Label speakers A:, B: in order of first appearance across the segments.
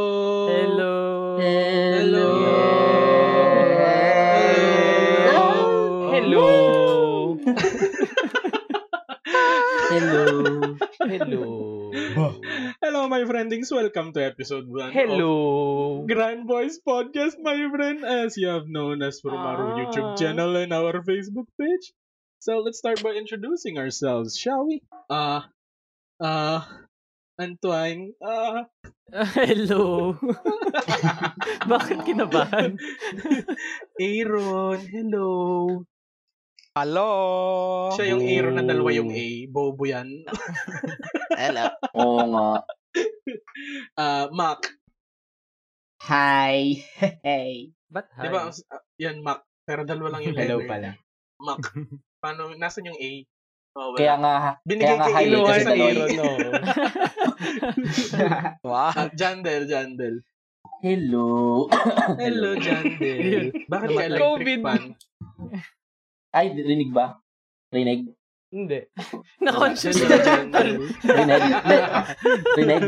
A: Hello.
B: Hello.
A: Hello.
B: Hello. Hello.
C: Hello.
B: Hello.
A: Hello, my friendings. Welcome to episode 1
B: Hello.
A: of Grand Boys Podcast, my friend, as you have known us from our
B: Ah.
A: YouTube channel and our Facebook page. So let's start by introducing ourselves, shall we? Uh, uh, Antoine, uh,
B: Hello. Bakit kinabahan?
A: Aaron, hello.
C: Hello.
A: Siya yung Aaron na dalawa yung
B: Oh.
A: A. Bobo yan.
C: Hello. Oo nga.
A: Uh, Mac.
C: Hi. Hey.
B: Ba't
A: Di
B: hi?
A: ba? ang- ah, yan, Mac. Pero dalawa lang yung
C: Hello
A: letter.
C: pala.
A: Mac. Paano, nasan yung A? Oh, wala.
C: Kaya nga,
A: Binigay
C: kaya nga
A: kay
C: hi
A: Iloan
C: kasi
A: ng
C: dalawa.
A: Aaron, no?
C: wow.
A: Ah, Jandel, Jandel.
C: Hello.
A: Hello,
B: Yun.
A: Jandel. Bakit ka
B: Namatay.
A: electric
B: COVID.
A: fan?
C: Ay, rinig ba? Rinig.
B: Hindi.
A: Hello,
B: Na-conscious na
A: Jandel.
C: Rinig. rinig.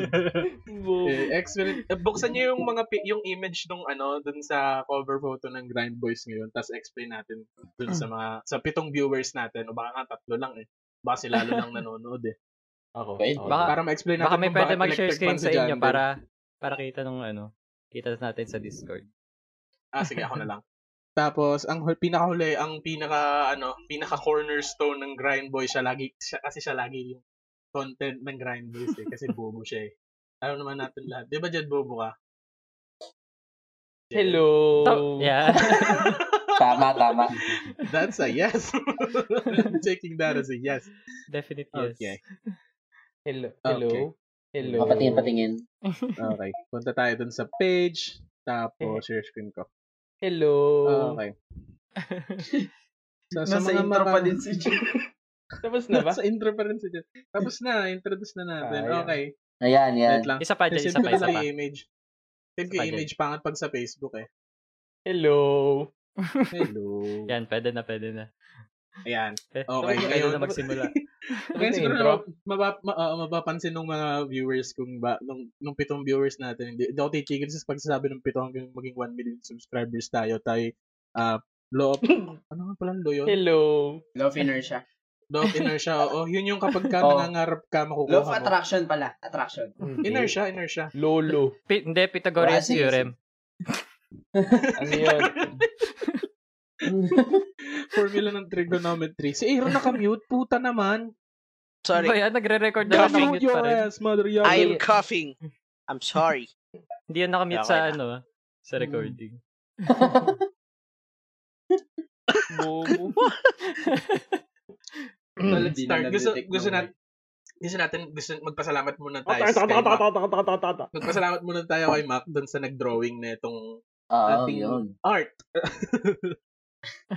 B: oh.
A: Eh, Excellent. Eh, Buksan niyo yung mga pi- yung image nung ano dun sa cover photo ng Grind Boys ngayon tapos explain natin dun sa mga sa pitong viewers natin o baka nga tatlo lang eh. Baka si Lalo lang nanonood eh. Ako.
C: Wait,
B: Baka-
A: para ma-explain natin
B: Baka may
A: kung
B: pwede
A: bakit
B: mag-share
A: electric fan
B: screen
A: si
B: sa inyo
A: Jandel.
B: para para kita nung ano. Kita natin sa Discord.
A: Ah, sige, ako na lang. Tapos, ang hu- pinakahuli, ang pinaka, ano, pinaka cornerstone ng Grind Boy, siya lagi, siya, kasi siya lagi yung content ng Grind Boys eh, kasi bobo siya eh. Alam naman natin lahat. Di ba, Jed, bobo ka? Jed.
B: So, yeah.
C: Tama, tama.
A: That's a yes. I'm taking that as a yes.
B: Definite yes.
A: Okay.
D: Hello.
A: Hello? Hello?
C: Papatingin, patingin.
A: Okay. Punta tayo dun sa page.
E: Eh.
A: Tapos, share screen ko.
D: Hello.
A: Ah, Okay. So, sa
E: Oh. Nasa
A: mga
E: intro pa
A: maka-
E: din si Jim.
D: Tapos na ba?
A: Sa intro pa rin si Jed. Tapos na, introduce na natin.
D: Ah, yeah.
A: Okay.
C: Ayan, yan.
A: Wait lang.
B: Isa pa dyan,
A: Kasi
B: isa pa, isa
A: ko
B: pa.
A: yung image. Save ko
B: Isa pa
A: yung
B: dyan.
A: image pangat pag sa Facebook eh.
D: Hello.
A: Hello.
B: Yan, pwede na, pwede na.
A: Ayan.
B: Eh,
A: Okay,
B: pwede
A: ayun.
B: na magsimula. Ano
A: Kaya
D: na
A: siguro
D: Ano intro?
A: na, mabap, ma, oo, mapapansin ng mga viewers kung ba, nung, nung pitong viewers natin, hindi, hindi ako titigil sa pagsasabi ng pitong hanggang maging 1 million subscribers tayo. Tayo, ah, blow up, ano nga pala lo yun?
D: Hello.
E: Love inertia.
A: Blow up inertia. O, yun yung kapag ka
C: Oh.
A: nangangarap ka,
E: Love
A: makukuha mo.
E: attraction pala. Attraction.
A: Inertia, inertia.
D: Lolo.
B: Pi- hindi, Pythagorean
C: Ah, sige,
B: theorem.
D: Ano yun?
A: Formula ng trigonometry. Si Aaron nakamute, puta naman.
B: Sorry. Ba yan, ah, nagre-record na
A: Come
B: nakamute
A: your
B: pa rin.
A: ass, mother
D: I'm-
A: yabba.
F: coughing. I'm sorry.
B: Hindi yan nakamute
F: Okay
B: sa
F: na.
B: ano, ah,
D: Hmm.
B: sa recording.
D: Bobo.
A: Let's
E: Hindi
A: start.
E: na
A: Gusto,
E: na-detect
A: gusto
E: ng-
A: natin, gusto natin, gusto, magpasalamat muna
B: Oh,
A: tayo.
D: Tata,
A: sa
D: tata,
A: kay Mac.
D: tata, tata, tata, tata.
A: Magpasalamat muna tayo kay Mac dun sa nag-drawing na itong
C: Oo,
A: Ating-
C: Ah, yun.
A: art.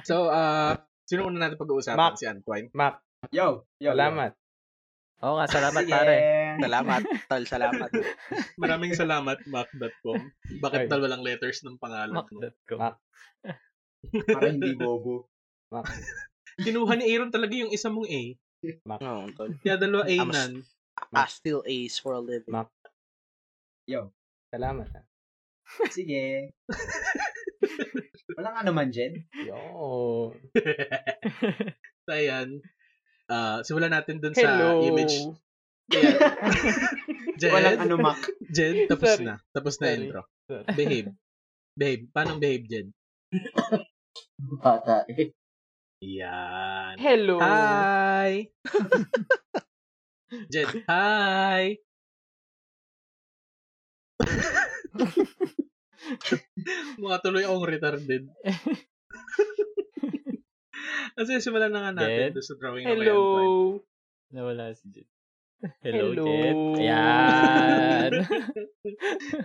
A: so, ah, sino muna natin pag-uusapan?
D: Mac.
A: Si Antoine.
D: Mac,
E: Yo. Yo.
D: salamat.
B: Oo nga, salamat
E: Sige.
B: pare.
F: Salamat, tol. Salamat.
A: Maraming salamat, Mac.com. Bakit
D: Ay.
A: dalawa lang letters ng pangalan mo?
B: Mac.com.
D: Mac.
E: Para hindi bobo.
A: Kinuha ni Aaron talaga yung isa mong A.
F: Oo, tol.
A: Kaya dalawa A
F: Amos.
A: nan.
F: I Oh, Ah, still ace for a living.
D: Mac. Salamat. ah.
E: Sige. ano Wala nga naman, Jen.
D: Yo.
A: So, ayan. Ah, simulan natin dun sa
D: Hello.
A: image. Jed,
E: Walang ano, Mac.
A: Jed, tapos
D: Sorry.
A: na. Tapos na
D: Sorry.
A: intro.
D: Sorry.
A: Behave. Behave. Paano behave, Jed?
C: Bata.
A: Yan.
D: Hello.
A: Ah, Hi! Jed, hi! Mukha tuloy akong retarded. Kasi simulan na nga natin
B: Jed?
A: doon sa drawing na
D: Hello.
A: kay Antoine.
B: Nawala si Jed. Hello,
D: Hello.
B: Jed. Yan.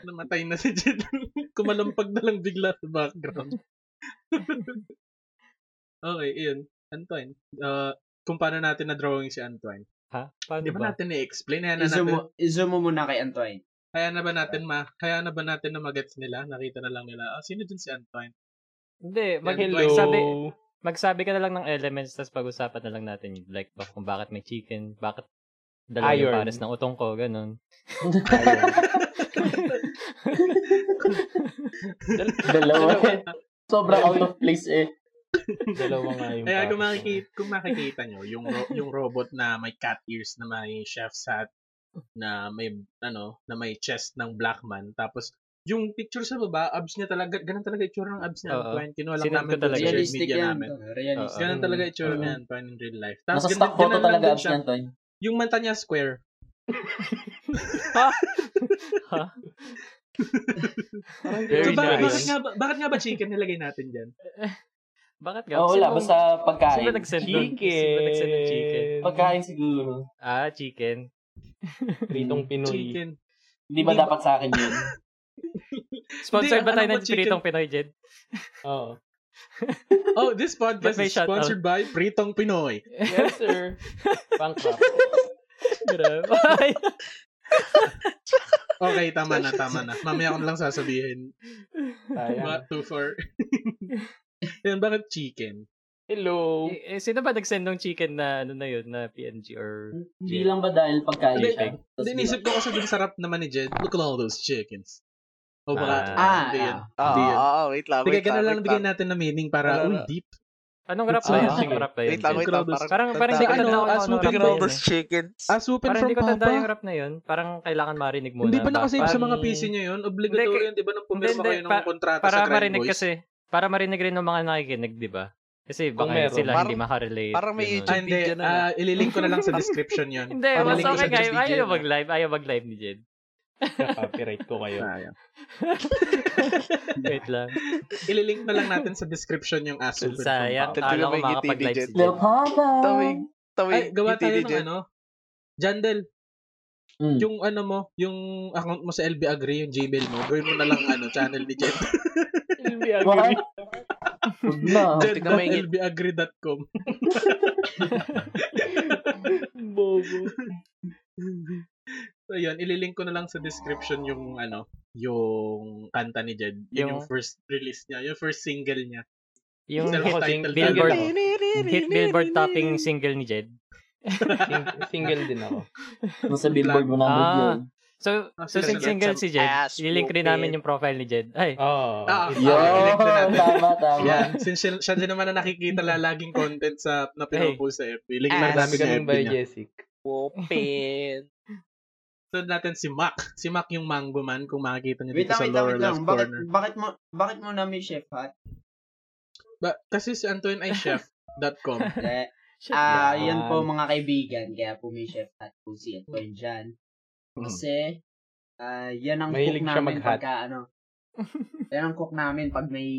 A: Namatay na si Jed. Kumalampag na lang bigla sa background. okay, yun. Antoine. Uh, kung paano natin na-drawing si Antoine.
B: ha? Paano
A: Di ba
B: ba?
A: natin i-explain? Kaya na
E: I-zoom
A: natin
E: mo, i-zoom mo muna kay Antoine.
A: Kaya na ba natin ma kaya na ba natin na magets nila? Nakita na lang nila. Ah, sino dun si Antoine?
B: Hindi, mag
A: Hello.
B: Magsabi, magsabi ka na lang ng elements tapos pag-usapan na lang natin yun. like ba- kung bakit may chicken, bakit dalawa yung
D: Iron.
B: pares ng utong ko, ganun.
D: Ayun.
C: Dalawa. Sobrang out of place eh.
D: Dalawa nga yung
A: Kaya kung
D: package.
A: makikita, kung makikita nyo, yung, ro- yung robot na may cat ears, na may chef's hat, na may, ano, na may chest ng black man, tapos, yung picture sa baba, abs niya talaga, ganun talaga itsura ng abs niya,
B: Oo.
A: Antoine. Kinuha lang
B: Sinan ko
A: namin dun sa
B: talaga.
A: shared
E: Realistic
A: media
E: yan.
A: namin.
E: Realistic.
B: Oo.
A: Ganun talaga itsura
D: Oo.
A: niya, Antoine, in real life. Tapos,
C: Nasa
A: ganun-
C: stock photo
A: ganun lang
C: talaga
A: din
C: abs
A: siya.
C: yan, Toy.
A: Yung mata niya square.
B: Very
A: so, bakit,
B: nice.
A: bakit, nga, ba- bakit nga ba chicken nilagay natin dyan?
B: Bakit ka?
C: Oo, wala.
B: Sino-
C: Basta
B: Sino ba
C: pagkain.
B: nag-send nun? Sino ba nag-send ng chicken?
D: Chicken.
C: Pagkain siguro.
B: Ah, chicken.
D: Pritong Pinoy.
A: Chicken.
C: Hindi ba
A: Hindi ba-
C: dapat sa akin yun?
B: Sponsored
A: Hindi,
B: ba tayo
A: ano ba
B: ng
A: chicken?
B: Pritong Pinoy, Jed?
D: Oo.
A: Oh, this podcast
B: Ba't may
A: is
B: shout out?
A: sponsored by Pritong Pinoy.
D: Yes, sir. Bankrupt.
B: Grabe.
A: Okay, tama na, tama na. Mamaya ko na lang sasabihin.
D: Sayang.
A: Ba, too far. Yan, bakit chicken?
D: Hello.
B: Eh, eh, sino ba nag-send ng chicken na ano na yun, na PNG or...
C: Hindi lang ba dahil pagkain
A: Hindi,
C: siya? Tapos
A: Hindi,
C: bilang-
A: inisip ko kasi dun sarap naman ni Jed. Look at all those chickens. O baka,
E: Ah,
A: hindi yan.
F: Oo,
A: Hindi
F: oo,
A: yan.
F: oo, ah, wait lang.
A: Sige,
B: ah,
F: wait lang,
A: ganun lang
F: wait
A: bigyan
F: lang.
A: natin na meaning para,
F: Wala,
A: uy,
F: wala.
A: deep.
B: Anong rap ba yun?
A: Ah,
B: Anong rap ba yun?
F: Wait lang,
B: Jed?
F: wait lang.
A: Crowders.
B: Parang, parang hindi ko
A: Ano,
B: tanda kung
A: as
B: ano
A: moving
B: rap
A: Crowders. rounders.
B: na yun.
F: Crowders chickens.
A: As
B: eh.
A: open
B: Parang
A: from
B: hindi ko tanda yung
A: Papa.
B: rap na yun. Parang kailangan marinig muna.
A: Hindi ba nakasave
B: Bakit?
A: sa mga PC nyo yun?
B: Hindi,
A: Obligatory yan, di ba? Nung pumirma
B: hindi,
A: kayo ng
B: pa-
A: kontrata
B: Para
A: sa Crime
B: marinig
A: Boys.
B: kasi. Para marinig rin ng mga nakikinig, di ba? Kasi
D: Kung
B: baka
D: meron.
B: sila hindi
F: Parang-
B: makarelate.
F: parang may
B: ganun.
F: YouTube
A: Ah, hindi.
F: Video na
A: Ah, ililink ko na lang sa description yun.
B: Hindi,
A: Parang
B: mas
A: link ko
B: okay
A: siya
B: kayo.
A: sa
B: Ayaw
A: video.
B: mag-live. Ayaw mag-live ni Jed.
D: Copyright ko kayo.
A: Sayang.
B: Wait lang.
A: Ililink na lang natin sa description yung ah, as open from
B: Sayang.
A: Papa.
F: Totoo
B: Alam ko
F: may ngiti ni
B: makakapag-live si
F: Jed.
B: Jed.
C: Little Papa.
F: Tawig. Tawig.
A: Ay, gawa tayo ng
F: intelligent.
A: ano? Jandel,
C: Mm.
A: yung ano mo, yung account mo sa LB Agri, yung Gmail mo, gawin mo na lang ano, channel ni Jed.
C: What? Huwag na.
F: tignan mo yung ngiti.
A: Jed.lbagri.com
D: Bobo.
A: So yun, ililink ko na lang sa description yung ano, yung kanta ni Jed. Yun yung,
B: Yung-
A: first release niya, yung first single niya.
B: Yung
A: Self-titled album.
B: hit, Billboard,
D: Ano?
B: hit Billboard topping single ni Jed.
D: Sing- single din ako.
C: Nasa billboard mo number
B: Ah.
C: yun.
B: So,
A: Ah,
B: so
A: sige,
B: since
A: sige.
B: single si Jed,
F: Ass
B: ililink rin
F: whooping.
B: namin yung profile ni Jed. Ay,
D: Oo.
A: Ah, ah,
C: Yo,
A: ililink na natin.
C: tama, tama.
A: Yan, since siya, siya din naman na nakikita la laging content sa na pinopost sa FB. Link na dami
F: Ass.
D: Marami
A: sa
D: ganun
A: FB
D: ba,
A: niya.
D: Jessic?
F: Open.
A: Sunod natin si Mac. Si Mac yung Mango Man kung makikita niyo
E: Wait
A: dito
E: lang,
A: sa
E: wait lang,
A: lower
E: wait lang.
A: left
E: Bakit,
A: corner.
E: bakit mo, bakit mo namin chef hat?
A: Ba- kasi si Antoine ay chef.com.
E: Hindi.
B: shit.
E: Ah,
D: Yan.
E: yun po mga kaibigan. Kaya po may chef hat po si
B: Hmm.
E: Antoine dyan. Kasi, ah, yan ang
D: Mahilig
E: cook
D: siya
E: namin
D: mag-hat.
E: pagka ano. yan ang cook namin pag may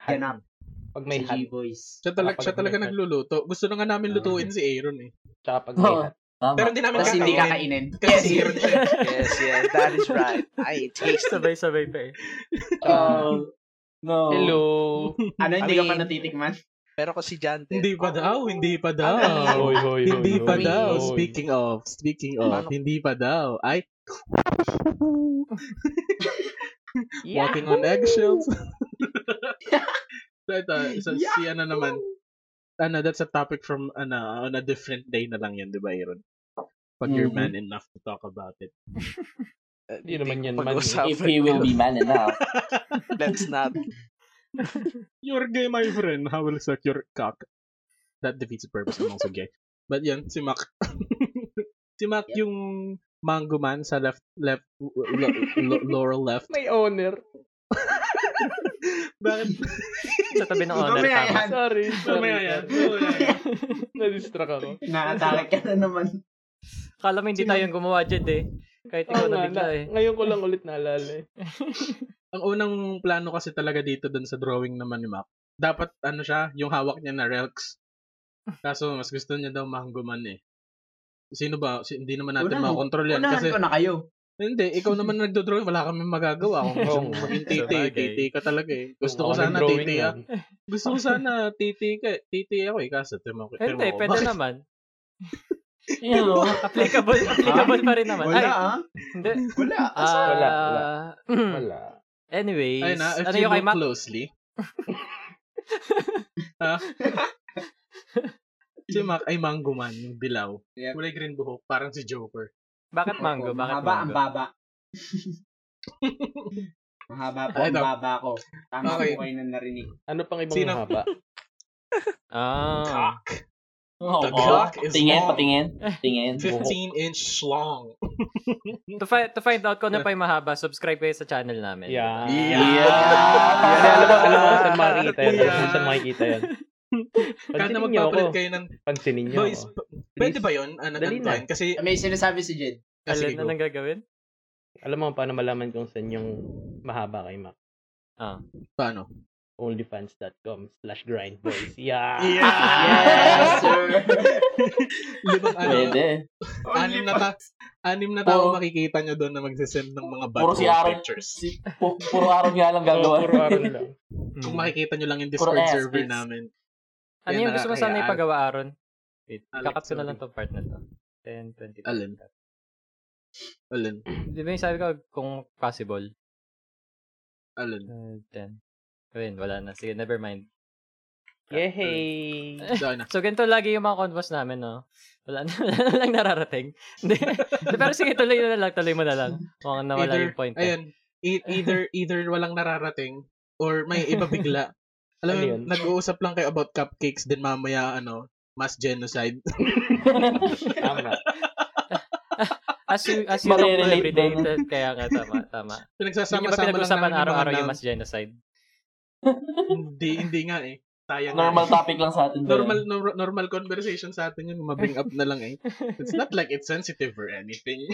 D: Hat.
E: ganap
D: Pag may
E: si
D: hat,
E: G-Boys.
A: Siya talaga, siya
D: Kapag
A: talaga
D: may-
A: nagluluto. Gusto na nga namin lutuin si Aaron eh.
D: tsaka pag may
C: Oo.
D: hat.
C: Oh, Tama.
A: Pero hindi namin
E: Tapos hindi
A: kakainin.
E: kakainin.
A: Kasi si
E: Yes!
A: Aaron siya.
F: Yes, yes, that is right. I ain't tasted it.
B: Sabay-sabay pa eh.
D: Tsaka-
C: Oh, no.
D: Ah. hello.
E: ano, hindi ka pa
F: Amin.
E: natitikman?
F: Pero kasi dyan din.
A: Hindi pa daw, hindi pa daw.
D: Hoy, hoy, hoy,
A: Hindi pa
D: hoy,
A: daw.
D: hoy.
A: Speaking of, speaking of,
F: Ano?
A: hindi pa daw. Ay, walking on eggshells. so ito, so, si ano naman, ano, that's a topic from, ano, on a different day na lang yun, di ba, Aaron? Pag you're man enough to talk about it.
F: Eh,
D: Hindi naman
F: ko
D: yan man eh.
F: pag-usapan
C: If he will be man enough.
F: yun. Let's not.
A: You're gay, my friend. How will suck your cock? That defeats the purpose. I'm also gay. But yun, si Mac. si Mac yung mango man sa left, left, lo- lo- Laurel left.
D: May owner.
A: Bakit?
B: Sa tabi ng honor,
E: Mamaya
B: tama.
E: yan.
D: Sorry, sorry.
A: Mamaya yan.
D: Ano Na-distract ako.
E: Nakatalik ka na naman.
B: Kala mo hindi tayong gumawa, Jed eh. Kahit ikaw
D: Oo nga,
B: na bigla
D: na-
B: eh.
D: ngayon ko lang ulit naalala eh.
A: Ang unang plano kasi talaga dito dun sa drawing naman ni Mac, dapat ano siya, yung hawak niya na Relx. Kaso mas gusto niya daw mango man eh. Sino ba? Si- hindi naman natin
E: Unahan-
A: makontrol yan.
E: Unahan
A: Kasi,
E: ko na kayo.
A: hindi, ikaw naman na nagdodrawing. Wala kami magagawa. Kung gusto
D: Oo
A: mo
D: nga.
A: maging titi,
B: Sabagay.
A: titi ka talaga eh. Gusto ko
D: Ako
A: sana
D: nag-drawing
A: titi ah.
D: lang.
A: Gusto ko sana titi ka eh. Titi ako eh. Kaso, timo ko.
B: Hindi,
A: timo ko.
B: pwede
A: Bakit?
B: naman.
C: Hello.
B: Applicable, applicable pa rin naman.
E: Wala
B: Ay,
E: ah.
B: hindi.
E: Wala.
B: Ah,
D: Wala, wala.
B: mm.
D: Wala.
B: Anyways,
A: Ayun ah, na, if
B: ano
A: you
B: yung kay
A: look
B: Mac?
A: closely. ha? Si Mac ay mango man, yung dilaw.
E: Yep.
A: Kulay green buhok, parang si Joker.
B: Bakit mango?
E: Opo,
B: Bakit
E: mahaba ang
B: mango?
E: baba. Mahaba po
A: Ay,
E: ang
A: no.
E: baba ko. Tama
A: Okay.
E: po kayo na narinig.
D: Ano pang ibang
A: Sino?
D: mahaba?
B: Ah.
A: Cock.
C: Oo.
A: The cock is
C: Ah. Oh, Tingin,
A: long.
C: patingin, tingin.
A: 15 inch long.
B: To, fi- to find out kung ano pa yung mahaba, subscribe kayo sa channel namin.
D: Yeah. Kasi
F: Yeah.
D: alam mo, alam mo kung saan makikita yan.
A: Yeah.
D: Kung saan makikita yan.
A: Kahit na
D: Pansinin niyo ako.
A: magpapalit kayo ng...
D: Pansinin niyo
A: Boys,
D: ako.
A: p- pwede ba yun? Ano,
D: Dali na.
A: ganito? Kasi,
E: Ah, May sinasabi si Jed.
A: ah, sige,
B: Alin
A: go.
B: na nang gagawin?
D: Alam mo paano malaman kung saan yung mahaba kay Mac?
A: Paano?
D: onlyfans.com slash grindboys. Yeah!
A: Ah.
E: Yes, sir.
A: Limang ano,
C: Pwede.
A: anim na, ta, anim na tao
C: Puro-
A: makikita nyo doon na magsisend ng mga bad
C: Puro si Aaron.
A: pictures.
C: Si, pu- puro araw nga lang gagawa.
D: Oo, puro araw na lang.
A: Kung
C: Mm.
B: Hmm.
A: makikita nyo lang yung
C: Puro
A: Discord
C: ass
A: server
C: pics.
A: namin.
B: Ano
A: Yan
B: yung
A: na,
B: gusto mo
A: kaya
B: sana
A: Al-
B: ipagawa, Aaron? Wait,
A: Alex,
B: kakat ko na
A: sorry.
B: lang tong part na to. 10, 20.
A: Alin? Alin?
B: Di ba yung sabi ko kung possible?
A: Alin?
B: Uh, 10. Ayun, wala na. Sige, never mind.
D: Yehey!
A: Dahil na.
B: So, ganito lagi yung mga convos namin, no? Wala na, wala na lang nararating. Hindi. Pero sige, tuloy na lang. Tuloy mo na lang. Mukhang nawala
A: Either-
B: yung point. eh.
A: Ayun. E- either, either walang nararating or may iba bigla. Alam mo,
D: Ano
A: yun,
D: yun?
A: nag-uusap lang kayo about cupcakes din mamaya, ano, mass genocide.
D: Tama.
B: As you, as you talk to
C: Marirelate
B: everyday,
C: doon.
B: t- kaya nga, tama, tama. Hindi nyo ba
A: Pinagsasama-sama lang
B: pinag-usapan
A: namin
B: araw-araw yung
A: mga
B: mass genocide?
A: noun. Hindi, hindi nga eh. Sayang.
C: Normal
A: nga eh.
C: topic lang sa atin. ba
A: Normal,
C: yan?
A: nor- normal conversation sa atin yun. Mabing up na lang eh. It's not like it's sensitive or anything.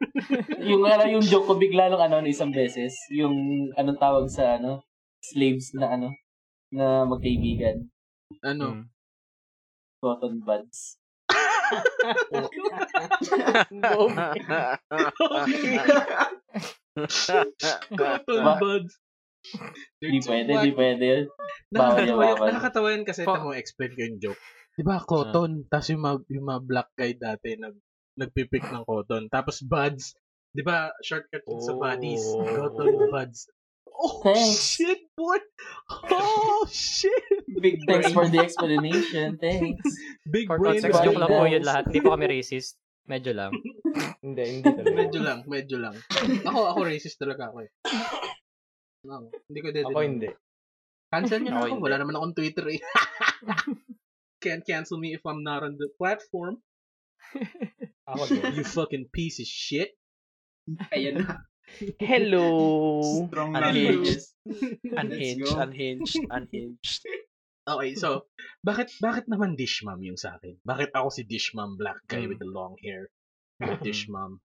C: Yung, ano, yung joke ko bigla nung ano, nung isang beses. Yung anong tawag sa ano, slaves na ano, na magkaibigan.
A: ano?
B: Hmm.
C: Cotton buds.
D: No.
A: Cotton
C: Ba-
A: buds. They're
C: Di
A: too
C: pwede,
A: whack.
C: di pwede. Bawal yung
A: Nakakatawa yun,
C: bawal.
A: nakakatawa yun kasi
B: Pa-
A: ito mo explain ko yung joke. Di ba cotton, tapos yung mga, yung mga black guy dati nag, nagpipick ng cotton. Tapos buds, di ba shortcut yun sa
D: Oh.
A: bodies. Cotton buds. Oh,
C: Thanks.
A: shit, boy! Oh, shit!
E: Big
C: Thanks for the explanation. Thanks.
A: Big
B: For
A: brain.
B: context, joke lang po
C: Yes.
B: yun lahat. Hindi po kami racist. Medyo lang.
D: Hindi, hindi talaga.
A: Medyo lang, medyo lang. Ako, ako racist talaga ako eh. Ako, hindi ko din.
D: Ako hindi.
A: Cancel nyo na
F: Ako
A: ako.
F: hindi.
A: Wala naman akong Twitter eh. Can't cancel me if I'm not on the platform.
D: Ako din.
A: You fucking piece of shit.
E: Ayan na.
D: Hello!
E: Strong
F: Ano
E: languages.
F: unhinged, unhinged, unhinged.
A: Okay, so, bakit bakit naman dish mom yung sa akin? Bakit ako si dish mom black guy
B: Mm.
A: with the long hair? Not dish mom.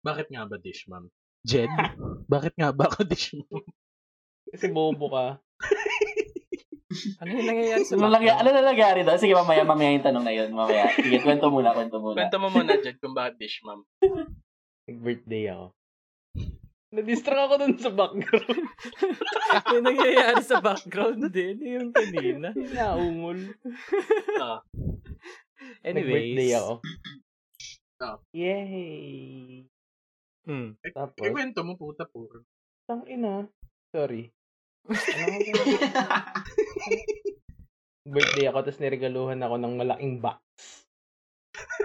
A: Bakit nga ba dish mom? Jed, bakit nga ba ako dish mom?
D: Kasi bobo ka.
B: Ano yung nangyayari sa
C: Ano lang ano na nangyari daw? Sige, mamaya, mamaya yung tanong na yun. Mamaya. Sige, kwento muna, kwento muna.
A: mo muna, Jed, kung bakit dish mom.
D: Nag-birthday ako. Nadistract ako dun sa background.
B: yung nangyayari sa background din? Yung kanina.
D: Naungol. Nag-birthday
B: Anyways.
D: ako.
A: Oh.
D: Yay!
B: Hmm.
D: Tapos,
A: Ikwento mo, puta po.
D: tang ina. Sorry. Ano ako ba? birthday ako, tapos niregaluhan ako ng malaking box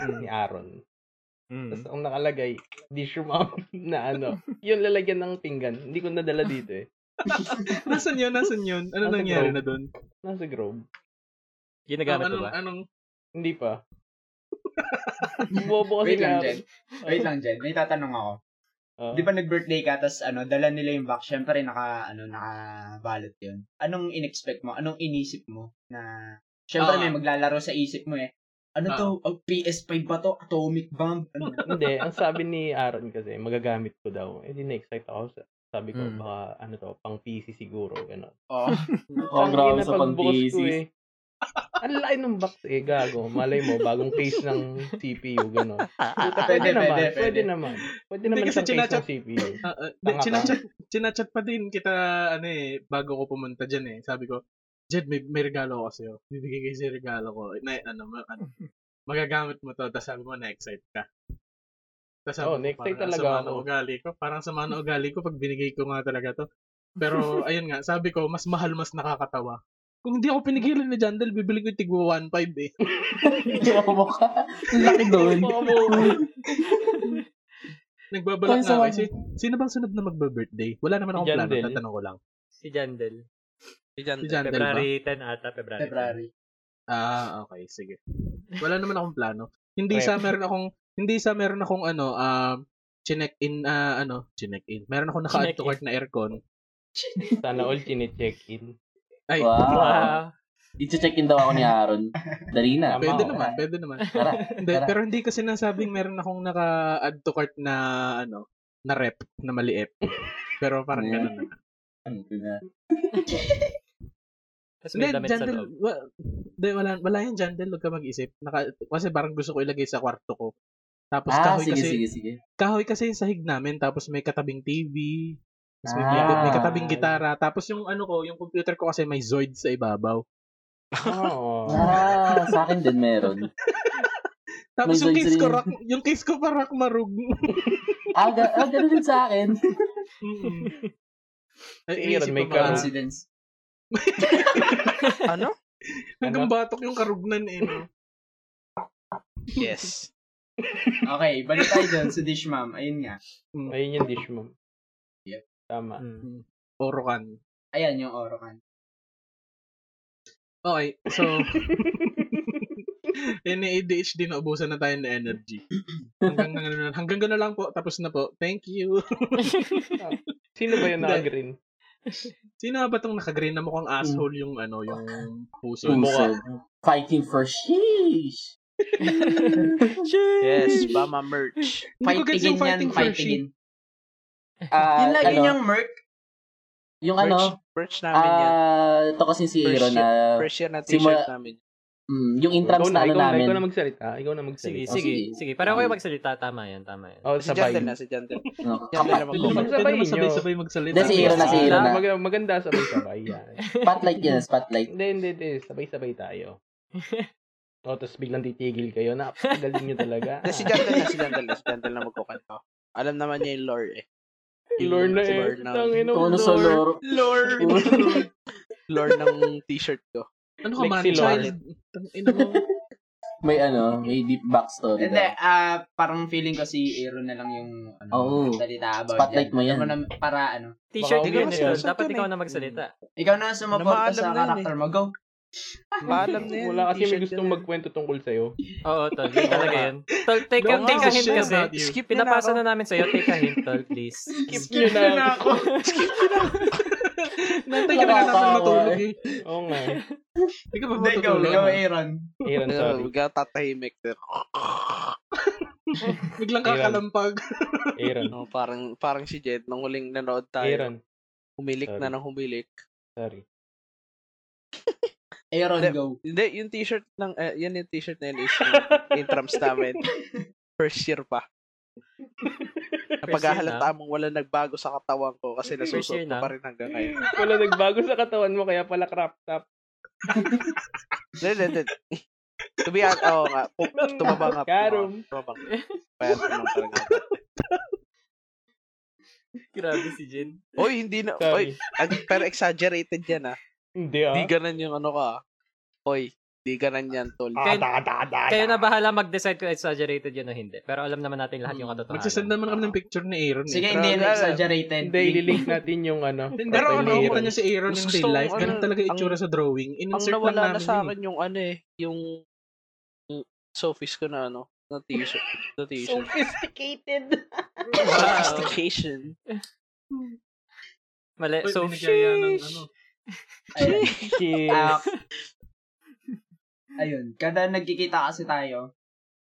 B: Hmm.
D: ni Aaron.
B: Hmm.
D: Tapos ang nakalagay, dish mom na ano, yung lalagyan ng pinggan. Hindi ko nadala dito eh.
A: Nasaan yun? Nasaan yun? Ano
D: Nasa
A: nangyari
D: Grove.
A: na doon?
D: Nasa Grove.
B: Ginagamit
A: anong,
B: mo ba?
A: anong,
D: Hindi pa. Bobo kasi Oh.
E: Wait lang,
D: nga-
E: Jen. Wait lang, Jed. May tatanong ako.
D: Oo.
E: Di ba nag-birthday ka, tapos ano, dala nila yung box. Siyempre, naka, ano, naka-balot yun. Anong in-expect mo? Anong inisip mo? Na, siyempre,
A: Ah.
E: may maglalaro sa isip mo eh. Ano
A: Ah.
E: to? Oh, PS5 ba to? Atomic bomb? Ano?
D: Hindi, ang sabi ni Aaron kasi, magagamit ko daw. Eh, di na-excite ako. Sa, sabi ko,
B: Mm.
D: baka ano to, pang PC siguro. Ganon.
A: oh,
C: Oh,
D: Ang
C: grabe
D: ina,
C: sa
D: pagbukas ko
C: pag-thesis.
D: eh. Ang laki ng box eh, gago. Malay mo, bagong case ng CPU, gano'n. Ano
E: Pwede, pwede,
D: naman, pwede,
E: pwede.
D: naman. Pwede
A: Hindi
D: naman
A: kasi
D: isang case
A: chinachat-
D: ng CPU.
A: Ah, ah, di,
D: Tanga ka.
A: chinachat, chinachat pa din kita, ano eh, bago ko pumunta dyan eh. Sabi ko, Jed, may, may regalo ako sa'yo. Bibigay kayo sa'yo regalo ko. Na, ano, ma- ano, magagamit mo to. Tapos sabi mo, na-excite ka. Tapos sabi
D: Oo,
A: ko,
D: Oh, na-excite
A: parang
D: talaga
A: sama
D: ako.
A: na ugali ko. Parang sama na ugali ko pag binigay ko nga talaga to. Pero, ayun nga, sabi ko, mas mahal, mas nakakatawa. Kung hindi ako pinigilan ni Jandel, bibili ko yung tigwa 1.5 eh.
C: Hindi ako mukha. Ang Laki doon.
D: Bobo.
A: Nagbabalak
C: Ay,
A: na ako.
C: sawa.
A: Si- sino bang sunod na magbe-birthday? Wala naman akong
D: Jan
A: plano.
D: Del.
A: Tatanong ko lang.
B: Si Jandel.
F: Si Jan.
A: Si Jandel ba?
B: February 10 ata, February.
E: February.
A: Ah, okay, sige. Wala naman akong plano. Hindi
D: Rep.
A: sa meron akong hindi sa meron akong ano, um chinek in ah, ano, chinek in. Meron akong naka-add to
B: Chinek
A: cart na aircon.
D: Sana all chine-check in.
A: Ay,
C: Wow.
B: Wow.
C: I-check in daw ako ni Aaron. Dali na.
A: pwede
D: Tama,
A: naman, pwede naman.
C: Tara.
A: Hindi,
C: Tara.
A: pero hindi kasi nasabing meron akong naka-add to cart na ano, na rep na maliit. Pero parang
C: Ayan.
A: ganun na.
C: Ano na?
B: Tapos
A: Hindi,
B: may damit sa
A: Jandel,
B: loob.
A: wa- hindi, wala, wala yan, Jandel. Huwag ka mag-isip. Naka, kasi parang gusto ko ilagay sa kwarto ko. Tapos
C: Ah,
A: kahoy
C: sige,
A: kasi,
C: sige, sige.
A: kahoy kasi yung sahig namin. Tapos may katabing TV. Tapos may,
C: Ah.
A: gitna- may katabing gitara. Tapos yung ano ko, yung computer ko kasi may Zoid sa ibabaw.
D: Oo.
C: Ah, sa akin din meron.
A: Tapos
C: May
A: yung
C: Zoid
A: case
C: sa
A: ko,
C: iyo.
A: rock, yung case ko pa rock marug.
C: Ah, ga- ah ganun din sa akin.
A: Mm-mm.
D: Si
A: Ay,
D: Aaron,
A: inisip
D: may
A: ko
D: karug.
A: mga,
E: Coincidence.
F: Ano?
A: hanggang batok yung karugnan eh. no?
F: Yes.
E: Okay, balik tayo dun sa dish ma'am. Ayun nga.
D: Ayun yung dish mo.
E: Yep.
D: Tama.
B: Mm.
A: Orokan.
E: Ayan yung orokan.
A: Okay, so... eh, Yan na ADHD, naubusan na tayo ng energy. Hanggang, hanggang, hanggang gano'n lang po, tapos na po. Thank you.
D: Sino ba yung
A: Hindi.
D: naka-green?
A: Sino nga ba itong nakagreen na mukhang asshole yung ano, yung puso?
C: Puso. Fighting for sheesh.
F: Yes, Bama merch.
A: Hindi ko gets yung fighting for sheep.
E: fighting.
C: Ah,
E: Yung lagi
C: ano,
E: niyang merc.
C: yung
F: Merch,
C: ano,
F: merch namin yan.
C: ah, ito kasi si
F: First
C: Aaron na,
F: First year na
C: simula-
F: t-shirt namin.
C: mm, yung entrance
D: Ikaw na,
C: na ano
D: ikaw na,
C: namin.
D: ikaw na magsalita. Ikaw na
B: Sige,
D: magsalita.
C: Oh,
B: sige,
C: sige.
B: sige. Para kayo magsalita, tama yan, tama yan.
D: Oh,
F: Si Jandel
D: sabay.
F: na, si Jandel.
C: No,
A: Pwede
F: Yan na lang mag-comment.
A: naman- pwede naman sabay-sabay magsalita.
C: Hindi, si Aaron na, si Aaron na.
D: Mag- maganda sabay-sabay. Yan.
C: Spotlight yan, spotlight.
D: Hindi, hindi, hindi. Sabay-sabay tayo. O, tapos biglang titigil kayo. Napakagaling nyo talaga.
F: Na, si Jandel na, si Jandel na, si Jandel na magkukanto. Alam naman niya yung lore eh. Yung
D: Lord na eh.
F: lore ng,
D: Tangin ng
C: Tono sa
D: Lord.
C: loro.
F: lore, lore ng t-shirt ko.
A: Ano ka,
D: Like
A: man
D: si Lord.
A: child? Tang- ina mo.
C: May ano, may deep backstory.
E: Hindi,
C: daw.
E: ah, parang feeling ko si Aaron na lang yung ano,
C: Oo.
E: salita about
C: Spotlight
E: yan.
C: mo yan.
E: Alam na- para ano.
B: T-shirt
D: Baka
B: ko yun,
D: umiyak
B: Aaron.
F: siya.
B: Dapat
F: Saan
B: ikaw
F: to,
B: na magsalita.
E: Ikaw na ang sumuporta
F: Namaalam
E: sa
F: na
D: eh.
F: yan
E: karakter mo. Go.
F: Paalam na yan.
D: Wala kasi may
F: t-shirt
D: gustong
F: yan.
D: magkwento tungkol sa'yo.
B: Oo, tol. Yun talaga yun. Tol, take, a,
A: Don't
B: take a
A: give a
B: hint
A: shit
B: kasi.
A: about you.
F: Skip na
B: Pinapasa
F: na
B: na namin sa'yo. Take a hint, tol, please.
D: Skip na na
F: ako.
A: Nantay ka na lang naman
C: Nakakaawa
A: matulog eh.
D: Oo nga. eh.
A: Hindi ka ba
E: Hindi, ikaw,
A: matutulog?
E: ikaw, eh. Aaron.
D: Aaron, sorry.
F: Huwag ka Ano, tatahimik. sir.
A: Biglang kakalampag.
D: Aaron.
F: No, Ano, parang parang si Jed, nung huling nanood tayo,
D: Aaron.
F: humilik na
D: Sorry.
F: nang humilik.
D: Sorry.
E: Aaron,
F: Hindi.
E: go.
F: Hindi, yung t-shirt ng, eh, yan yung t-shirt na yun is yung intrams namin. First year pa. Napaghahalata mong wala nagbago sa katawan ko kasi
B: First year
F: nasusuot ko
B: na?
F: pa rin hanggang ngayon.
D: Wala nagbago sa katawan mo, kaya pala crop top.
F: Hindi, hindi, hindi. To be honest, oo nga. Pu- Tumabang nga.
D: Karom.
F: Tumabang. Payat ko lang talaga.
B: Grabe si Jen.
F: Oy, hindi na. Oy,
D: Sorry.
F: ag- pero exaggerated yan ah.
D: Hindi ah.
F: Di ganun yung ano ka. ah. Oy, di ganun yan, tol.
D: Ah, da, da, da, da.
B: Kayo na bahala mag-decide kung exaggerated yun o hindi. Pero alam naman natin lahat
A: Hmm.
B: yung katotohanan.
A: Magsasend naman kami ng picture ni Aaron. eh.
E: Sige, hindi
F: Pero-
E: na exaggerated.
D: Hindi, ililink natin yung ano.
A: Hindi,
F: Pero
A: pero
F: ano,
A: ano,
F: Aaron,
A: niya si Aaron
F: mas
A: in
F: gusto
A: real life.
F: kong
A: Ganun
F: ano,
A: talaga yung
F: ang-
A: itsura sa drawing.
F: ang
A: In-insert lang
F: nawala na
A: namin. yun
F: sa
A: eh.
F: akin yung ano eh, yung yung Sophie's ko na ano, na t-shirt. Na t-shirt.
D: Sophisticated.
B: Wow.
F: Sophistication.
B: Mali.
A: Uy,
B: So,
A: binigaya ng
B: sheesh.
A: ano.
E: Ayun.
D: Cheers.
E: Ah, ayun. Kada nagkikita kasi tayo,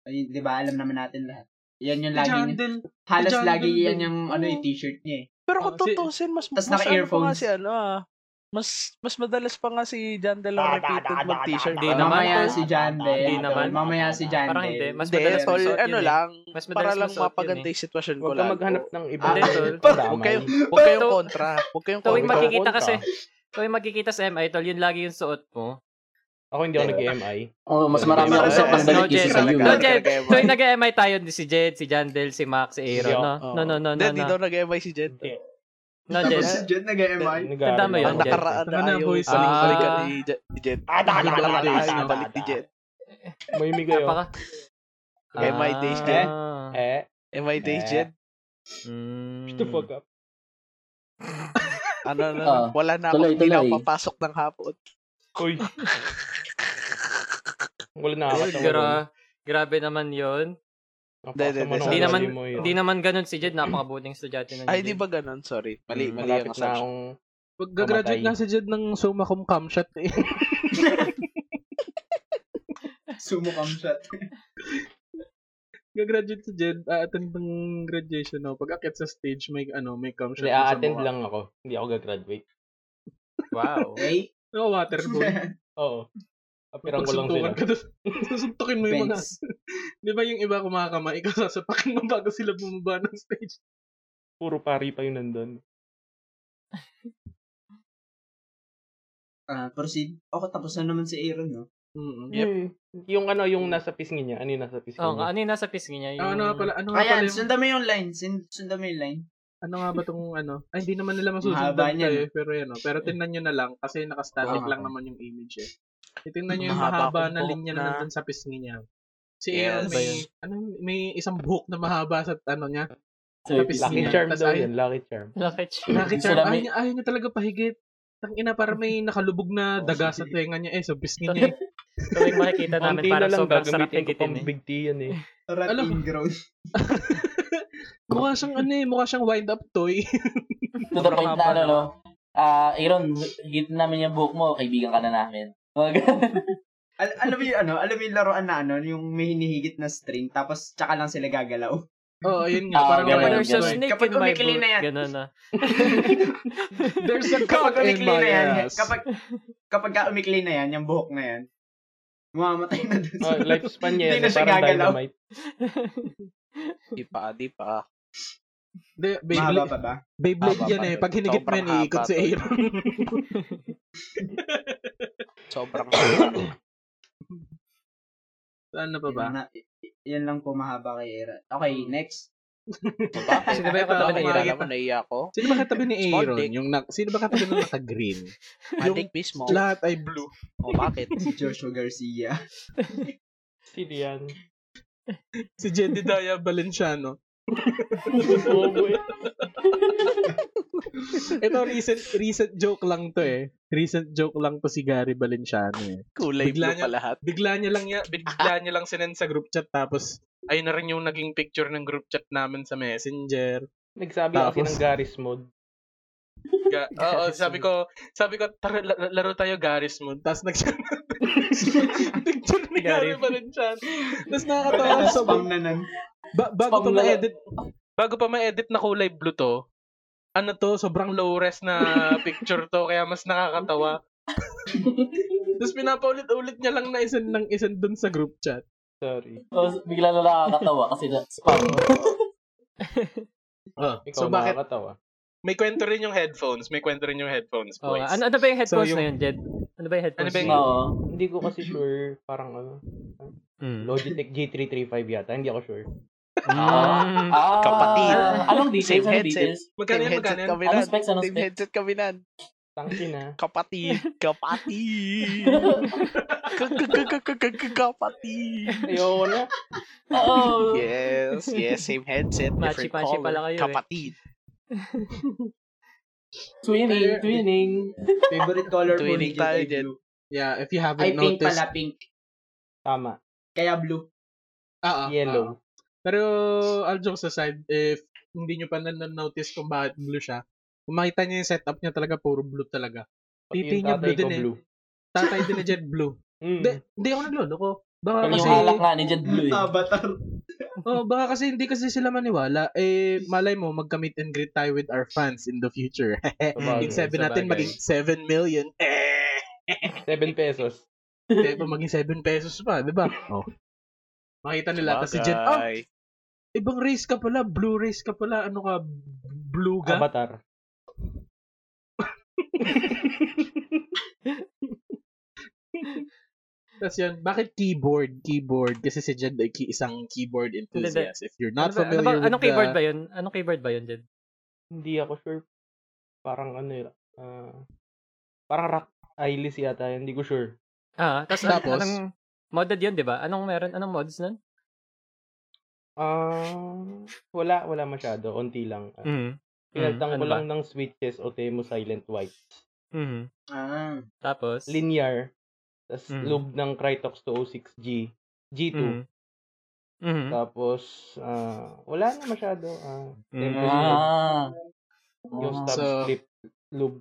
E: ayun, di ba, alam naman natin lahat. Yan yung
A: Si
E: lagi niya.
A: Jandel.
E: Halos
A: John
E: lagi
A: Doe.
E: yan yung ano, yung t-shirt niya eh.
F: Pero
A: Oh,
F: kung
A: si-
F: tutusin, mas, mas
E: Tas
F: ano pa
E: naka-earphones.
F: nga si ano ah. Mas, mas madalas pa nga si John De La
D: Da, da,
F: repeated
D: da, da,
F: mag-t-shirt.
B: da, Hindi da. naman.
E: mamaya si Jandel.
B: Hindi naman.
E: Mamaya si Jandel.
B: Parang hindi. Mas
F: Hindi,
B: madalas
F: tol,
B: masuot yun
F: ano
B: eh.
F: lang,
B: Mas
F: para
B: madalas
F: lang
B: masuot yun
F: mapaganda
B: eh.
F: yung sitwasyon ko
D: Huwag ka
F: lang.
D: maghanap ng iba.
E: Ah,
B: Hindi, tol.
F: Huwag
D: Huwag
F: kayong, huwag kayong
B: Pero-
F: kontra. Huwag kayong
B: Tuwing
F: kontra.
D: mag-
B: magkikita
D: kontra.
B: kasi, tuwing magkikita sa MI, tol, yun lagi yung suot mo.
D: Ako hindi ako nag-MI.
C: Oh, mas marami
F: Pero-
C: ako sa
B: No,
C: pandalik
B: Jen.
C: kaysa sa iyo.
B: No, Jen.
C: man.
F: Talaga,
B: Tuwing nag-MI tayo, si Jed, si Jandel, si Max, si Aaron,
D: Hindi,
B: no?
F: oo.
B: No, no, no, no,
F: Hindi, di
B: no.
F: daw nag-MI si Jed.
D: Hindi.
B: No, Jed.
E: Tapos si Jed nag-MI.
B: Tandaan mo yun,
F: Ang
B: Jed.
F: nakaraan Ano na
A: Tara na,
F: ayaw
A: boys.
F: balikan
B: Ah.
F: ni Jed- ni Jed.
D: Ah, da, da, da, da, da, da, da,
F: Balik ni Jed.
D: May migo yun.
B: Napaka...
F: MI days, Jed.
B: Ah.
D: Eh,
F: MI days,
D: Eh.
F: Jed.
B: Mm.
D: Shut the fuck up.
F: Ano na,
C: Ah,
F: wala na ako,
C: tuloy,
F: hindi na ako
C: tuloy.
F: papasok ng hapon.
D: Uy. Wala na
B: Ayun, gra- grabe naman yon Hindi naman, hindi naman ganun si Jed. Napakabuting estudyante na ni
F: Ay,
B: Jed.
F: di ba ganun? Sorry. Mali,
D: Mm,
F: mali
D: malapit
F: ang
D: na
F: assumption.
D: akong...
A: Pag-graduate
D: Mamatay.
A: nga si Jed ng suma cum cum shot eh.
E: Sumukam siya.
A: Gagraduate si Jed, a-attend ng graduation no. Pag akit sa stage, may ano, may cum shot.
D: Hindi,
A: sa
D: a-attend
A: mukha.
D: lang ako. Hindi ako gagraduate.
B: Wow.
E: Okay?
A: No, water balloon.
D: Oo. Apirang ko lang sila.
A: Pagsuntukan ka doon. Susuntukin mo yung mga...
E: Thanks.
A: Di ba yung iba kumakama, ikaw sasapakin mo bago sila bumaba ng stage.
D: Puro pari pa yun nandun.
E: Ah, proceed. Ako, tapos na naman si Aaron, no?
A: Mm-mm.
D: Yep. Yung ano, yung nasa pisngi niya. Ano yung nasa pisngi
B: Oh,
D: niya?
B: ano yung nasa pisngi niya? Yung...
A: Ah, ano nga pala, ano nga pala
E: Ayan,
A: yung,
E: sundan mo yung line. Sin- sundan mo yung line.
A: ano nga ba tong ano? Ay, hindi naman nila masusundan
E: Mahaba niyan.
A: tayo, eh, pero yan, oh. Pero tingnan nyo na lang, kasi nakastatic
E: Oo.
A: lang naman yung image eh. Tingnan nyo yung
F: Mahaba
A: mahaba
F: akong
A: na
F: buhok
A: linya na
F: na-
A: nandun sa pisngi niya. Si Aaron
F: Yes.
A: may, ano, may isang buhok na mahaba sa ano niya.
C: So,
A: Tapis
D: Lucky
A: niya.
D: charm
A: Tas
D: daw
A: ay-
D: yun. Lucky charm.
B: Lucky Charm.
A: Nakit siya,
C: Salami.
A: ayaw niya, ayaw niya talaga pahigit. Tang ina, para may nakalubog
E: Oh,
A: na daga sa tenga niya eh, sa pisngi niya eh.
B: Tuwing makikita namin,
D: Konti na
B: parang
D: lang
B: sobrang sarap
D: gagamitin
B: yung
D: ko pang
B: kitin eh.
D: big T yan eh.
E: Rat
A: Alam-
E: ingrown.
A: Mukha siyang ano eh, mukha siyang wind-up toy.
C: to the point na ano, no? Ah, Aaron, higit namin yung buhok mo, kaibigan ka na namin. Mga-
E: Al- alam mo yung ano, alam mo yung laruan na ano, yung may hinihigit na string, tapos tsaka lang sila gagalaw.
A: Oo, oh, ayun nga,
C: Ah,
A: parang wind-up
B: But
C: ganun,
B: there's a
A: toy.
E: ganun.
B: snake
E: Kapag
B: in my
E: umikli
B: book.
E: na yan.
B: Ganun ah. na.
A: There's a
E: kapag
A: cock in
E: umikli
A: my
E: na yan,
A: ass.
E: kapag, kapag ka umikli na yan, yung buhok na yan, mamamatay na dun
D: Oh, lifespan niya
E: Hindi
D: yan.
E: na siya
D: Parang
E: gagalaw.
D: dynamite.
F: Di pa, di pa.
A: De,
E: Mahaba
A: Beyblade,
E: pa ba?
A: Beyblade
F: Haba
A: yan
F: pa
A: eh.
F: yun.
A: Pag hinigit mo
F: Sobrang
A: yan, iikot
F: haba
A: si
F: to.
A: Aaron.
F: Sobrang haba.
A: ano pa ba?
E: Yan, na, yan lang po mahaba kay Era. Okay, next.
F: Bakit?
B: Sino ba yung katabi
F: Ako
B: ni
A: Aaron?
F: naalala mo, naiiyak ko?
A: Sino ba katabi ni
F: Small
A: Aaron?
F: dick. Oh.
A: Yung na, sino ba katabi na naka-green?
F: Madik mismo.
A: Lahat ay blue.
F: O bakit?
E: Si Joshua Garcia.
D: Sino yan?
A: Si Jedediah Valenciano.
D: Oo, boy.
A: Ito, recent recent joke lang to eh. Recent joke lang to si Gary Valenciano eh. Bigla
F: Kulay blue
A: niya-
F: pa lahat.
A: Bigla niya lang ya, bigla niya lang sinend sa group chat tapos ayun na rin yung naging picture ng group chat namin sa Messenger.
D: Nagsabi kasi
A: Tapos-
D: ng Garry's mode.
A: Ga- Oo, sabi ko, sabi ko, tara, la- la- laro tayo Garry's Mood. Tapos nagsiyan picture ni Gary
B: Gary.
A: Valenciano. Tapos nakakatawa
E: Tapos
A: so,
E: spam na nun.
A: ba- bago pa
C: Spam na-
A: ma-edit,
D: Oh.
A: bago pa ma-edit na kulay blue to, ano to, sobrang low res na picture to, kaya mas nakakatawa. Tapos pinapaulit-ulit niya lang na isan ng isan dun sa group chat.
D: Sorry.
C: Tapos bigla na nakakatawa kasi na, spam.
D: Ah, Ikaw
A: so bakit,
D: nakakatawa.
A: may kwento rin yung headphones, may kwento rin yung headphones,
B: Oo
D: Oh,
A: boys.
B: nga. ano, ano ba yung headphones
A: So, yung-
B: na yun, Jed? Ano ba yung headphones
A: Ano ba
B: na
A: yung-
B: yun?
C: Oo.
D: Hindi ko kasi sure, parang ano,
B: Mm.
D: Logitech G335 yata, hindi ako sure.
B: Mm.
C: Ah,
F: Kapatid.
C: Anong details?
F: Same
C: Anong
F: headset.
C: details?
A: magkano
F: Team
A: yan, magkano
F: headset
A: yan?
F: kami
C: Anong
F: nan.
C: specs? Anong
F: Team
C: specs?
F: headset kami nan.
D: Tangin na.
F: Kapatid. Kapatid. K- k- k- k- k- k- Kapatid.
D: Ayoko na.
C: Oo.
F: Yes, yes, same headset, different
B: Machi-machi
F: color.
B: pala kayo eh.
F: Kapatid.
C: Twinning,
A: Pero-
C: twinning.
E: Favorite color po ni
F: Twinning
E: Jet
F: tayo,
E: ay
F: Jet.
E: blue.
A: Yeah, if you
E: Ay,
A: haven't
E: pink
A: noticed.
E: pala, pink.
D: Tama.
E: Kaya blue.
A: Ah, ah, ah.
D: Yellow.
A: Pero, all jokes aside, if hindi nyo pa na-notice kung bakit blue siya, kung makita nyo yung setup niya talaga, puro blue talaga.
D: Pati
A: Titi
D: yung
A: niya
D: tatay
A: blue
D: ko
A: din eh.
D: blue.
A: Tatay din ni Jet blue.
D: Mm.
A: Hindi hindi ako nagloloko. Baka
C: Yung
A: kasi,
C: alak nga ni Jed Blue eh.
E: Avatar.
A: oh, baka kasi hindi kasi sila maniwala. Eh, malay mo, magka-meet and greet tayo with our fans in the future.
D: Sabagay,
A: Hmm, Yung 7 natin,
D: sabagay.
A: maging 7 million. Eh!
D: 7 pesos.
A: Di ba, maging 7 pesos pa, di ba? Oh. Makita nila, tapos si Jet, oh,
F: Bagay.
A: ibang race ka pala, blue race ka pala, ano ka,
B: Ah,
A: blue ka?
D: Avatar.
A: Tapos yun, bakit keyboard? Keyboard, kasi si Jed ay ki- isang keyboard enthusiast. If you're not
B: Ano ba, ano
A: familiar
B: ba,
A: with
B: anong keyboard
A: the... Oh,
B: ba yun? Anong keyboard ba yun, Jed?
D: Hindi ako sure. Parang ano yun. ah, parang rock eyeless yata. yun, Hindi ko sure.
B: Ah, tapos,
A: Tapos?
B: anong modded yun, di ba? Anong meron? Anong mods nun?
D: Ah, wala, wala masyado. Onti lang.
A: Hmm,
B: Mm.
D: Uh, Pinaltang
B: Mm,
D: ko
B: ano
D: lang ng switches o Temu Silent White.
B: Mhm.
E: Ah.
B: Tapos?
D: Linear. Tapos
B: Mm.
D: lube ng Crytox 206G. G2.
B: Mhm. Mhm.
D: Tapos, ah, wala na masyado. ah,
B: Mm.
D: Temu Silent,
C: Ah.
D: yung
C: Ah.
D: stab
A: So-
D: script, lube,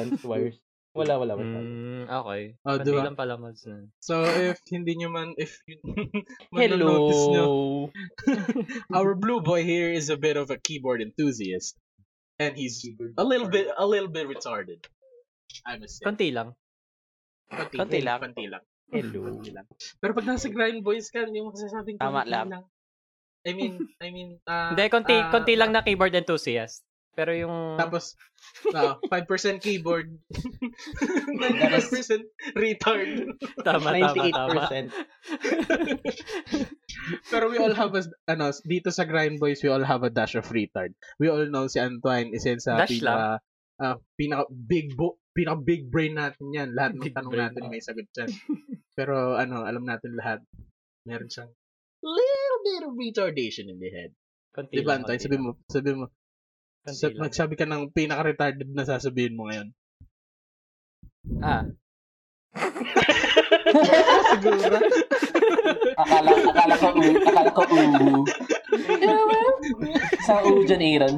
D: balance wires. Wala, wala masyado.
B: Mm, okay.
A: Oh,
B: Kunti
A: diba?
B: lang pala mods na.
A: So, if hindi nyo man, if you, manonotice nyo,
D: Hello!
A: our blue boy here is a bit of a keyboard enthusiast. And he's a little bit, a little bit retarded. I must say.
B: Kunti lang.
A: Konti,
F: konti lang.
A: Konti lang.
D: Hello.
A: Konti lang. Pero pag nasa grind boys ka, hindi mo masasabing
F: Tama
A: konti
F: lang.
A: I mean, I mean, ah,
B: Hindi, konti,
A: ah,
B: konti lang na keyboard enthusiast. Pero yung...
A: Tapos, ah, 5% keyboard. 95% retard.
B: tama, tama, tama.
D: 98%.
A: Pero we all have a, ano, dito sa Grind Boys, we all have a dash of retard. We all know si Antoine is sa
B: Dash
A: pinaka, ah, pinaka big bo- pinaka big brain natin yan. Lahat ng
B: Big
A: tanong
B: brain,
A: natin may sagot dyan. Pero ano, alam natin lahat. Meron siyang little bit of retardation in the head. Di
B: Konti
A: ba,
B: lang,
A: Antoine?
B: konti
A: Sabi
B: lang,
A: mo, sabi mo,
B: konti
A: sa-
B: lang.
A: magsabi ka ng pinaka-retarded na sasabihin mo ngayon.
B: Ah,
A: Siguro.
C: Akala, akala ko, u, akala ko, uhu. Sa u dyan, Aaron.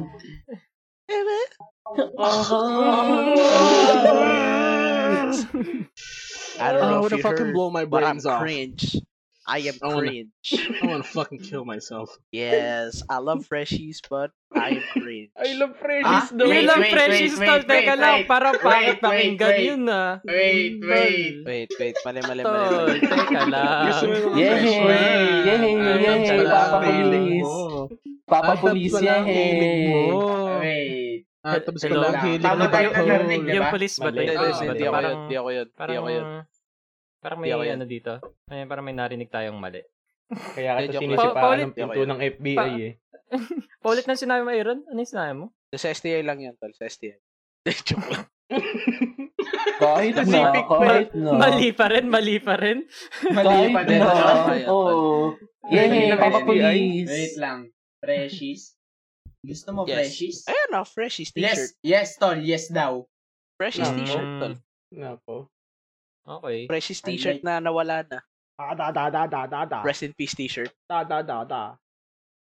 A: Oh! Ah. Oh,
F: I don't
A: I
F: know if
A: wanna
F: you
A: fucking
F: heard,
A: blow my
F: but I'm
A: brains off.
F: cringe. I am
A: I wanna-
F: cringe.
A: I wanna fucking kill myself.
F: Yes, I love freshies, but I am cringe.
D: I love
E: Ah? Wait,
D: Freddy's though.
B: yun lang
E: wait,
B: precious
E: wait, wait,
B: tol, teka
E: wait,
B: lang,
E: wait,
B: parang
E: wait,
B: pangit
E: wait,
B: pakinggan
E: wait.
B: yun ah.
E: Wait, wait.
F: Wait, wait, mali, mali, mali.
B: Tol,
F: mali.
B: teka lang.
A: Gusto mo yung mga
C: Yay!
A: fresh man.
C: Yay!
A: Ang
C: Yay!
A: sarap pala ang
C: Papa
A: feeling
C: Police.
A: mo.
C: Papa
A: Ang sarap
C: Police,
A: pala ang feeling mo.
C: yay!
E: Wait.
A: Ang tapos
B: Hello?
A: pala ang feeling
E: Tama
A: mo.
E: tayo
A: Bartol.
E: narinig, di
B: Yung ano,
E: ba?
B: police ba to?
D: Mali.
B: Yung
F: diba? Hindi,
B: police
F: hindi,
B: ba
F: hindi
B: to?
F: ako yun,
B: Parang,
F: hindi ako yun, hindi
B: parang,
F: ako yun.
B: parang may
F: Di ako yun.
B: ano dito. May, parang may narinig tayong mali.
D: Kaya
F: Hindi, joke lang.
D: kasi
B: Paulit.
D: sinisipahan ng pinto
F: Okay.
D: ng FBI eh.
B: Paulit ng sinabi mo, Aaron? Ano yung sinabi mo?
F: Sa STI lang yan, tol, sa STI. Joke lang.
C: Kahit na, kahit na.
B: Mali pa rin, mali pa rin.
E: Mali pa din.
C: Kahit na,
E: ano?
C: Oo. Yay,
E: Wait lang,
C: Papa
E: SBI. Wait
C: Police.
E: lang. Freshies? Gusto mo
F: Yes.
E: freshies?
F: Ayan na, freshies t-shirt.
E: Yes, yes, tol. Yes daw.
F: Freshies
D: Mm.
F: t-shirt, tol.
D: Nako.
B: Okay.
F: Freshies
E: I
F: t-shirt na nawala na.
D: Da da da da da da da.
F: Rest in peace t-shirt.
D: Da da da da.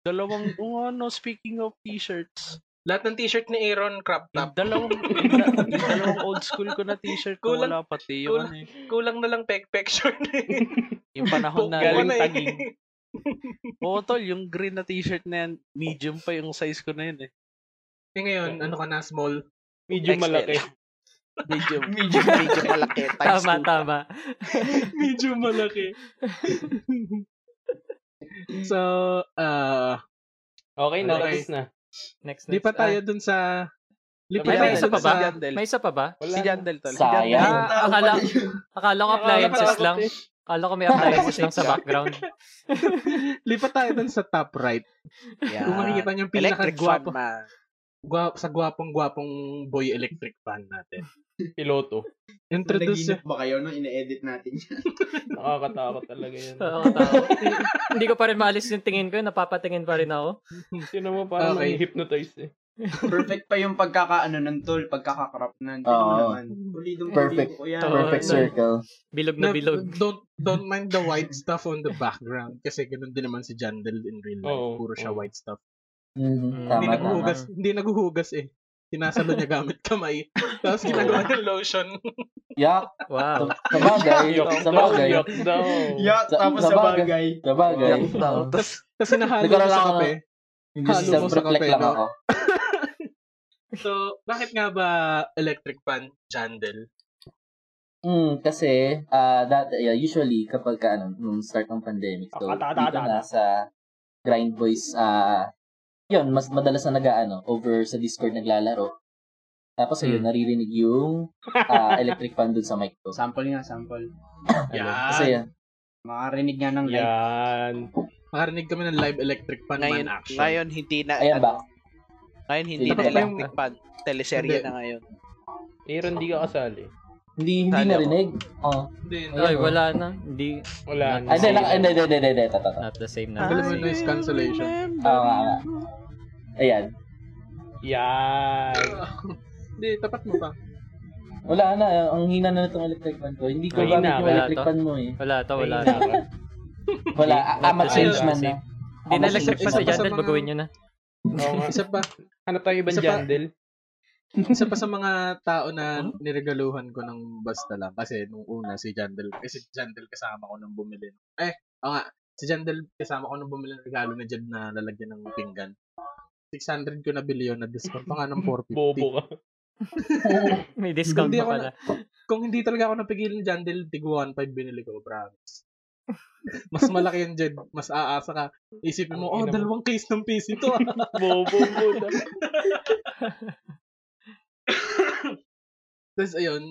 F: Dalawang, oh, no, speaking of t-shirts,
A: Lahat ng t-shirt ni Aaron crop top.
F: yung dalawang, yung da- yung dalawang old school ko na t-shirt ko,
A: Kulang-
F: wala pati
A: kulang-
F: yung, ano, eh,
B: Mm.
A: Kulang na lang pek-pek short.
F: yung panahon na,
D: Galing
A: Buko na eh.
D: taging.
F: Oo, tol, yung green na t-shirt na yan, medium pa yung size ko na yun eh.
A: Eh ngayon, ano ka na, small?
F: XL.
D: Medyo malaki.
F: Medium. medium. medium malaki. Times
B: Tama,
F: two.
B: tama.
A: Medyo malaki. so, ah,
D: Okay, na,
A: Okay.
D: tapos na.
B: Next, next.
A: di pa
B: Ah,
A: tayo dun sa... Di pa
B: May- may
A: tayo
B: isa
A: dun
B: pa ba?
A: sa-
F: Si Jandel.
B: may isa pa ba?
D: Wala.
F: Si Jandel, tol. Si
C: Sayang.
F: Jandel.
B: Ah, akala, akala ko
D: eh.
B: appliances lang. Akala ko may appliances lang sa background.
A: Lipat tayo dun sa top right.
F: Yan.
A: Kung makikita niyo yung
F: Electric fan,
A: pinaka-gwapo,
F: man.
A: gwa- sa gwapong-gwapong boy electric fan natin.
D: Piloto.
A: Introduce
E: Nanaginip ba kayo nung ina-edit natin yan?
D: Nakakatakot talaga yun.
B: Oo, tao. Hindi ko pa rin maalis yung tingin ko. Napapatingin pa rin ako.
D: Sino mo parang
A: Okay.
D: hypnotize eh.
E: Perfect pa yung pagkakaano ng tol, pagkakakrap na. Tignan mo
C: Oo.
E: naman. Pulidong pulido
C: Perfect.
E: ko yan.
B: Tol. Perfect
C: circle.
B: Bilog na bilog.
A: Don't, don't mind the white stuff on the background. Kasi ganun din naman si Jandel in real life.
D: Oo,
A: Puro siya
D: oo.
A: white stuff.
C: Mhm,
A: Mm. Hindi
B: Tama,
A: naguhugas, hindi naguhugas eh. Sinasalo niya gamit kamay. Tapos ginagawa niya lotion.
C: Yak.
B: Wow.
C: Sabagay.
D: Yok daw,
C: Sabagay.
D: yok daw.
E: Yeah,
C: Sa-
E: tapos
C: sa
E: sa
C: bagay.
E: bagay.
C: Sabagay.
F: Yan, tol.
B: Oh.
F: Tapos,
A: Tapos sinahalo
C: Nagkaroon
A: niya sa
C: lang
A: kape.
C: Hindi
A: Halo
C: sa
A: mo sa
C: reflect
A: kape,
C: lang
A: no?
C: ako.
A: So, bakit nga ba electric fan, Jandel?
C: Mm, kasi uh, that, yeah, usually kapag ka, ano, nung start ng pandemic, so
B: Ah,
C: dito na sa Grind Boys, ah yun, mas madalas na nag-ano, over sa Discord naglalaro. Tapos ayun,
B: Mm.
C: naririnig yung ah, electric fan dun sa mic ko.
E: Sample nga, sample.
C: Ano?
B: Ah,
C: Kasi
A: Yan.
C: yun,
E: Makarinig nga ng live.
D: Yan.
A: Makarinig kami ng live electric fan
F: ngayon,
A: man action.
F: ngayon hindi na,
C: ayan ba?
F: ngayon hindi na
C: Tapos pa
A: yung-
F: electric fan. Teleserye
A: Hindi.
F: na ngayon.
D: Aaron, di ka kasali.
C: Hindi, hindi
F: Tali ako.
C: narinig. Oo.
A: Hindi,
C: Ayan,
B: Ay,
C: oh.
B: wala na. Hindi, Ah.
D: Wala.
C: Ay, hindi, hindi, hindi, hindi, hindi, hindi, totoo.
B: not the same
A: Alam
B: na.
A: mo, noise cancellation.
C: Oo, nga, nga. Ayan.
D: Yan.
A: Hindi, tapat mo pa.
C: Wala na, ang hina na nitong electric fan ko. Hindi ko
D: Mahina,
C: gamit yung
B: wala
C: electric
B: to.
C: fan mo eh.
B: Wala to, Ah, wala
D: Ay,
B: na.
D: nako.
C: Wala,
B: Hindi,
C: ah,
B: not
C: ah,
B: the
A: same,
C: ma-change man
B: not
C: na.
B: Hindi
C: Ah,
B: na
C: mas-
B: electric
A: isa
B: pa sa
A: pa sa
B: Jandel,
A: mga-
B: baguhin nyo na.
D: Oo nga.
A: Isa pa,
D: Hanap tayo ibang
A: Isa pa.
D: jandel.
A: isa pa sa mga tao na niregaluhan ko ng basta lang. Kasi nung una, si Jandel, eh si Jandel kasama ko nung bumili. Eh, oo nga, si Jandel kasama ko nung bumili ng regalo ni Jed na lalagyan ng pinggan. 600 ko nabili yun na discount pa nga ng 450.
D: Bobo ka.
B: May discount
A: Hindi
B: pa
A: ako
B: pala.
A: Kung hindi talaga ako napigilan ni Jandel, tig 1.5 binili ko, promise. mas malaki yung Jed, mas aasa ka. Isipin mo, oh,
D: Ang ina mo."
A: dalawang case ng PC to. ah."
D: Bobo mo.
A: Tapos ayun,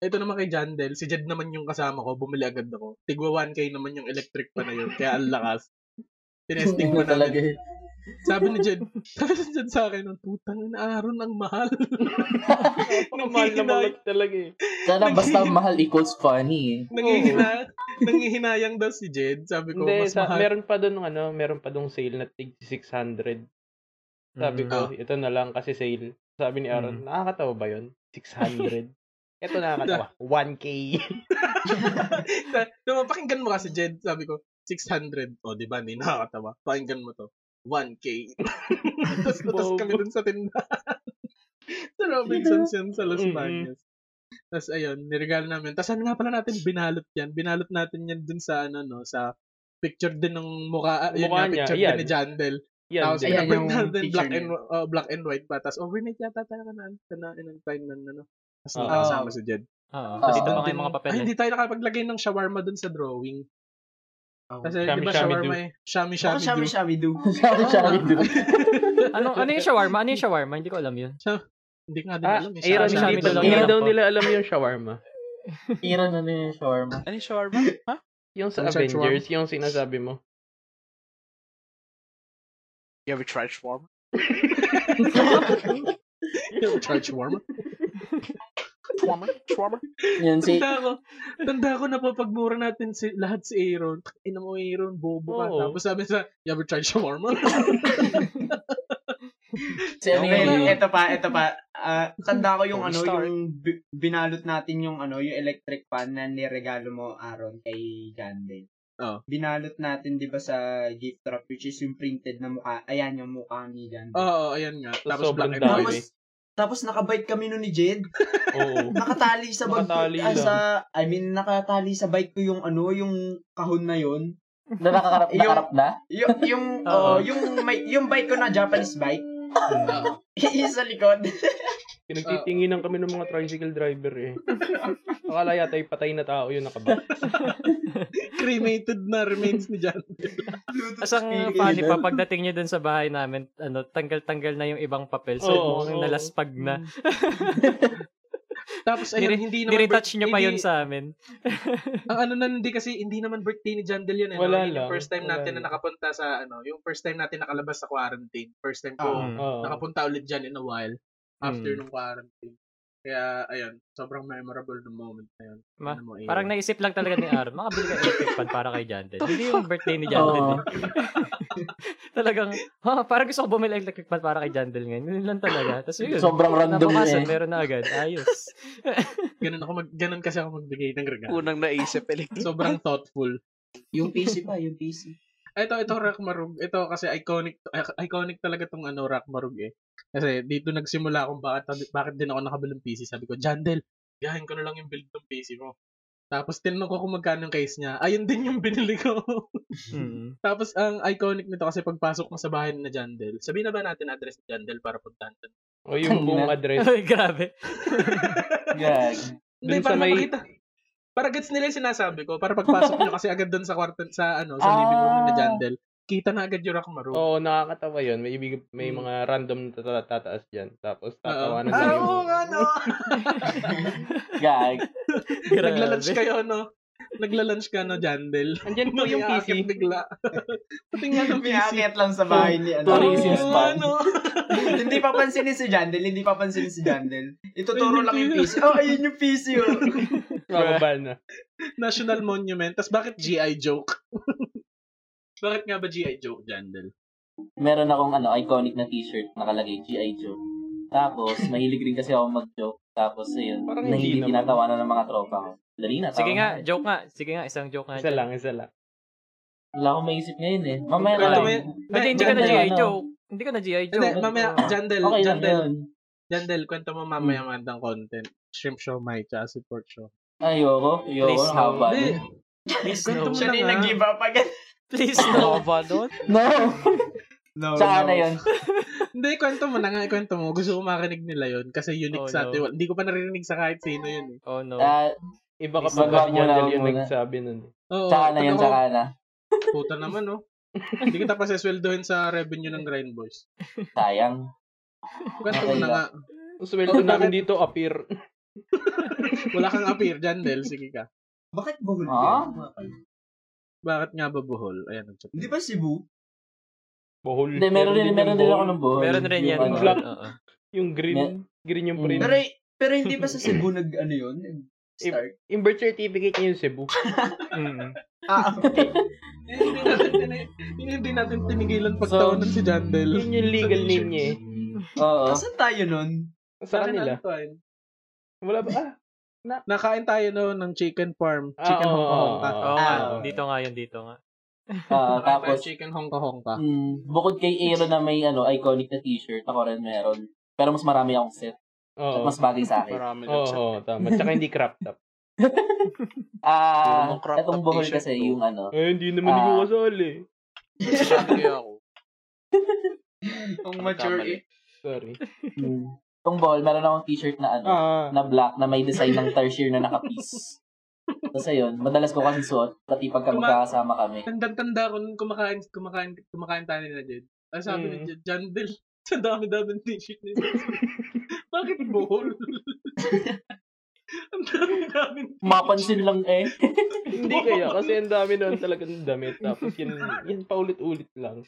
A: ito naman kay Jandel, si Jed naman yung kasama ko, bumili agad ako. Tigwa 1K naman yung electric pa na yun, kaya ang lakas. Tinesting
C: Hindi
A: pa
C: talaga
A: namin.
C: eh.
A: Sabi ni Jed, sabi ni Jed sa akin, putang na aron ang mahal.
D: Mahal na mahal talaga eh.
C: Sana basta mahal equals funny eh.
A: Nangihina, nangihinayang daw si Jed. Sabi ko,
D: Hindi,
A: mas
D: sa,
A: mahal.
D: meron pa doon ano, meron pa doon sale na tig 600. Sabi
B: Mm.
D: ko, ito na lang kasi sale. Sabi ni Aaron, nakakatawa ba yun? 600. ito nakakatawa. 1K.
A: Sa- no, pakinggan mo kasi Jed, sabi ko, 600. O, di ba, hindi nakakatawa. Pakinggan mo to. 1K. Tapos lutas
D: Bobo.
A: kami dun sa tindahan. sa Robinson's yan, sa Las
D: Mm-mm.
A: Bañas. Tapos ayun, niregalo namin. Tapos ano nga pala natin, binalot yan. Binalot natin yan dun sa ano, no, sa picture din ng mukha, ah, yun
D: Mukha
A: nga,
D: niya,
A: picture
D: ayan.
A: din ni Jandel.
D: Yan.
A: Tapos
D: din.
E: Ayan,
A: pinapit
E: yung
A: natin
E: picture
A: black
E: niya.
A: and, uh, black and white pa. Tapos overnight yata talaga na, na, in time na, ano. Tapos
D: Oo.
A: nakasama si Jed.
B: Oo.
C: Ah,
B: Kasi
A: Tapos
C: dun
B: pa
A: doon
B: nga yung mga papel
A: Ay,
B: eh.
A: hindi tayo nakapaglagay ng shawarma dun sa drawing. Kasi di
D: Shami
A: ba
D: Shami
A: shawarma
D: do.
A: eh. Shami
E: Ako
A: shami do.
E: shami shami do.
C: Sorry, sorry, dude.
B: Anong, ano yung shawarma? Ano yung shawarma? Hindi ko alam yun.
A: Hindi ko nga din
D: Ah,
A: alam. eh.
D: Aaron,
B: Shami Shami
D: hindi,
B: daw lang
D: hindi
B: yun.
D: daw nila alam yung shawarma.
C: Tira na na yung shawarma.
F: Ano yung shawarma? Ha?
D: Yung sa
A: Ano siya,
D: Avengers, yung sinasabi mo.
F: You have a tried shawarma?
A: Charge shawarma.
F: Shawarma? Shawarma?
C: Yun si...
A: Tanda ko. Tanda ko na po pagmura natin si, lahat si Aaron. Ina mo Aaron, bobo ka.
D: Oo.
A: Tapos sabi sa, you ever tried shawarma?
C: Si ano
E: Okay, Eh,
C: yun?
E: eto pa, eto pa. Ah, tanda ko yung
F: Don't
E: ano,
F: start.
E: yung bi- binalot natin yung ano, yung electric fan na niregalo mo, Aaron, kay Jande.
A: Oo.
E: Binalot natin, di ba, sa gift wrap, which is yung printed na mukha. Ayan, yung mukha ni Jande.
A: Oo, ayan nga. Tapos
D: sobrang
A: black and
D: dami.
A: white.
E: Tapos, tapos nakabite kami nun ni Jed.
D: Oo.
E: Nakatali sa bag.
D: Nakatali
E: ah,
D: lang.
E: sa, I mean, nakatali sa bike ko yung ano, yung kahon na yon.
C: Na nakakarap na
E: Yung-
C: karap na?
E: Yung, yung,
B: Oo.
E: oh, yung, may, yung bike ko na Japanese bike. Yung sa likod.
D: Pinagtitinginan kami ng mga tricycle driver eh. Akala yata ay patay na tao yun nakabak.
A: Cremated na remains ni Jan.
B: As ang
E: Speaking
B: funny pa,
E: of-
B: pagdating nyo dun sa bahay namin, ano, tanggal-tanggal na yung ibang papel. So,
D: Oo,
B: mukhang
D: oo.
B: nalaspag na.
A: Tapos ayun,
B: Nire-
A: hindi naman...
B: Niretouch
A: birth-
B: nyo pa yun
A: hindi-
B: sa amin.
A: Ang ano na, hindi kasi, hindi naman birthday ni Jandel yan. Eh, no?
D: Wala
A: Yun
D: lang,
A: Yung first time
D: wala
A: natin na
D: lang.
A: nakapunta sa, ano, yung first time natin nakalabas sa quarantine. First time ko,
E: Oo.
B: Mm.
D: Oo.
A: nakapunta ulit dyan in a while after
B: Mm.
A: nung quarantine. Kaya, ayun, sobrang memorable ng moment na yun.
B: Ma-
A: Ano mo, Aaron?
B: Parang naisip lang talaga ni Aaron, makabili ka electric fan para kay Jandel. Hindi yung birthday ni Jandel.
C: Oo.
B: Eh. Talagang, ha, parang gusto ko bumili electric fan para kay Jandel ngayon. Yun lang talaga. Tapos yun,
C: Sobrang random
B: nabukasan,
C: eh.
B: meron na agad. Ayos.
A: ganun ako mag, ganun kasi ako magbigay ng regalo.
F: Unang naisip, electric.
A: Sobrang thoughtful.
E: yung PC pa, yung PC.
A: Ah, Ito, ito Rock Marug. Ito kasi iconic iconic talaga tong ano Rock Marug eh. Kasi dito nagsimula kung bakit bakit din ako nakabili ng PC. Sabi ko, Jandel, gahin ko na lang yung build ng PC mo. Tapos tinanong ko kung magkano yung case niya. Ayun din yung binili ko.
B: Mm.
D: Mm-hmm.
A: Tapos ang iconic nito kasi pagpasok mo sa bahay na Jandel, sabihin na ba natin address ni Jandel para puntahan doon?
D: O yung buong address.
B: Ay, grabe.
C: Gag.
A: Hindi,
D: Dun sa
A: para
D: may-
A: mapakita. Para gets nila yung sinasabi ko. Para pagpasok nyo kasi agad doon sa kwarto, sa ano, sa living room na
C: Ah.
A: Jandel, kita na agad yung rock maroon.
D: Oo, nakakatawa yun. May, ibig, may mga random na tata- tataas dyan. Tapos tatawanan lang
A: Ah,
D: yung...
A: oo nga, no.
C: Gag.
B: Grabe.
A: Naglalunch kayo, no? nagla-lunch ka na, Jandel.
D: Andyan po yung
A: Nangyayakit
D: PC.
A: bigla. Pati nga ng
E: May
A: PC.
E: aakyat lang sa bahay ni ano.
A: Oo,
C: Tourism spot.
A: ano.
E: hindi papansinin si Jandel, hindi papansinin si Jandel. Ituturo lang yung PC. Oh, ayun yung PC. Oh.
D: Mababal na.
A: National Monument. Tapos bakit GI joke? bakit nga ba GI joke, Jandel?
C: meron akong ano, iconic na t-shirt nakalagay G.I. Joe. Tapos, mahilig rin kasi ako mag-joke. Tapos, ayun,
D: Parang
C: na
D: hindi
C: hindi
D: naman.
C: tinatawanan ng mga tropa ko. Dali na,
B: Sige
C: tawa
B: nga,
C: na.
B: joke nga. Sige nga, isang joke nga.
D: Isa lang, isa lang.
C: Wala akong maisip ngayon eh. Mamaya na
B: Wala.
C: lang.
B: Hindi, hindi ka na
C: Jandel,
B: G.I.
C: ano?
B: Joke. Hindi ka na G.I.
A: Hindi,
B: Joke. Oh,
A: mamaya, Jandel,
C: Okay Hmm. lang
A: Jandel,
C: yun.
A: Jandel, kwento mo mamaya ang magandang content. Shrimp show, Mike, tsaka support show.
C: Ayoko. Ayoko.
B: Please, no.
C: Haba.
A: Hindi,
B: Please
A: kwento
B: no.
A: mo
E: Siya
A: na
E: na yung
A: nga.
E: nag-give up agad.
B: Please no.
F: Nova nun?
C: No!
E: No,
C: Tsaka na ano yun.
A: Hindi, kwento mo na nga, kwento mo. Gusto ko marinig nila yun kasi unique
B: Oh,
A: sa
B: no.
A: atin. Wal- Hindi ko pa naririnig sa kahit sino yun eh.
B: Oh no.
C: Ah,
D: Iba ka
C: Isa
D: pa
C: lang
D: kasi
C: muna,
D: Jandel yung
C: muna.
D: nagsabi nun. eh?
A: Oo,
C: tsaka na
A: pag
C: yun,
A: ako,
C: tsaka na.
A: Puta naman, no? Hindi kita pa sesweldohin sa revenue ng Grind Boys.
C: Sayang.
A: Kwento mo
C: Okay
A: na
C: lang.
A: nga.
D: Ang sweldo
A: Oh,
D: namin
A: bakit?
D: dito, appear.
A: Wala kang appear, Jandel. Sige ka.
E: Bakit buhol ka?
C: Ah?
A: Bakit nga ba buhol? Ayan, ang chat.
E: Hindi ba Cebu?
D: Bohol.
C: Hindi, meron rin,
D: din
C: meron
D: yung
C: din ako
D: bohol.
C: ng buhol.
B: Meron rin
C: Yung
B: yan.
C: ano.
D: Black.
B: Oo.
D: Yung
C: Me-
D: green. Green yung
C: Mm.
D: print.
E: Pero, pero hindi ba sa Cebu nag ano yun? Start?
D: Yung birth certificate niya yung Cebu.
B: Mm.
E: Ah, okay.
A: Eh, hindi natin, tini- yun hindi natin tinigilan pagtawanan si Jandel.
D: Yun yung legal name niya eh.
C: Oo.
E: Saan tayo nun?
D: Sa kanila. Wala ba? Ah,
A: Nakain tayo no, ng chicken farm.
D: Ah,
A: Chicken
D: oo,
A: hongka hongka.
D: oo,
B: Oo nga.
E: Ah.
B: Dito nga yun, dito nga.
C: Ah,
A: Nakain tayo
C: tapos,
A: chicken hongka hongka.
C: mm, bukod kay Aero na may ano iconic na t-shirt, ako rin meron. Pero mas marami akong set.
D: oo.
C: At mas bagay sa akin.
F: Marami
D: Oo,
F: lang siya.
D: oo, tama. Tsaka hindi cropped up.
F: Puro
C: Ah,
F: mong crop
C: etong
F: top
C: buhol
F: t-shirt
C: kasi
F: to.
C: yung ano.
D: Eh, hindi naman uh,
C: Ah.
D: kasali.
F: Nagsasabi kaya ako.
E: Ang
F: Ang
E: mature
F: kamali.
E: eh.
D: Sorry.
C: Mm, itong buhol, meron akong t-shirt na ano,
D: Ah,
C: na black na may design ng tertiary na naka-piece. Tapos ayun, madalas ko kasi suot, pati pagka
A: Tuma-
C: magkakasama kami.
A: Tandang-tanda ko nung kumakain, kumakain, kumakain tayo nila Jed. Ang sabi
D: Mm.
A: ni Jed, Jandel, sa dami-dami ng t-shirt ni Bakit buhol? Ang dami-dami ng t-shirt.
C: Mapansin lang eh.
D: hindi kaya. Kasi ang dami naman talagang damit. Tapos yan, yan paulit-ulit lang.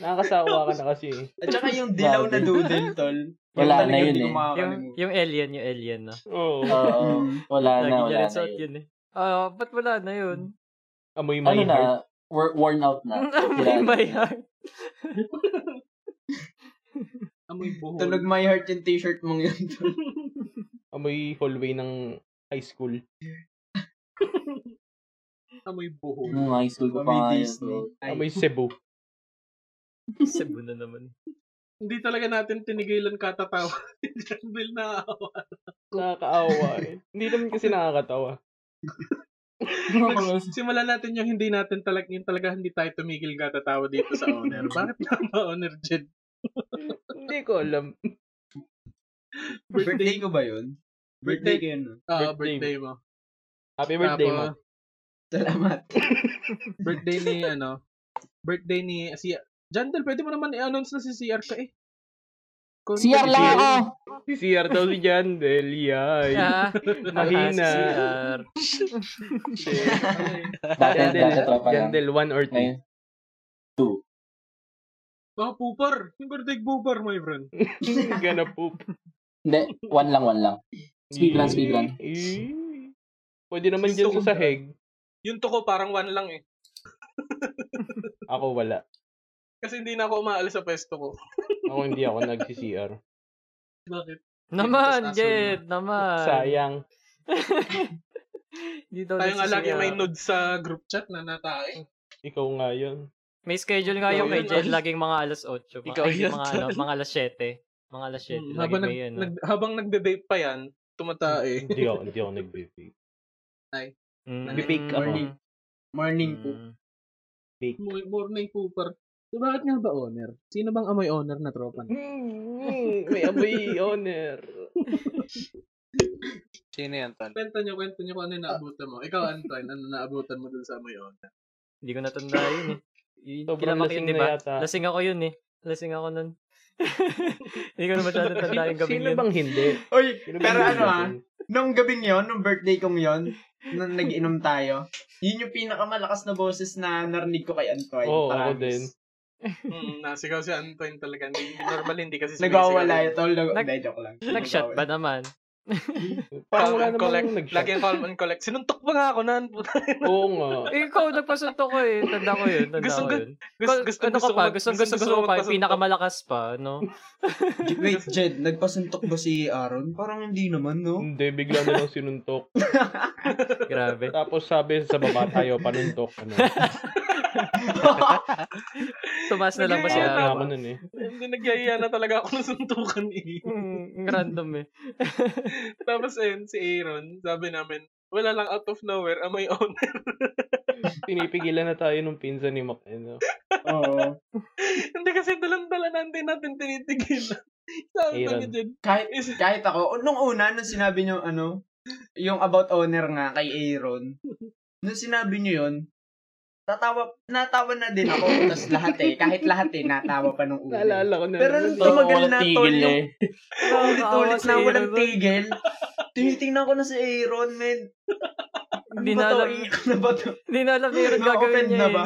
D: Nakakasawa ka na kasi eh.
E: At saka yung dilaw na doodle, tol.
C: Wala
E: talaga
C: na yun
E: hindi ko
C: eh.
E: makakalimutan.
B: Yung, yung alien, yung alien, no?
D: Oo.
C: Oo, wala
B: Lagi
C: na,
B: niya
C: wala
B: rin
C: na
B: suot
C: yun.
B: yun eh. Oo, ba't wala na yun?
D: Amoy my
C: Ano na,
D: heart.
C: wor- worn out na. Wala
B: Amoy
C: na.
B: my heart.
A: Amoy buhol.
E: Tunog my heart yung t-shirt mong yun, tol.
D: Amoy hallway ng high school.
A: Amoy buhol.
C: Nung high school ko pa
E: Kami
C: nga yun.
E: Disney.
C: bro.
E: Ay,
D: Amoy Cebu.
B: Cebu na naman.
A: Hindi talaga natin tinigilan katatawa. Jandel na
D: Nakakaawa eh. Hindi naman kasi nakakatawa.
A: Nags- Simulan natin yung hindi natin talaga, yung talaga hindi tayo tumigil katatawa dito sa owner. Bakit nga ba owner Jed?
D: Hindi ko alam.
E: birthday ko ba yun? Birthday ko yun. no?
A: Ah,
D: birthday
A: birthday, mo.
D: Happy birthday,
A: Tapos,
D: ma.
E: Salamat.
A: Birthday ni, ano, birthday ni, si, Jandel, pwede mo naman i-announce na si CR ka eh. Kung-
C: CR lang
A: CR.
C: ako!
D: Si CR daw si Jandel. Yay.
B: Ah,
D: Mahina.
B: ah, si CR.
C: Dati,
D: Jandel,
C: dati tropa lang.
D: Jandel, one or two.
C: Ngayon, two.
A: Mga pupar. Yung birthday pupar, my friend.
D: Gonna poop.
C: Hindi, one lang, one lang. Speed run, speed run.
D: Eh, Pwede naman dyan sa sahig.
A: Yung toko parang one lang eh.
D: Ako wala.
A: Kasi hindi na ako umaalis sa pwesto ko.
D: Ako hindi ako nag-CR.
A: Bakit?
B: Naman, Jed, naman.
D: Sayang.
B: Dito
A: Tayo nga lagi may
B: nood.
A: nude sa group chat na natae.
D: Ikaw nga yun.
B: May schedule nga yung
A: Ikaw
B: kay
A: yun,
B: Jed,
A: ah.
B: laging mga alas 8. Mga,
F: Ikaw
B: ay,
F: yun,
B: mga, ano, mga alas 7. Mga alas
A: Hmm,
B: 7. laging
A: habang, nag,
B: may ano. yun.
A: nag, habang nagde-date pa yan, eh. tumatae.
D: Hindi ako, hindi ako nag-bake.
B: Mm.
D: nag-bake ako.
B: Morning.
E: Morning po.
B: Mm.
A: Mo- Morning pooper. So, bakit nga ba owner? Sino bang amoy owner na tropa? na?
D: Mm, May amoy honor.
F: Sino yan, tol?
A: Kwento nyo, kwento nyo kung ano yung naabutan mo. Ikaw, Antoine, ano naabutan mo dun sa amoy owner?
B: Hindi ko natanda yun eh. Y-
D: Sobrang
B: Kilamak yun,
D: lasing na
B: di ba?
D: yata.
B: Lasing ako yun eh. Lasing ako nun. Hindi ko na masyadong tanda yung gabi
D: Sino
B: yun.
D: bang hindi?
E: Oy,
D: Sino bang
E: pero
D: hindi
E: ano ah,
D: natin?
E: nung gabing yon, nung birthday kong yon, nung nag-inom tayo. Yun yung pinakamalakas na boses na narinig ko kay Antoy.
D: Oo,
E: promise.
D: ako din.
A: Mm, nasigaw si Antoine talaga. Hindi, normal hindi kasi eh.
E: Nagwawala yun, tol. Nag-
B: Nag-
E: Hindi, joke lang.
B: Nag-shot ba naman?
A: Calm
D: Parang wala
A: and collect.
D: namang nag-shot.
A: Lagi calm and collect. Sinuntok pa nga ako na.
D: Oo nga.
B: Eh, ikaw, nagpasunto ko eh. Tanda ko yun. Tanda
A: Gusto-
B: ko yun.
A: Gusto, gusto,
B: ano
A: gusto,
B: ka pa?
A: ko-
B: Gusto, gusto, gusto,
A: ko
B: pa. Yung
A: magpasuntok.
B: pinakamalakas pa, no?
E: Wait, Jed, nagpasuntok ba si Aaron? Parang hindi naman, no?
D: Hindi, bigla na lang sinuntok.
B: Grabe.
D: Tapos sabi sa baba tayo, panuntok. Ano.
B: Tumas na lang ba
A: Kasi
B: si
A: Nagaya
D: Kasi
A: ano?
D: ako
B: Aaron?
D: nun eh.
A: Hindi, nagyayaya na talaga ako ng suntukan eh.
B: Mm, random eh.
A: Tapos ayun, si Aaron, sabi namin, wala lang out of nowhere, am I on?
D: Pinipigilan na tayo nung pinsan ni Mac. Ano.
E: Oo.
A: hindi kasi dalang-dala natin natin tinitigil. Sabi ko
D: Aaron.
A: ni Jed,
E: Kahit,
A: is,
E: kahit ako, oh, nung una, nung sinabi nyo, ano, yung about owner nga kay Aaron, nung sinabi nyo yun, tatawa, natawa na din ako. Tapos lahat eh, kahit lahat eh, natawa pa nung una.
D: Naalala ko na.
E: Pero
D: nun.
E: nung tumagal
C: walang
E: na
C: tigil eh.
E: tol,
C: niya
E: yung ulit-ulit
B: Nakakaawa si
E: na walang
B: Aaron.
E: tigil, tinitingnan ko na si Aaron, man.
B: Hindi
E: Ano
B: na
E: ba to?
B: alam.
E: Iyak na ba to?
B: Hindi eh. na alam ni Aaron gagawin
E: Na-offend
B: niya
E: na
B: eh.
E: ba?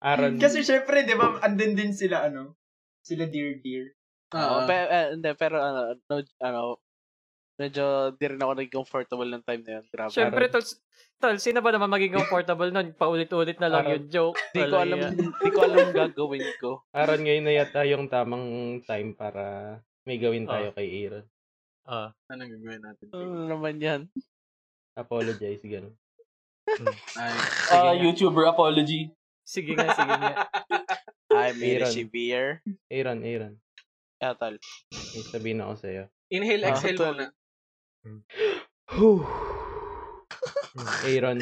D: Aaron.
E: Kasi syempre, di ba, andin din sila, ano, sila dear dear. Ah.
F: Oo, pero, eh, hindi, pero ano, no, ano, medyo di rin ako naging comfortable ng time na yun. Grabe.
B: Siyempre, tol, tol, sino ba naman maging comfortable nun? Paulit-ulit na lang
D: Aaron.
B: yung joke.
F: Hindi ko alam, hindi ko alam gagawin ko.
D: Aaron, ngayon na yata yung tamang time para may gawin
A: Oh.
D: tayo kay Aaron.
B: Ah.
A: anong gagawin natin?
F: Ano naman yan?
D: Apologize, gano'n.
A: Ay,
C: Ah,
B: Sige nga.
C: YouTuber apology.
B: Sige nga, sige nga.
F: I made a
D: Aaron.
F: severe.
D: Aaron, Aaron.
F: Yeah, tol.
D: May sabihin ako sa'yo.
A: inhale,
F: Ah,
A: exhale
F: tol.
A: muna.
D: Whew.
A: Hmm.
D: Aaron.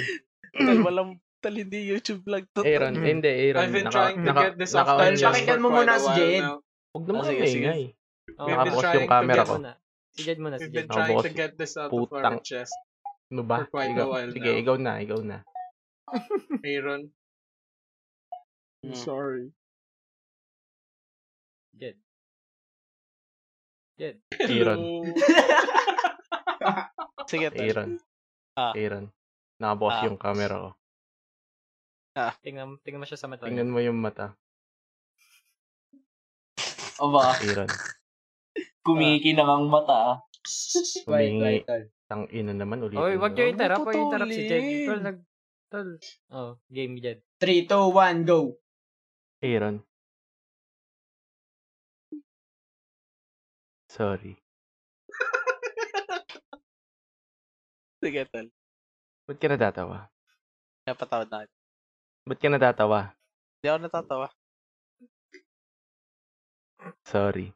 F: Tol, walang, tol, hindi YouTube vlog to. tol.
D: Mm. Aaron. Hindi, Aaron.
A: I've been
D: Naka-
A: trying to
D: naka-
A: get this off.
D: naka-on
A: my
D: yan.
A: chest
E: Pakinggan
A: for
E: mo
A: quite
E: muna
A: a
E: si
A: while
E: Jed.
A: now.
D: Huwag naman
A: Ah,
D: kayo
A: sige, sige.
D: ingay.
B: Oh,
A: We've been
D: Nakapost
A: trying
D: yung
A: to
D: camera
A: get-
D: ko.
B: muna. Si Jed muna, si
A: We've
B: Jed.
A: been trying to
D: Nakabawas.
A: get this out of our
D: Putang-
A: chest.
D: Ano ba?
A: For quite a
D: Ikaw.
A: while
D: Sige,
A: now.
D: ikaw na. Ikaw na.
A: Aaron, I'm
F: Mm.
A: sorry.
B: Jed. Jed.
D: Aaron.
A: Hello.
F: Sige, tol.
D: Aaron.
F: Ah.
D: Aaron. Nakabawas
F: Ah.
D: yung camera ko.
B: Tingnan, tingnan mo siya sa mata.
D: Tingnan mo yung mata.
C: O ba,
D: Aaron.
C: kumikinang ang mata.
E: Wait, wait,
D: Humingi.
E: tol.
D: Tang ina naman ulit.
B: Oy, wag niyo interrupt. Wag niyo
F: Putulin.
B: interrupt si Jed. Tol, nag... Tol. Oh, game Jed.
E: 3, 2, 1, go!
D: Aaron. Sorry.
F: Sige, tol.
D: Ba't ka natatawa?
F: Napatawad na. ako.
D: Ba't ka natatawa?
F: Hindi ako natatawa.
D: Sorry.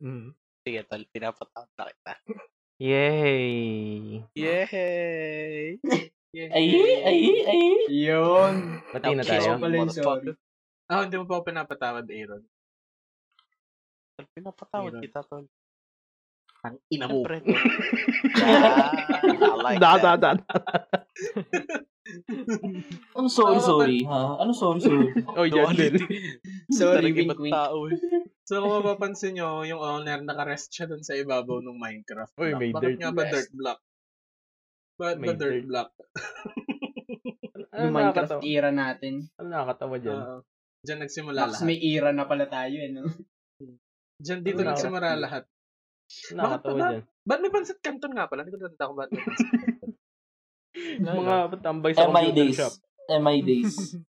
B: Mm.
F: Sige, tol. Pinapatawad na kita.
D: Yay!
F: Yay!
C: Ay, ay, ay.
E: Yun!
D: Pati na
F: Okay,
D: tayo.
E: Pala yung
F: motherfucker.
A: Ah, hindi mo pa ako pinapatawad, Aaron.
F: Tol, Pinapatawad
A: Aaron.
F: kita, tol.
A: Ang ina mo.
F: Siyempre. Yeah, I like that.
D: da.
C: Ano sorry,
A: Tama,
C: sorry, ha? Ano sorry, sorry?
D: Oh, yan din.
E: Sorry,
F: Talagang
E: wink,
F: ibang
E: wink.
F: tao eh.
A: So, kung mapapansin nyo, yung owner, nakarest siya dun sa ibabaw ng Minecraft.
D: Uy,
A: block.
D: may
A: Bakit
D: dirt
A: nga ba
D: rest.
A: dirt block? Bakit ba
D: May
A: dirt
D: dirt.
A: block?
D: Ano
E: Yung Minecraft
D: nakakatawa?
E: era natin.
D: Ano nakakatawa dyan?
A: Oo. Diyan nagsimula
E: Max,
A: lahat.
E: may era na pala tayo, eh, no?
A: Diyan dito
D: Ano
A: nagsimula
D: nakakatawa?
A: lahat.
D: Ano nakakatawa
A: Bakit ba-
D: dyan?
A: Ba't may pansit canton nga pala? Hindi ko tanda kung ba't may pansit canton.
D: Mga tambay sa
C: Eh, my
D: computer
C: days.
D: shop.
C: Eh, my days.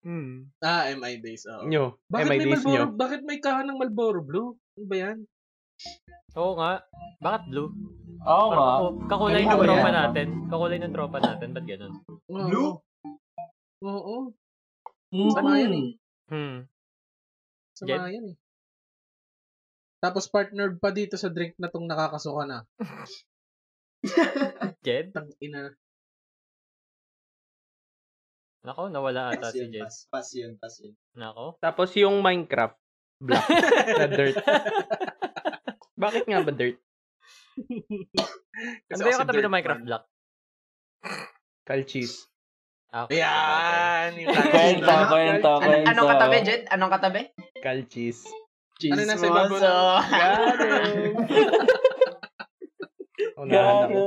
B: Mm.
A: ah, MI days. Oo.
D: Nyo. Eh,
A: Bakit may
D: my days
A: Malboro,
D: nyo.
A: bakit may kaha ng Malboro Blue? Ano ba yan?
B: Oo nga. Bakit blue?
C: Oo nga.
B: Parang kaku- kakulay
E: Ano
B: ng
E: ba
B: tropa
E: yan?
B: natin. Kakulay ng tropa natin. Ba't ganun?
A: Oo.
E: Blue?
A: Oo. Sama yan eh.
C: Mm.
B: Hmm.
A: Sama yan eh. Tapos partnered pa dito sa drink na tong nakakasuka na.
B: Jed?
A: Tang ina.
B: Nako, nawala
E: Pass
B: ata si
E: yun,
B: Jed.
E: pass, pass yun, pass yun.
B: Nako.
D: Tapos yung Minecraft. Black. na dirt. Bakit nga ba dirt?
B: Ano ba yung katabi ng Minecraft block?
D: Calchis.
B: Ah, okay.
A: Yan! Yung
C: Kwenta,
A: Ano-
C: kwenta,
E: Ano,
C: kwenta.
E: anong katabi, Jed? Ano? Anong katabi?
D: Calchis.
A: Ano nasa ibabaw
E: Chismoso.
A: ng-
D: Got him!
B: Nagahanap.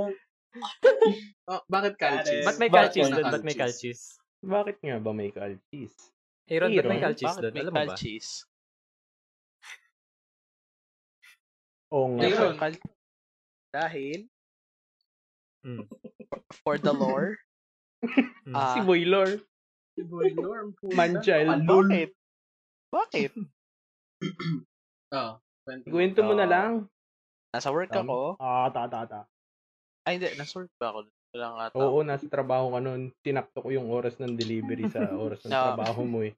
A: Oh, bakit Calchis?
B: Ba't may
E: Bakit
B: calchis
A: yun
B: doon?
A: ang
B: Ba't may
A: calchis?
B: calchis?
D: Bakit nga ba may kalchis?
B: Aaron, ba't may
D: Aaron,
B: calchis
F: Bakit
B: doon?
F: may
B: Alam mo ba?
F: kalchis?
D: Oo nga.
A: Aaron.
F: Kal- Dahil,
B: Mm.
F: for the lore,
B: Mm.
F: ah,
D: Si Boylor.
A: Si Boy Norm. puta.
D: Manchild.
F: bakit? Bakit?
A: Oh, kwento mo.
D: Kwento mo na
F: Ah.
D: lang.
F: Nasa work ako.
D: Ah, ta, ta, ta.
F: Ay, hindi. Nasa work ba ako? Wala nga tao.
D: Oo, nasa trabaho ka nun. Tinakto ko yung oras ng delivery sa oras ng
F: Ah.
D: trabaho mo eh.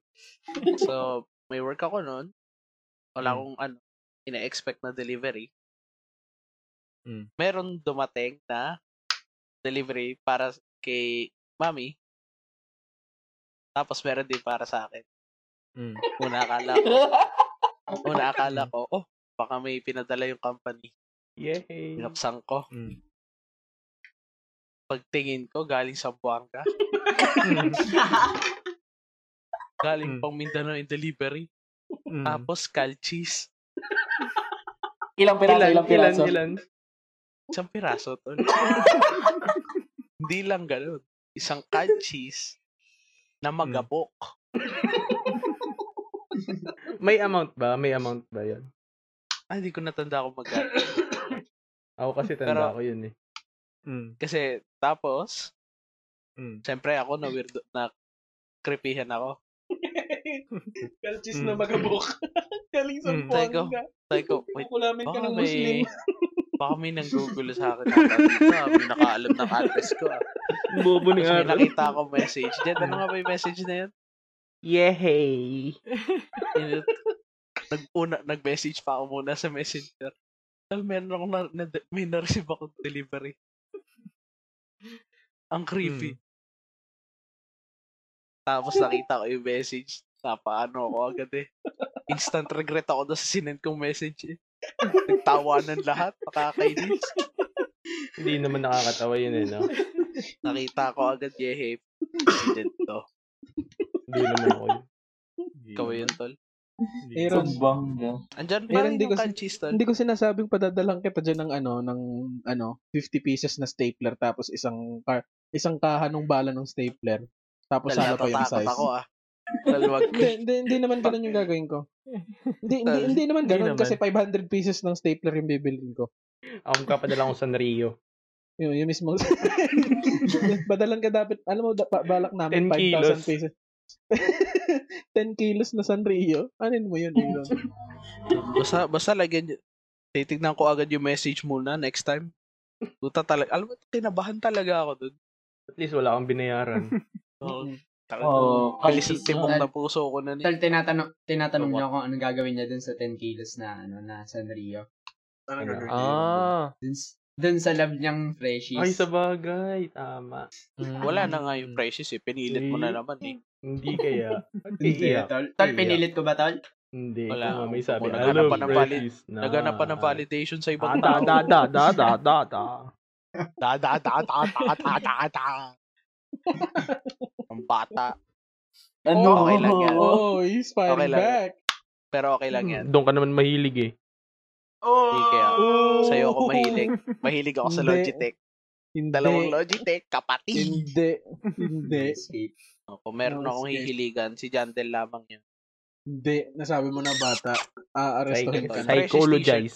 F: So, may work ako noon. Wala akong ano, ina-expect na delivery.
B: Mm.
F: Meron dumating na delivery para kay mami. Tapos meron din para sa akin.
B: Mm.
F: Una akala ko, una akala ko, oh, baka may pinadala yung company.
D: Yay!
F: Pinapsan ko.
B: Mm.
F: Pagtingin ko, galing sa Buanga.
B: Mm.
F: Galing pang Mindanao yung delivery.
B: Mm.
F: Tapos, Calchis.
C: Ilang piraso,
D: Ilan, ilan,
C: ilang piraso.
D: ilan?
F: Isang piraso, tol. Hindi lang ganun. Isang cod cheese na magabok.
D: May amount ba? May amount ba yun?
F: Ah, hindi ko natanda kung magkano.
D: Ako kasi tanda
F: Pero-
D: ko yun eh.
B: Mm.
F: Kasi, tapos,
B: Mm.
F: syempre ako na weirdo, na creepyhan ako.
A: Calchis
B: Mm.
A: na magabok. Galing sa
B: Mm.
F: Tay ko,
A: Buanga.
F: Sabi ko, wait,
A: Kukulamin ka
F: baka
A: ng Muslim.
F: may, baka may nanggugulo sa akin. ata dito, ah. May nakaalam ng address ko. ah.
D: Bobo ni
F: Tapos may
D: Aaron.
F: nakita akong message. Dyan, ano nga ba yung message na yun?
D: Yay!
F: Inut- nag-una, nag-message pa ako muna sa messenger. Tal, meron akong na, na, may na-receive akong delivery. Ang creepy. Tapos nakita ko yung message. Napaano ako agad eh. Instant regret ako na sa sinend kong message eh. Nagtawanan lahat. Nakakainis.
D: Hindi naman nakakatawa yun eh, no?
F: Nakita ko agad, yehe. Sinend to.
D: Hindi naman ako yun.
F: Ikaw yun, tol.
A: Aaron,
C: Bongga.
F: Andyan
A: Meron
F: pa rin
A: din
F: yung
A: kasi-
F: kanchis, tol.
A: Eh, hindi ko sinasabing padadalang kita dyan ng ano, ng ano, 50 pieces na stapler tapos isang ka, isang kahanong bala ng stapler. Tapos
F: Tal,
A: sala pa yung
F: natatakot
A: size.
F: ako ah. Tal, wag.
A: Hindi, hindi, hindi naman ganun yung gagawin ko. Hindi, hindi,
F: Tal.
A: hindi naman
B: Hindi
A: ganun
B: naman.
A: kasi 500 pieces ng stapler yung bibilin ko.
D: Ang kapadala ko sa Rio.
A: Yung, yung mismo. Badalan ka dapat, alam mo, da, ba- balak
D: 10
A: namin 5,000
D: kilos.
A: pieces. 10 kilos na Sanrio. Anin mo yun, eh, Elon?
F: Basta, basta lagyan nyo- Titignan ko agad yung message muna next time. Puta talaga. Alam mo, kinabahan talaga ako dun.
D: At least wala akong binayaran.
F: Oo.
C: Oo,
F: Oh, bilis ang
C: kalchis
E: yun.
F: tibok na puso ko na ni.
E: Tal, tinatanong, tinatanong
F: Ano ba?
E: niya kung anong gagawin niya dun sa 10 kilos na, ano, na Sanrio.
A: Anong
E: Ano?
A: gagawin?
B: Ah.
E: Dun, s- dun sa love niyang freshies.
D: Ay, sabagay. Tama.
B: Mm.
F: Wala na nga yung prices eh. Pinilit mo na
D: Eh.
F: naman eh.
D: Hindi kaya.
E: Hindi,
D: Iiyak.
E: tol. Tal,
D: Iiyak.
E: pinilit ko ba, tol?
D: Hindi.
F: Wala.
D: Wala. May sabi.
F: Kung
D: I
F: naghanap
D: love
F: pa ng valid-
D: Regis
A: Ah.
D: na.
F: Naganap pa ng validation sa ibang
D: Ah, Da,
F: tao.
D: da, da, da, da, da, da.
F: Da, da, da, da, da, da, da, da. Ang bata.
C: Ano?
F: Okay lang yan.
A: Oh, he's fighting
F: Okay lang.
A: back.
F: Pero okay lang yan.
D: Hmm, Doon ka naman mahilig eh.
E: Oh!
F: Hindi kaya.
A: Oh!
F: Sa'yo ako mahilig. Mahilig ako sa
A: Hindi.
F: Logitech.
A: Hindi.
F: Dalawang Logitech, kapatid.
A: Hindi. Hindi.
E: Escape.
F: Oh, Kung meron
A: No
F: akong
A: escape.
F: hihiligan, si Jandel lamang yun.
A: Hindi. Nasabi mo na bata. Aarestuhin
D: Psycho-
A: ka na.
D: psycho- Psychologize.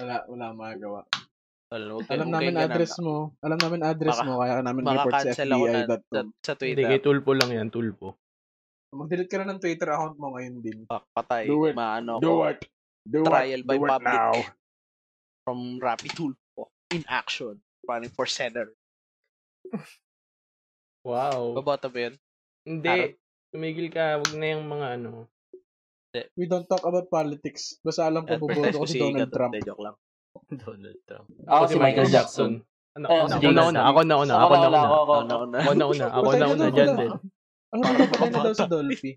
A: Wala, wala magawa. Alam
F: Alam
A: namin address mo. Alam namin address
F: Baka-
A: mo. Kaya ka namin report sa
F: Makakancel ako na, sa,
A: FBI.com.
F: sa
D: Hindi, kay
F: Twitter.
D: Tulpo lang yan. Tulpo.
A: Mag-delete ka na ng Twitter account mo ngayon din.
F: Fuck, patay.
A: Do it.
F: Maano
A: Do
F: ko.
A: it. Do
F: Trial
A: it.
F: by
A: Do it
F: public.
A: now.
F: From Rapid Tulpo. In action. Running for center.
D: Wow.
F: Babata ba yun?
D: Hindi. Tumigil ka. Huwag na yung mga ano.
A: We don't talk about politics. Basta alam ko, boboto ko si Donald
F: Gatot.
A: Trump.
F: Hindi, joke lang.
B: Donald Trump.
C: Ako si Michael Jackson.
D: Ano,
C: Eh,
D: ako na
C: si
D: una,
C: James
D: una,
C: Bond.
D: ako na una,
C: Ako
D: ako na
C: wala,
D: una.
C: ako, ako.
F: Ano na?
D: Ako na una, ako
A: Patay
D: na
A: na
D: una,
A: daw
D: dyan
A: pala.
D: din.
A: Ang handa patay na daw si Dolphy.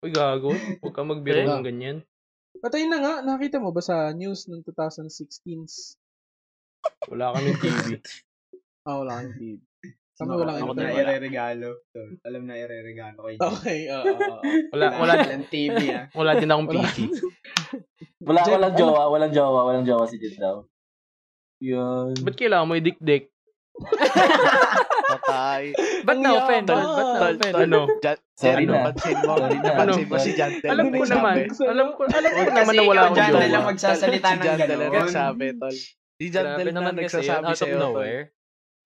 D: Uy, gago. Huwag kang magbiro
B: Eh?
D: ng ganyan.
A: Patay na nga. Nakita mo ba sa news ng 2016?
D: Wala kami TV.
A: Ah, wala kang feed. Kami
E: Ako-
A: Ano? wala
E: Ako
A: kang
E: na
A: feed.
F: wala.
E: ireregalo. tol. Alam na ireregalo ko yun.
A: Okay, oo. oo, oo.
D: Wala, wala,
E: Ang TV, ah.
D: wala din akong
A: Wala.
D: PC.
C: Wala,
A: Jed,
C: walang
A: ano?
C: jowa, walang jowa, walang jowa si Jed daw. Yun.
D: Ba't kailangan mo i-dick-dick?
F: Patay.
B: Ba't
A: Ang
B: na-offend? Ba't
A: yabang.
B: na-offend?
D: Ano?
F: Jan,
C: Sorry
F: Jerry,
C: na.
F: napansin mo.
C: Sorry na.
F: Napansin mo
C: Sorry.
F: si Jantel.
D: Alam ko
F: nagsabi.
D: naman. Alam ko, alam ko naman na wala akong
E: Kasi ikaw, Jantel,
D: jowa.
E: ang magsasalita
F: Si
E: ng
F: Jantel ang
E: ganun.
F: nagsabi, tol. Si Jantel
B: Grabe
F: na
B: naman kasi yun,
F: nagsasabi
B: out of
F: sa'yo, tol.
B: nowhere.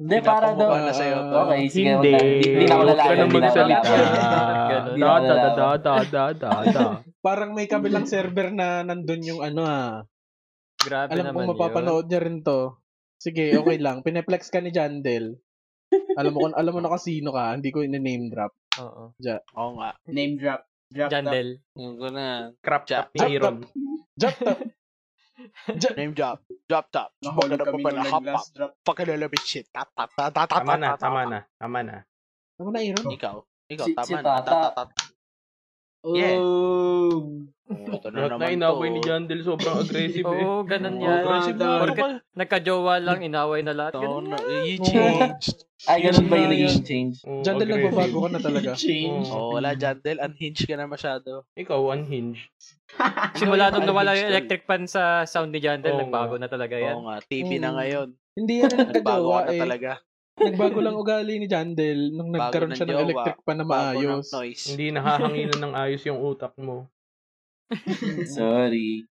C: Hindi, para daw.
F: Pinapamukha na sa'yo, tol.
C: Okay, sige.
D: Hindi.
C: wag na. Hindi hindi na ako
D: Huwag ka nang
C: lalaban. Hindi na ako
D: magsalita.
C: lalaban.
B: Ganun.
D: Da, da, da, da, da, da, da, da.
A: Parang may kabilang server na nandun yung ano ah.
B: Grabe
A: Alam
B: naman
A: kong mapapanood niya rin to. Sige, okay lang. Pineplex ka ni Jandel. Alam mo kung alam mo na kasino ka, hindi ko ini-name drop.
B: yun. Oo.
F: Oo nga.
E: Name drop. Drop top.
B: Jandel.
F: Yun ko na.
D: Crap
F: Ja-
D: top ni Aaron.
A: Jot top.
F: Name drop. Drop top. Huwag ka
E: Nahulog
F: na pa
E: kami
F: pala.
E: nung
F: Hop up.
E: nag-last drop.
F: Pakalalabi shit. Tap, tap, tap, tap, tap,
D: Tama na,
F: tap,
D: tama
F: tap.
D: na, tama na.
A: Ano na, Aaron?
F: Ikaw. Ikaw,
C: Si-
F: tama
C: si
F: na. Tap,
C: Tata.
F: tap, tap. Yeah.
E: Oh.
F: Oh, Ito na
D: Lahat na
F: naman
D: inaaway ni
F: to. Oh,
D: Jandel, sobrang aggressive eh.
B: Oo, ganun
E: Oo,
B: yan.
E: grabe,
F: Ano
B: Porket
F: ka-
B: nagkajowa lang, inaway na lahat.
F: Ito
B: Ganun.
F: na. Oh, You changed.
C: Ay, ganun ba yung
A: Yun.
C: naging change?
D: Oo,
A: Jandel,
D: aggressive.
A: nagbabago ka na talaga.
E: Change.
D: Oo.
F: Oh, wala, Jandel. Unhinged ka na masyado.
D: Ikaw, unhinged.
B: Ah, Simula nung nawala
F: Unhinged,
B: yung
F: tol.
B: electric fan sa sound ni Jandel,
D: Oo.
B: nagbago na talaga
F: Oo
B: yan.
F: nga, TV na
A: Mm.
F: ngayon.
A: Hindi yan ang
F: Nagbago ka
A: nagkajowa
F: na
A: eh.
F: talaga.
A: Nagbago lang ugali ni Jandel nung
F: Bago
A: nagkaroon
F: ng
A: siya ng
F: jowa.
A: electric pa na
F: Bago ng
A: maayos.
F: noise.
D: Hindi nakahanginan ng ayos yung utak mo.
C: Sorry.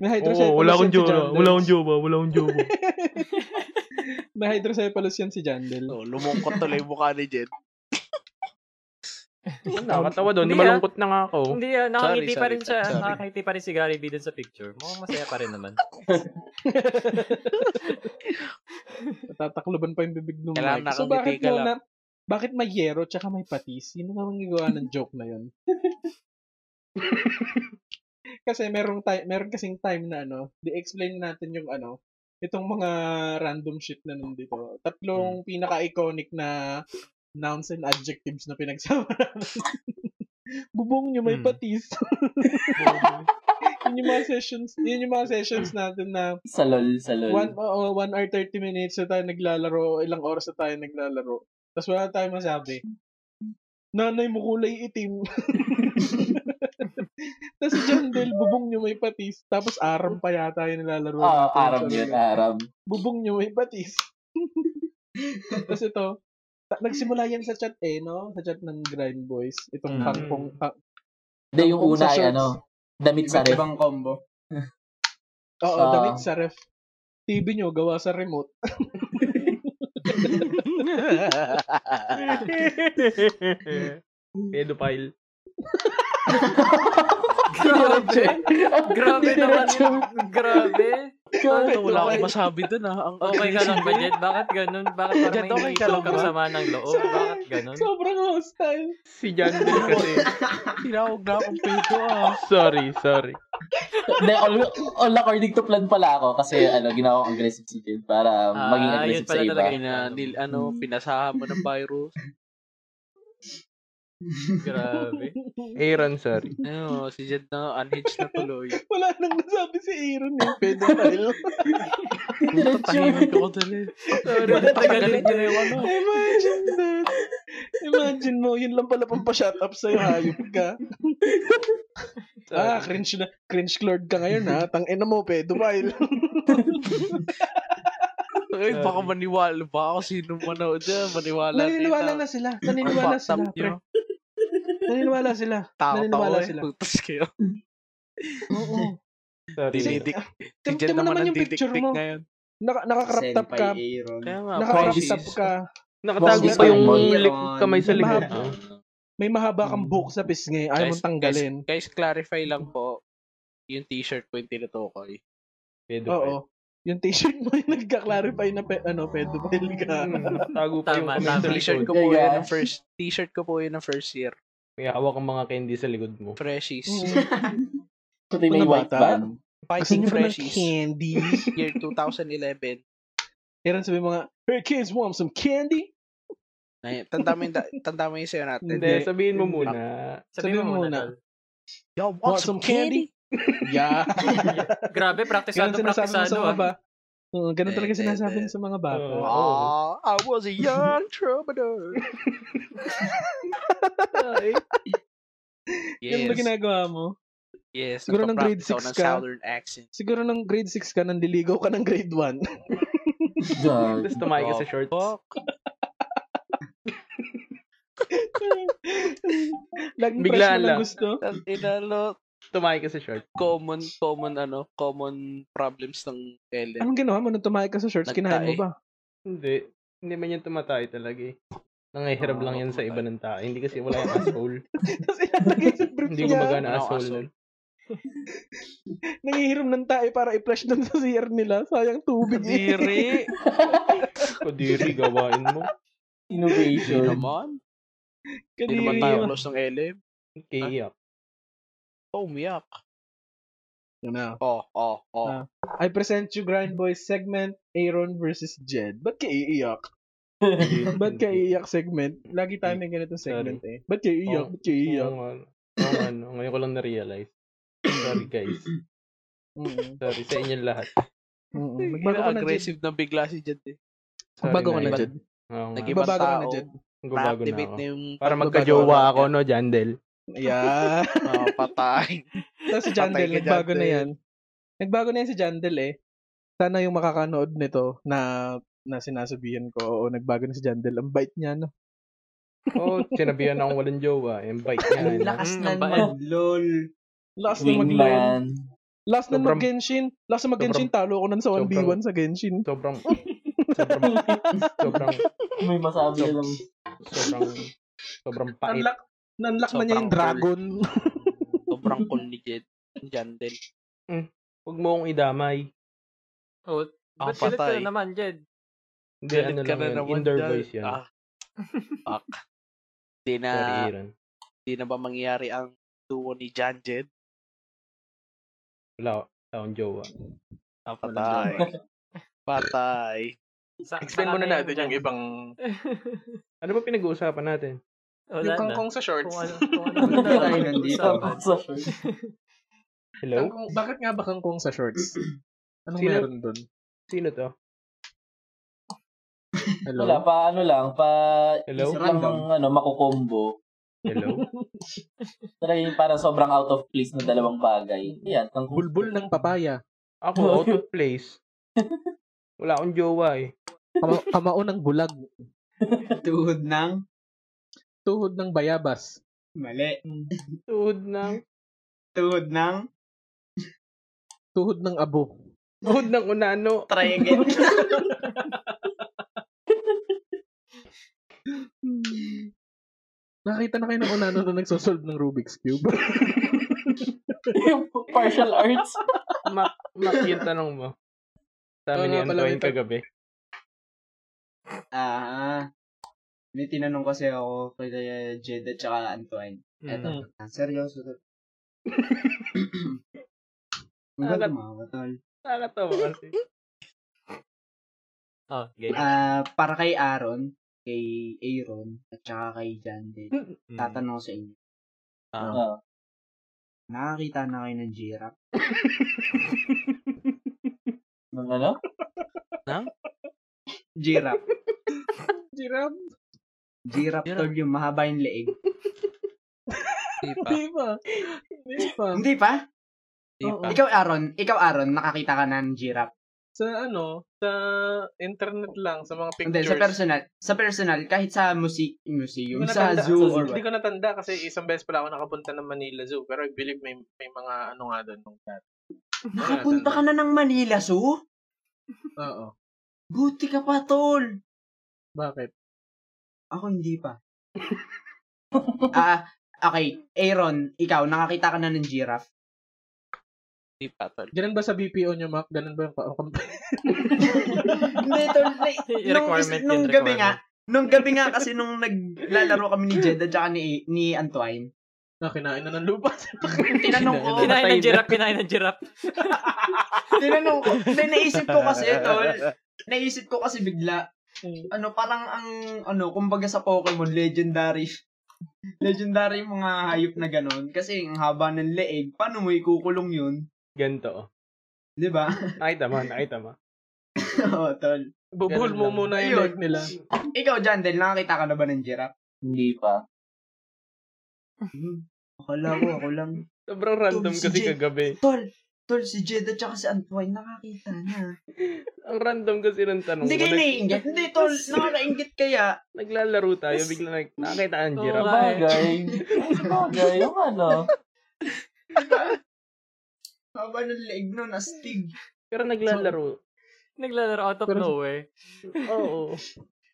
D: Oo, wala akong
A: akong
D: jowa, wala akong jowa, wala akong jowa.
A: Na-hydrocephalus yan si Jandel.
F: Oh, lumungkot tuloy yung mukha ni Jen.
D: Ang nakakatawa doon,
B: Hindi, ah.
D: malungkot na nga ako.
B: Hindi, ah, nakangiti
F: Sorry,
B: pa rin
F: sorry,
B: siya.
F: sorry.
B: Nakangiti pa rin si Gary B dun sa picture. Mukhang masaya pa rin naman.
A: Tatakluban pa yung bibig nung
F: Kailangan
A: Mike. So
F: nakangiti
A: bakit
F: ka
A: mo
F: lang.
A: na bakit may yero tsaka may patis? Sino naman gagawa ng joke na yun? kasi merong time, meron kasing time na ano, di-explain natin yung ano, itong mga random shit na nandito.
F: Hmm.
A: Tatlong pinaka-iconic na nouns and adjectives na pinagsama namin. Bubong nyo, may
F: Hmm.
D: Mm.
A: patis. yun yung mga sessions, yun yung mga sessions natin na
C: Sa lol, sa lol.
A: One, oo, one hour 30 minutes na tayo naglalaro, ilang oras na tayo naglalaro. Tapos wala na tayong masabi. Nanay mo kulay itim. Tapos si Jandel, bubong nyo may patis. Tapos aram pa yata yung nilalaro
C: Oo,
A: natin.
C: Arab
A: Sabi
C: Ah, yun,
A: niya,
C: Arab.
A: Bubong nyo may patis. Tapos ito, ta- nagsimula yan sa chat eh, no? Sa chat ng Grind Boys. Itong
B: Mm.
A: kangkong, ka-
C: Hindi, yung
A: Kung
C: una
A: sa
C: ay
A: shorts.
C: ano, damit
E: Iba't
C: sa ref.
E: ibang combo.
A: oo,
C: Ah.
A: damit sa ref. TV nyo, gawa sa remote.
D: Pedophile.
B: Grabe. Grabe naman. Grabe.
F: Ito, wala akong masabi doon ah. Ang
B: Okay ka lang ba, Jed? Bakit ganun? Bakit
F: Jed,
B: parang may
F: okay ka
B: hinihito
F: lang
B: kang
F: ba?
B: sama ng loob? Bakit ganun?
A: Sobrang hostile.
D: Si Jandel kasi.
F: Tinawag na akong pedo ah.
D: Sorry, sorry.
C: Hindi, all, all according to plan pala ako kasi ano, ginawa kong aggressive si Jill para maging
B: Ah, yun
C: aggressive
B: pala
C: sa iba.
B: talaga yun.
F: Pina, nil, ano, pinasahan mo ng virus.
B: Grabe.
D: Aaron, sorry.
F: Ano, si Jed na unhinged na tuloy.
A: Wala nang nasabi si Aaron eh. Pedophile.
F: Puta, tahimik ako dali.
B: Sorry, tagalit yun.
A: Imagine that. Imagine mo, yun lang pala pang pa-shut up sa'yo, hayop ka. Ah,
D: Sorry.
A: cringe na. Cringe lord ka ngayon ha. Tangina mo, pedophile.
F: Ay, baka maniwala ba ako sino manood dyan? Maniwala.
A: Naniniwala na sila. Naniniwala sila. pre.
F: Pre.
A: Naniniwala sila.
F: Takot ako
A: Naniniwala
F: eh.
A: sila.
F: Putas kayo.
A: Oo.
D: Sorry.
A: Dinidik-
F: Dinidik. Si
A: Tim-
F: Jed
A: Tim mo naman
F: naman ang
A: yung picture
F: didikdik
A: mo.
F: ngayon.
A: Naka, nakakrop top
E: Senpai
A: ka.
E: Aaron.
F: Kaya nga,
A: Nakakrop
F: precious.
A: top ka.
D: Nakatago
C: Well,
D: pa yung
C: this
E: is-
D: lik- kamay sa
A: May
D: likod.
A: mahaba,
D: ko.
A: may mahaba kang buhok sa pisngi. Ayaw mong tanggalin.
F: Guys, clarify lang po. Yung t-shirt ko yung tinutukoy.
D: Pedophile.
A: Oo. Yung t-shirt mo yung nagka-clarify na pe, ano, pedophile ka.
D: Hmm, Nakatago pa yung
B: Tama,
D: kamay sa
B: tama.
F: T-shirt
D: likod.
F: ko po
C: Yeah,
F: yun
C: guys.
F: ng first t-shirt ko po yun ng first year.
D: May hawak ang mga candy sa likod mo.
F: Freshies.
A: Mm.
C: Pati may
A: Ano ba,
C: white
A: ta?
C: van.
A: Gusto
F: Fighting
A: niyo ba ng
F: Freshies.
A: candy?
F: Year 2011.
A: Aaron sabi mga, hey kids, want some candy?
F: Ay, tanda mo yung, da- tanda mo yung sayo natin.
D: Hindi, sabihin mo
A: Hindi.
D: muna.
B: Sabi
A: Sabihin
B: mo muna.
A: muna.
B: Dal.
F: Yo,
A: Want
F: want,
A: some candy? Yeah.
B: Grabe,
A: Ganun
B: praktisado,
A: sinasabi mo sa
B: praktisado.
A: mga
B: ah.
A: ba? Oo, ganun
F: Eh,
A: talaga
F: eh,
A: sinasabi mo
F: eh.
A: sa mga bata.
D: Oo.
A: Oh.
F: Ah, I was a young troubadour.
D: Ay,
A: Ganun ba
F: yes.
A: ginagawa mo?
F: Yes,
A: Siguro nung grade
F: nagpa-practice ako
A: six
F: ng
A: ka.
F: Southern accent.
A: Siguro nung grade 6 ka, nanliligaw ka ng grade 1.
C: God.
D: Tapos tumayo ka sa
F: Oh,
D: shorts.
F: fuck.
A: Laging
D: Biglaan
A: Biglaan lang.
D: lang.
A: gusto.
F: Ang inalo,
D: Tumayo ka sa shorts.
F: common, common, ano, common problems ng LM.
A: Anong ginawa mo nung tumahay ka sa shorts? Kinain mo
F: Nagtae.
A: ba?
D: Hindi. Hindi man yan tumatay talaga eh. Nangihiram
F: Oo,
D: lang yan sa
F: tumatay.
D: iba ng tayo. Hindi kasi wala yung asshole.
A: Tapos ilalagay sa brief
D: Hindi
A: niya.
D: gumagana
F: Wala akong
D: asshole.
F: asshole.
D: nun.
A: Nangihiram ng tae para i-flush dun sa CR nila. Sayang tubig eh.
F: Diri!
D: Kadiri, gawain mo.
F: Hindi
C: Innovation.
F: naman. Hindi naman tayo
A: Kadiri.
F: close ng LM.
D: Kaya.
F: Oh, umiyak.
A: Ano?
F: Oh, oh, oh.
A: Ah. I present you Grind Boys segment Aaron versus Jed. Ba't ka iiyak? Ba't ka iiyak segment? Lagi tayo may ganitong
D: Sorry.
A: segment eh. Ba't ka iiyak? Ba't ka iiyak?
D: Oo nga. Oo nga, no. Ngayon ko lang na-realize. Sorry guys.
A: Mm-mm.
D: Sorry sa inyong lahat.
A: Mm-mm. Magbago
F: Magbago
A: ka na, Jed.
F: aggressive na bigla si Jed eh.
D: Sorry
A: Magbago ka na,
D: iba-
A: Jed.
D: Oo nga.
F: Nag-iba-
A: Magbabago
F: Ibang
A: Ah, ka na,
F: tao.
A: Jed.
D: Gumago na
F: Na-activate
D: ako.
F: na yung...
D: Para
F: pagbabago
D: magkajowa
F: natin.
D: ako, no, Jandel?
A: Yeah.
F: Ah, patay.
A: Tapos si
F: Patay
A: Jandel,
F: ka,
A: nagbago na
F: Jandel.
A: yan. Nagbago na yan si Jandel eh. Sana yung makakanood nito na na sinasabihan ko, oo, nagbago na si Jandel. Ang bait niya, no?
D: Oo, oh, sinabihan akong walang jowa. Invite niya.
E: Ang
D: ano.
E: lakas
B: Mm,
E: na
B: ang bait.
E: mag-lol.
A: Last na mag-LOL.
C: Wingman.
A: Last na
D: Sobrang-
A: mag-Genshin. Last na mag-Genshin, talo ko nun sa 1v1
D: sobrang-
A: sa Genshin.
D: Sobrang, sobrang, sobrang,
C: May masabi ka lang.
D: sobrang, sobrang pait.
A: Nanlock, nanlock na niya yung
F: Sobrang
A: dragon.
F: Sobrang cool ni Jed. ni Jandel.
D: Huwag mo akong idamay.
B: Oh,
F: Ang
B: ba't galit ka
F: patay.
B: na naman, Jed?
D: Hindi,
F: Galit
D: ano
F: ka
D: lang
F: na
D: yun.
F: naman
D: Indoor
F: dyan.
D: voice yun.
F: Ah, fuck. Di na,
D: Sorry, Aaron.
F: di na ba mangyari ang duo ni Jan Jed?
D: Wala, wala akong jowa.
F: Ah, patay. patay.
B: Sa-
A: Explain
B: saka
A: muna
B: na yan,
A: natin yung
B: Jed.
A: ibang...
D: Ano ba pinag-uusapan natin?
B: Wala
A: Yung
B: na.
A: kangkong sa shorts.
B: Kung ano, kung ano,
E: Ano
B: na
E: tayo
B: tayo
E: nandito?
B: usapan.
C: Sa shirt.
D: Hello?
A: Kangkong, bakit nga ba kangkong sa shorts? Anong
D: Sino-
A: meron dun?
D: Sino to?
A: Hello?
C: Wala, pa ano lang, pa
D: Hello?
C: isip lang
E: Random.
C: ng ano, makukombo.
D: Hello?
C: Talaga yung parang sobrang out of place na dalawang bagay. Ayan, kang
A: Bulbul ng papaya.
D: Ako, out of place. Wala akong jowa eh.
A: Kama- kamao ng bulag.
E: Tuhod ng
A: Tuhod ng bayabas.
E: mali.
D: Tuhod ng,
E: Tuhod ng
A: Tuhod ng abo.
D: tuhod ng unano.
E: try again.
A: Nakita na kayo ng unano na nagsosolve ng Rubik's Cube.
C: yung partial arts.
D: Mak, mak yung tanong mo. Sa
A: Oo
D: amin ni
A: nga pala, may
D: Antoine
A: ta-
D: kagabi.
E: Ah, may tinanong kasi ako kay Jed at saka Antoine.
D: Hmm.
E: Eto, ah, seryoso to. Ang
D: Alat.
E: ganda mga tol.
D: Nakakatawa kasi.
A: Hmm.
B: Oh, game.
E: Ah, para kay Aaron, kay Aaron, at saka kay Jandel,
D: Hmm.
E: tatanong ko sa inyo.
C: Ah.
E: Nakakita na kayo ng giraffe?
C: Nung ano?
E: Giraffe.
A: Jirab.
E: Giraffe, tol, yung mahaba yung leeg.
F: Di pa,
A: Hindi pa. Hindi pa.
E: Hindi pa?
F: di
A: Oo.
F: pa.
E: Ikaw, Aaron, ikaw, Aaron, nakakita ka na ng giraffe.
A: Sa ano, sa internet lang, sa mga
E: Hindi,
A: pictures.
E: sa personal, sa personal, kahit sa musi-
A: Hindi
E: museum,
A: ko
E: sa
A: natanda-
E: zoo, or
A: Hindi
E: what.
A: ko natanda kasi isang beses pala ako nakapunta ng Manila Zoo. Pero I believe may, may mga ano nga doon. nung dati.
E: Nakapunta ka na ng Manila Zoo?
A: Oo.
E: Buti ka pa, tol!
A: Bakit?
E: Ako hindi pa. Ah, okay. Aaron, ikaw, nakakita ka na ng giraffe.
F: Di pa, tol.
A: Ganun ba sa BPO nyo, Mac? Ganun ba yung pa- company?
E: hindi, tol. Like,
B: Yung
E: nung,
B: requirement
E: is- nung
B: yun,
E: gabi nga, nung gabi nga kasi nung naglalaro kami ni Jed at saka ni, ni Antoine,
A: na ah, kinain na ng lupa?
E: tinanong ko,
B: Kinain
D: Patay
B: ng
D: na.
B: giraffe, kinain ng giraffe.
E: tinanong ko, hindi, naisip ko kasi, tol, naisip ko kasi bigla,
B: Hmm.
E: ano, parang ang, ano, kumbaga sa Pokemon, legendary, legendary yung mga hayop na ganun. Kasi ang haba ng leeg, paano mo ikukulong yun?
D: Ganto. oh.
E: Di ba?
D: Nakita mo, nakita mo.
E: Oo, tol.
A: Bubuhol mo
D: lang.
A: muna yung
E: Ayun.
A: leg nila.
E: Ikaw, Jandel, nakakita ka na ba ng giraffe?
C: Hindi pa.
E: Hmm. Akala ko, ako lang.
D: Sobrang random
E: si
D: kasi
E: Jay.
D: kagabi.
E: Tol, tol, si Jed at saka si Antoine nakakita na.
D: Ang random kasi ng tanong
E: Hindi
D: ko.
E: kayo
D: Nag-
E: naiingit. Hindi, tol, nakakaingit kaya.
D: naglalaro tayo, bigla nag- nakakita ang
B: Oo
D: giraffe.
B: nga.
C: Bagay. Bagay. Yung ano.
E: Haba ng leeg nun, astig.
D: Pero naglalaro.
B: Naglalaro out of
A: Pero-
B: nowhere.
D: Oo.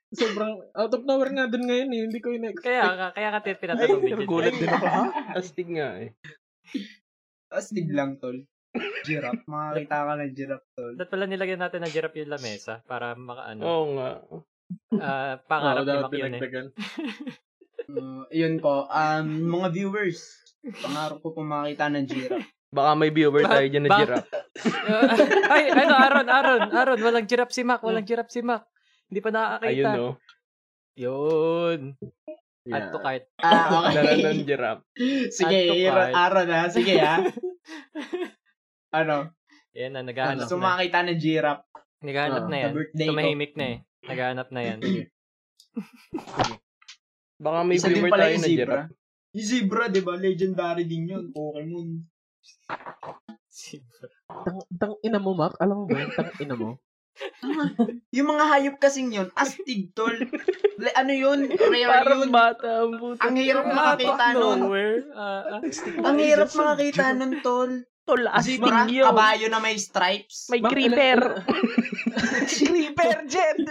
A: Sobrang out of nowhere nga dun ngayon eh. Hindi ko in-expect.
B: Kaya, ka- kaya ka tit- pinatanong ni Jed.
F: Nagulat din ako, ha?
D: Astig nga eh.
E: Astig lang, tol. Giraffe. Makakita ka ng giraffe, tol.
B: Dapat pala nilagyan natin ng giraffe yung lamesa para maka ano,
D: Oo nga.
B: ah,
A: Oh,
B: pangarap ni Mac yun eh.
E: Uh, yun po. Um, mga viewers, pangarap ko po makita ng giraffe.
D: Baka may viewer
B: Ba-
D: tayo dyan na
B: ba-
D: giraffe.
B: Ay, ano, Aaron, Aaron, Aaron, walang giraffe si Mac, walang giraffe si Mac. Hindi pa
D: Ayun
B: nakakakita.
D: no.
B: Yun. Add to
E: Yeah.
B: cart.
E: Ah,
D: Dala ng
E: okay.
D: giraffe.
E: Sige,
B: Add to
E: Aaron,
B: cart.
E: Aaron ha. Sige ha. Ano?
B: Yan na, naghahanap
E: gusto
D: ano?
B: na.
E: makita ng giraffe.
B: Naghahanap
A: Ah,
B: na yan.
E: sa birthday ko.
B: Tumahimik na eh. Naghahanap na yan.
D: Baka may
E: Isa din
D: viewer
E: pala
D: tayo
E: yung
D: na
E: zebra.
D: giraffe.
E: Yung zebra, di ba? Legendary din yun. Pokemon.
A: Tang, tang ina mo, Mac. Alam mo ba? yun? Tang ina mo.
E: Yung mga hayop kasing yun, astig, tol. Le- ano yun? Rare
D: Parang
E: yun.
D: bata ang puto.
E: Ang hirap makakita nun.
B: Nowhere. Ah, ah.
E: Ang hirap makakita nun, tol.
D: Tol,
E: Zebra,
D: astig yun.
E: kabayo na may stripes.
D: May
A: Bak-
D: creeper.
E: Creeper, Jet!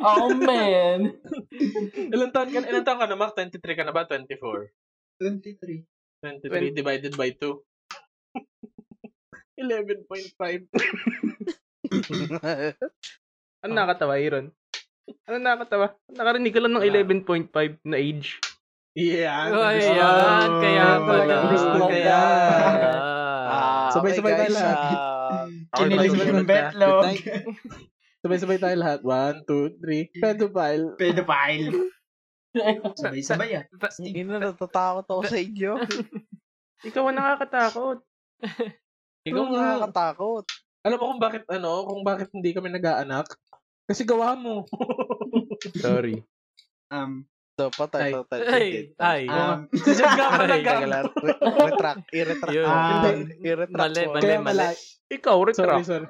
C: Oh, man.
A: Ilan taon ka, ilan taon ka na, Mac? 23 ka na ba? 24?
E: 23.
A: 23 divided by 2. 11.5.
F: Ah,
D: Ano nakakatawa, Iron? Ano nakakatawa? Nakarinig ka lang ng 11.5 na age.
A: Yeah.
B: Oh, ayan. Kaya pala.
A: gusto ko
B: Kaya pala.
F: Ah,
A: Sabay-sabay
F: okay,
A: tayo
F: guys,
A: lahat.
F: ah,
E: Kinilig
F: okay,
E: yung
F: guys,
E: betlog.
F: good night.
A: Sabay-sabay tayo lahat. 1, 2, 3. Pedophile.
E: Pedophile. Sabay-sabay ah.
F: Ina, natatakot ako sa inyo.
D: Ikaw ang nakakatakot.
A: Ikaw
F: Ang
A: nga.
F: nakakatakot.
A: Alam mo kung bakit ano? Kung bakit hindi kami nag-aanak? Kasi gawa mo.
D: Sorry.
E: Um,
F: So, patay,
A: Ay.
F: patay.
B: Ay, ay.
E: um,
A: Si Jed nga ako
B: Ay,
A: nag
F: Tagalan, re- retract, i-retract.
B: Yun.
E: Ah,
A: Hindi.
F: I-retract
B: Mali,
F: mo.
B: mali,
A: Kaya
B: mali.
A: mala-
D: Ikaw,
A: Sorry,
D: retract.
A: sorry.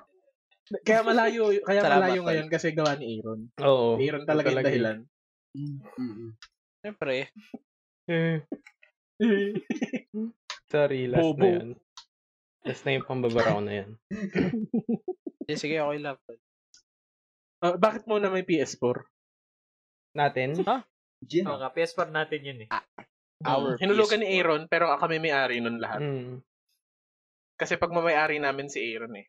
A: Kaya malayo, kaya
F: Salamat,
A: malayo
F: tol.
A: ngayon kasi gawa ni Aaron.
B: Oh,
D: Oo.
A: Aaron talaga yung
D: talaga.
A: dahilan.
E: mm,
F: Siyempre,
D: Eh, Sorry, last
A: Bobo.
D: na yun. Last na yung pambabara ko na yan.
F: Sige, sige, okay lang.
A: Ah, bakit mo na may PS4?
D: Natin?
E: Jin.
B: Oh, ka, PS4 natin yun eh.
F: Our
A: Hinulugan
F: PS4.
A: ni Aaron pero kami may-ari nun lahat.
D: Mm.
A: Kasi pag mamay-ari namin si Aaron eh.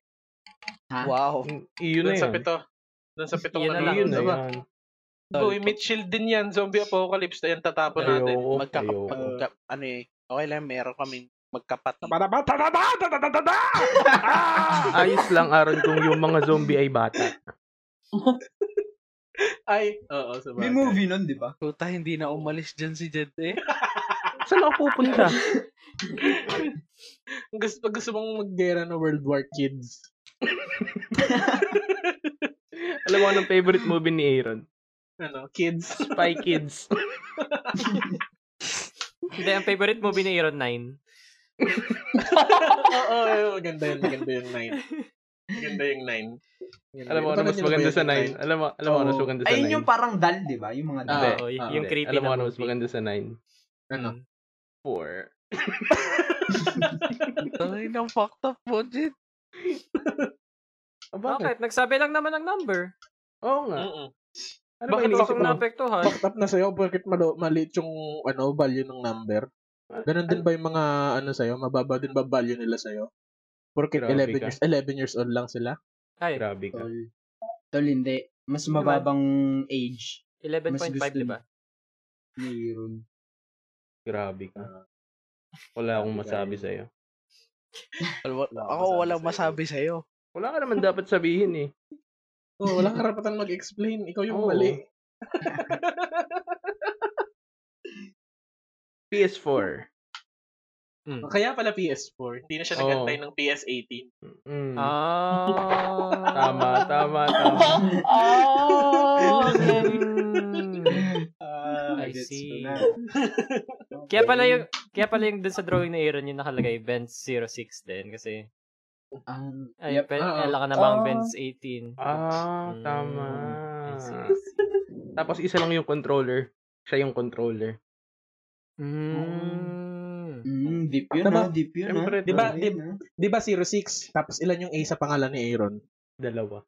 F: Wow.
D: Iyon
A: Doon
D: na
A: sa
D: yun.
A: pito. Doon sa pitong
B: Yun na
A: nanonood,
D: Iyon na
A: diba?
D: yun.
A: Boy, Mitchell din yan. Zombie apocalypse na yan. Tatapon natin.
D: Ayoko.
F: Magkakapag,
D: Ayoko.
F: magka- ano eh, okay lang, meron kaming magkapatid.
A: Tadadadadadadadada!
D: Ayos lang, Aaron, kung yung mga zombie ay bata.
A: Ay, oo, sa
E: May movie nun, di ba?
F: Puta, hindi na umalis dyan si Jed eh.
D: Saan ako pupunta?
A: Gusto, pag gusto mong maggera ng World War Kids.
D: Alam mo anong favorite movie ni Aaron?
A: Ano, kids.
D: Spy Kids.
B: Hindi, ang favorite movie ni Iron 9.
A: oo, oo, maganda yun. Maganda yung 9. Maganda yung 9.
D: Alam mo ano mas maganda sa 9? Alam mo, alam mo ano mas
E: Oo.
D: maganda sa 9?
E: Ayun yung parang dal, di ba? Yung mga dal.
A: Ah,
B: Oo, y-
A: ah,
B: yung
D: Hindi.
B: creepy
D: Alam mo
B: na
D: ano mas
B: movie. Hmm.
D: maganda sa 9?
A: Ano?
D: Four.
F: Ay, nang fucked up mo, Jed.
D: Oh, bakit?
B: Bakit? Nagsabi lang naman ng number.
D: Oo nga.
A: Mm-mm.
D: Ano ba
A: Bakit
D: iniisip
A: ako
B: Itong
D: mo?
B: naapektuhan.
A: Fucked up na sa'yo bakit malo, maliit yung ano, value ng number. Ganun din ba yung mga ano sa'yo? Mababa din ba value nila sa'yo? Porkit
D: Grabe
A: 11
D: ka.
A: years, 11 years old lang sila?
B: Ay,
D: Grabe ka.
E: Tol. Tol, hindi. Mas mababang age.
B: 11.5,
E: Mas gusto
B: di ba?
E: Mayroon.
D: Grabe ka.
B: Ah.
D: Wala akong masabi sa'yo.
F: Ako, walang masabi sa'yo.
D: Wala ka naman dapat sabihin eh.
A: Oh, walang karapatan mag-explain. Ikaw yung
D: Oo.
A: mali.
D: PS4.
B: Mm.
A: Kaya pala PS4. Hindi na siya
D: Oo.
A: nagantay ng PS18.
D: Mm.
B: Ah.
D: Tama, tama, tama.
C: Oh, okay.
E: Ah,
B: Ay,
E: Gets ko
B: see.
E: na.
B: Kaya pala yung kaya pala yung dun sa drawing ni Aaron yung nakalagay Benz 06 din kasi
E: Um,
B: ay
E: yep.
B: yep.
A: oo.
B: ka namang
E: Ah.
B: Benz 18.
D: Ah,
B: Mm,
D: tama.
B: I see, I
D: Tapos isa lang yung controller. Siya yung controller.
B: Mm.
E: Mm, deep yun,
A: Diba?
E: ah. Deep yun, ah.
D: Siyempre,
A: Di ba?
E: Grabe
A: Di,
E: yun, ah.
A: di ba 06? Tapos ilan yung A sa pangalan ni Aaron?
D: Dalawa.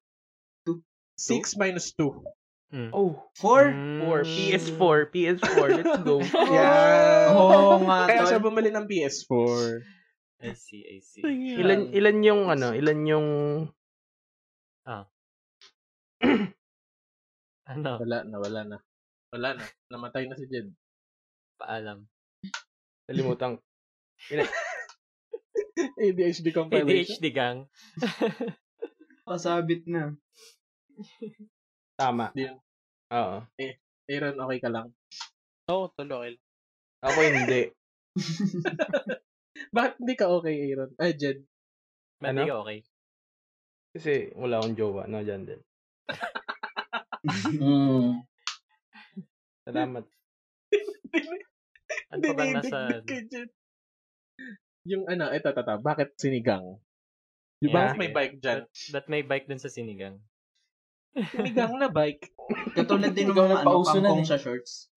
A: 6 minus 2.
B: Hmm.
D: Oh,
E: Four?
D: four. PS4, PS4. Let's go.
A: Oh! Yeah.
E: Oo nga,
A: Kaya siya
E: tol.
A: bumili ng PS4.
B: I see, I see.
D: Ilan ilan yung ano, ilan yung
B: Ano,
A: Wala na, wala na. Wala na. Namatay na si Jed.
B: paalam.
D: nalimutan.
A: ADHD compilation.
B: ADHD gang.
E: Pasabit na.
D: Tama.
A: Yun.
D: Oo.
A: Aaron, okay ka lang.
F: Oo, tuloy.
D: Ako hindi.
A: Bakit hindi ka okay, Aaron? Ay, Jed.
B: Ba't
D: Ano?
B: di ka okay?
D: Kasi wala akong jowa. No, dyan din.
C: Mm.
D: Salamat.
B: Ano pa bang nasa...
A: Dinidigdig kay Jed. Yung ano, eto, tata. Bakit sinigang? Di ba
D: Yeah.
A: may bike dyan?
B: Ba't may bike dun sa sinigang?
A: Sinigang na bike.
E: Katulad din ng
C: Ikaw
E: mga ano,
C: nagpauso na
E: pangkong
C: eh.
E: sa shorts.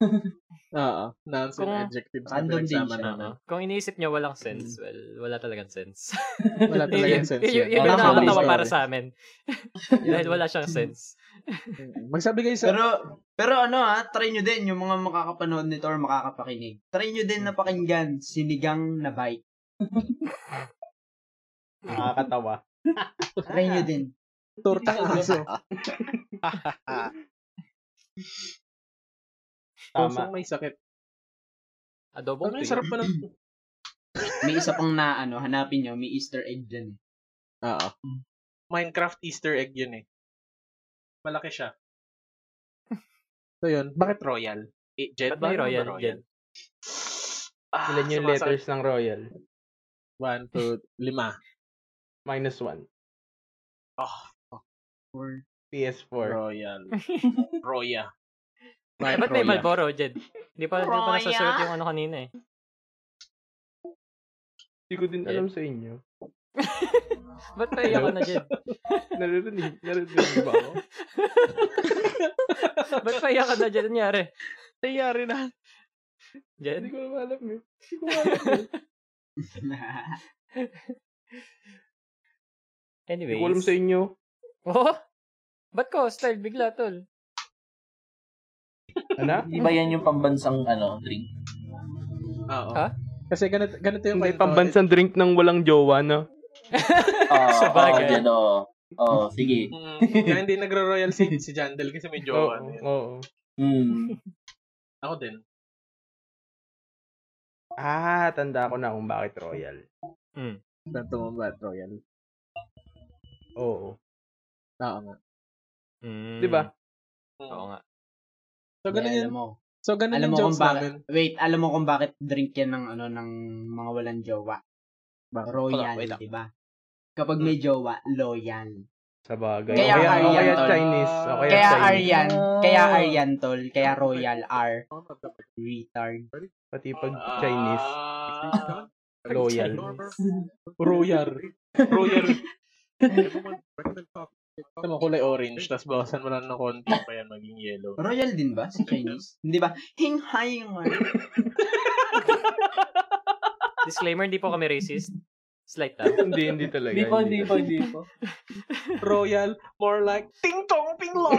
A: Oo. Nouns and
B: Kung-
A: adjectives na
E: Random din
A: pinagsama
E: siya.
A: namin.
B: Oo. Ano? Kung iniisip nyo walang sense, well, wala talagang sense.
A: Wala talaga
B: Yun-
A: yung sense.
B: yun-
A: yun.
B: Yun yung
A: Tama,
B: nakakatawa
A: sorry.
B: para sa amin. Dahil wala siyang sense.
A: Mm. Magsabi kayo sa...
E: Pero, pero ano ha, try nyo din yung mga makakapanood nito or makakapakinig. Try nyo din na pakinggan, sinigang na bike.
D: Nakakatawa.
E: Try nyo din.
A: Tortang aso. Pusong
D: Tama.
A: may sakit.
B: Adobong
A: Ano
B: tuyo.
A: yung sarap pa ng...
E: May isa pang na ano, hanapin nyo, may easter egg dyan. eh.
A: Oo. Minecraft Easter egg yun eh. Malaki siya. So yun, bakit Royal? Eh, Jed?
B: Ba't may
A: bakit
B: royal?
A: ba
B: Jed?
A: Ah,
D: Ilan yung
A: sumasakit.
D: letters ng royal?
A: One, two, lima.
D: Minus one.
A: Oh,
B: Ah,
D: PS4.
A: Royal. Roya.
B: Eh,
A: Bakit
B: Ba't may
A: Roya?
B: Malboro, Jed? Hindi pa, di pa nasusulat yung ano kanina eh.
D: Hindi ko din alam sa inyo.
B: Ba't naiyak ka na, Jed?
D: Naririnig. Naririnig ba ako?
B: Ba't naiyak ka na, Jed? Anyari?
F: Nangyari na.
B: Jed?
D: Hindi ko alam alam eh. Hindi ko alam. Hindi
B: Anyways.
D: ko alam sa inyo.
B: Oh? Ba't ko hostile bigla, tol?
D: Ano?
C: Di ba yan yung pambansang ano, drink?
A: Oo.
B: Ha?
A: Kasi ganito, ganito yung
D: Hindi
A: kwento. eh.
D: pambansang drink ng walang jowa, no?
C: Oh,
B: Sa bagay.
C: Oh, dyan, oo. Oh, sige.
A: Mm, kaya hindi nagro-royal si, si Jandel kasi may
D: Oo.
A: jowa. na yun.
D: oo.
C: Mm.
A: Ako din.
D: Ah, tanda ko na kung bakit royal.
B: Mm.
A: Tanto mo ba, Royal?
D: Oo.
A: Oo nga.
B: Mm.
D: Di ba?
A: Mm.
B: Oo nga.
A: So, ganun
E: Yeah,
A: yun.
E: alam mo.
A: So, ganun
E: Alam
A: yung
E: mo kung
A: jokes namin.
E: bakit. Wait, alam mo kung bakit drink yan ng ano ng mga walang jowa.
A: Bakit?
E: Royal,
F: Wait lang, wait lang.
E: di ba? Kapag may jowa, loyal.
D: Sa bagay.
E: Kaya
D: o kaya, o
E: Aryan,
D: kaya
E: tol.
D: Chinese. O kaya,
E: Kaya
D: Chinese.
E: Aryan, kaya Aryan tol, kaya Royal R. Retard.
D: Pati pag Chinese.
A: Ah,
D: Loyal.
A: Royal. Royal. Ito mo, kulay orange, tapos bawasan mo lang ng konti pa yan, maging yellow.
E: Royal din ba sa Chinese? Hindi ba? Hing hing
B: Disclaimer, hindi po kami racist. Slight lang.
D: hindi, hindi talaga.
C: Di pa, di pa, di pa.
A: Royal, more like, ting-tong, ping-long.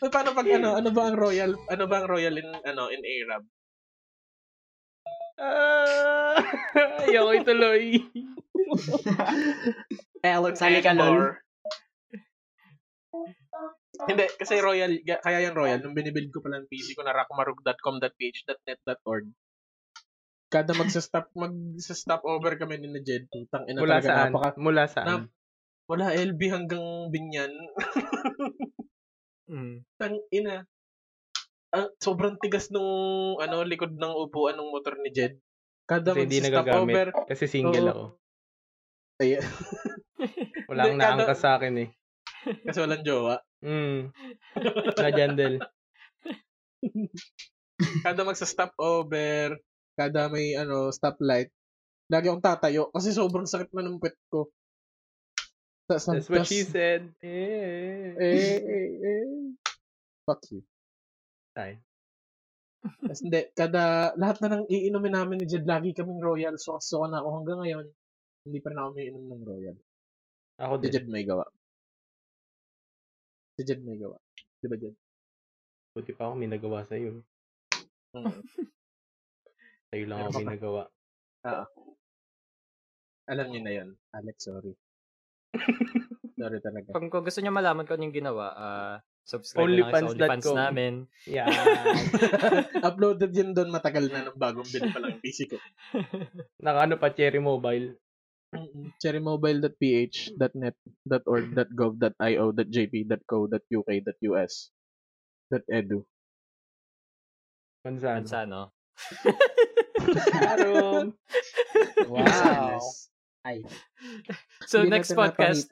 A: so, paano pag ano, ano ba ang royal, ano ba ang royal in, ano, in Arab?
D: Ah, ayoko ituloy.
A: Alex
E: Sali ka, lol.
A: Hindi, kasi royal, kaya yung royal, nung binibuild ko pala ng PC ko na rakmarug.com.ph.net.org. Kada magsa-stop, magsa-stop over kami ni na Jed, putang ina
D: Mula
A: talaga,
D: saan?
A: napaka,
D: Mula saan?
A: nap, wala LB hanggang Binyan,
B: Mm.
D: Hmm.
A: tang ina. Ang sobrang tigas nung ano likod ng upuan ng motor ni Jed. Kada
D: Kasi hindi
A: magsa-stop over,
D: nagagamit. Kasi single
A: Oo.
D: ako.
A: Ayan.
D: Wala akong
A: Dekada-
D: naangkas sa akin eh.
A: Kasi walang jowa.
D: Mm. Na jandel.
A: Kada magsa-stop over, kada may ano, stoplight, lagi akong tatayo kasi sobrang sakit na ng pet ko. Sa, sa,
D: That's what
A: tas-
D: she said. Eh.
A: Eh, eh, eh. Fuck you.
D: Tay.
A: Tapos hindi, kada, lahat na nang iinumin namin ni Jed, lagi kaming royal. So, so na ako hanggang ngayon, hindi pa rin ako may inom ng royal.
D: Ako
A: Si
D: din.
A: Jed may gawa. Si Jed may gawa. Di ba, Jed?
D: Buti pa ako may nagawa sa'yo.
A: Mm.
D: Sa'yo lang
A: Meron
D: ako
A: ka
D: may
A: pa.
D: nagawa.
A: Alam niyo na yun. Alex, sorry. sorry talaga.
B: Kung, kung gusto niyo malaman kung ano yung ginawa, ah, subscribe na lang kayo sa
D: Onlyfans.com.
B: OnlyFans namin.
D: Yeah.
A: Uploaded yun doon matagal na nung bagong bili pa lang yung PC ko.
D: Naka ano pa, Cherry Mobile.
A: cherrymobile.ph, .net, .org, .gov, .io, .jp, .co, .uk, .us, .edu.
D: Manzano.
B: Bansa, no?
D: Manzano.
E: Wow. Ay.
B: So,
A: Hindi na pinapakita.
B: next podcast,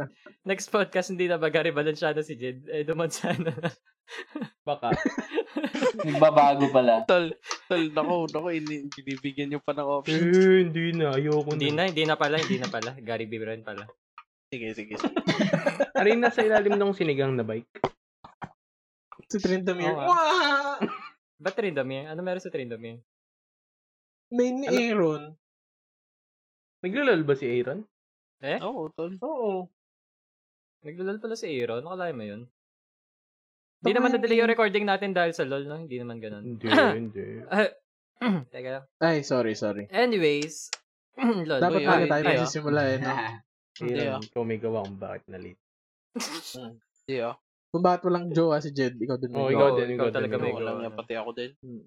B: next podcast, hindi na ba Gary Balenciano si Jed? Eh, dumansana na.
D: Baka.
C: Nagbabago pala.
F: Tol, tol, nako, nako, ini- binibigyan niyo pa ng option.
D: Eh, hindi na. Ayoko
B: hindi na, hindi na pala, hindi na pala. Gary B. Brown pala.
F: Sige, sige, sige.
D: Ano yung nasa ilalim ng sinigang na bike?
A: Si Trindamir.
B: Oo nga.
A: Wah!
B: Ba't Trindamir? Ano meron sa Trindamir?
A: May ni Aaron.
D: Naglalol ba si Aaron?
F: Oo, tol.
A: Oo.
B: Naglulol pala si Aero. Nakalaya mo yun? Hindi naman na-delay yung recording natin dahil sa lol, no? Hindi naman ganun.
D: Hindi, hindi.
A: Mm-hmm.
B: Teka lang.
A: Ay, sorry, sorry.
B: Anyways, lol.
A: Dapat
F: Uy,
A: pala
F: uy,
A: tayo
F: uy, ah.
A: magsisimula eh. No?
F: Hindi
D: Aaron,
F: ah.
D: ikaw may gawa kung bakit na late.
F: Hindi ah.
A: Kung bakit walang jowa si Jed, ikaw din
D: Oo,
A: may
D: ikaw
A: jowa.
D: din, ikaw
B: Oh, ikaw
D: din,
B: talaga
D: ikaw.
B: may
F: Wala
B: gawa.
F: niya, pati ako din.
A: Mm.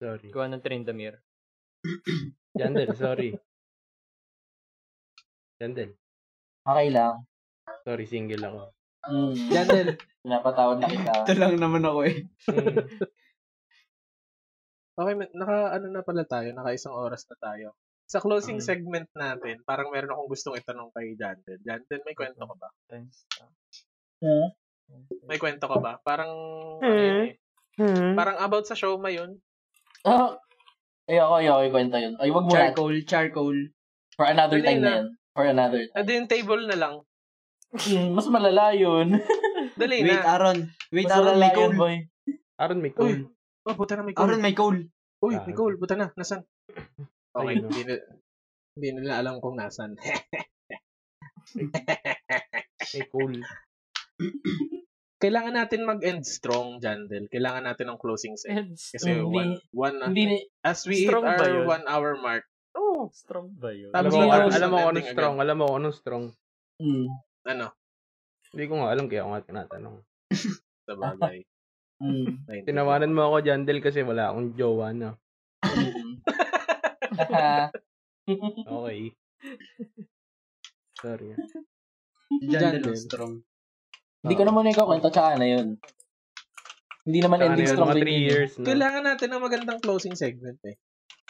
D: Sorry.
B: Gawa ng Trindamir.
D: Jandel, sorry. Jandel,
C: Okay lang.
D: sorry, single ako.
C: Mm,
A: Jandel,
C: pinapatawad na kita.
E: Ito lang naman ako eh.
D: Mm.
A: okay, man, naka ano na pala tayo, naka isang oras na tayo. Sa closing segment natin, parang meron akong gustong itanong kay Jandel. Jandel, may kwento ka ba?
C: Hmm?
A: May kwento ka ba? Parang, ano yun eh.
B: Mm.
A: Parang about sa show ma yun.
C: Oh, ayoko, ayoko ikwento yun. Ay, wag mo na.
E: Charcoal, charcoal.
C: For another
A: Hindi
C: time
A: na.
C: na yun. For another
A: Ah, din table na lang.
C: Mm, mas malala yun.
A: Dali
E: Wait, ah,
A: na.
E: Aaron. Wait,
C: mas
E: Aaron,
C: malala
E: may
C: yun,
E: coal.
C: boy.
D: Aaron, may call.
A: Oh, puta na, may coal.
E: Aaron, may coal.
A: Uy,
D: Ah,
A: Nicole, buta na. Nasaan? Okay,
D: Ayun, no.
A: hindi, nila, hindi nila alam kung nasaan.
D: May call.
A: Kailangan natin mag-end strong, Jandel. Kailangan natin ng closing set.
B: And
A: Kasi
C: Hindi.
A: one, one,
C: Hindi ni...
A: as we hit
B: Strong ba
A: our
B: yun?
A: one hour mark. Oh,
B: Strong ba yun?
A: Alam Hindi
D: Alam mo,
A: ko
D: alam,
A: gusto
D: alam mo
A: ng
D: kung
A: ending
D: anong strong, alam mo kung anong strong.
C: Mm.
A: ano,
D: Hindi ko nga alam, kaya ako nga tinatanong.
A: sa bagay.
C: Mm.
D: Tinawanan mo ako, Jandel, kasi wala akong jowa na.
C: mm. Haha.
D: Okay. Sorry.
E: Jandel,
A: Jandel.
E: strong.
C: Hindi ko naman ikaw kwento, tsaka na yun. Hindi naman
D: Ah. Tsaka na
C: ending
D: yun,
C: strong
D: mga
C: din
D: 3
C: yun.
D: years na.
A: Kailangan natin ng magandang closing segment eh.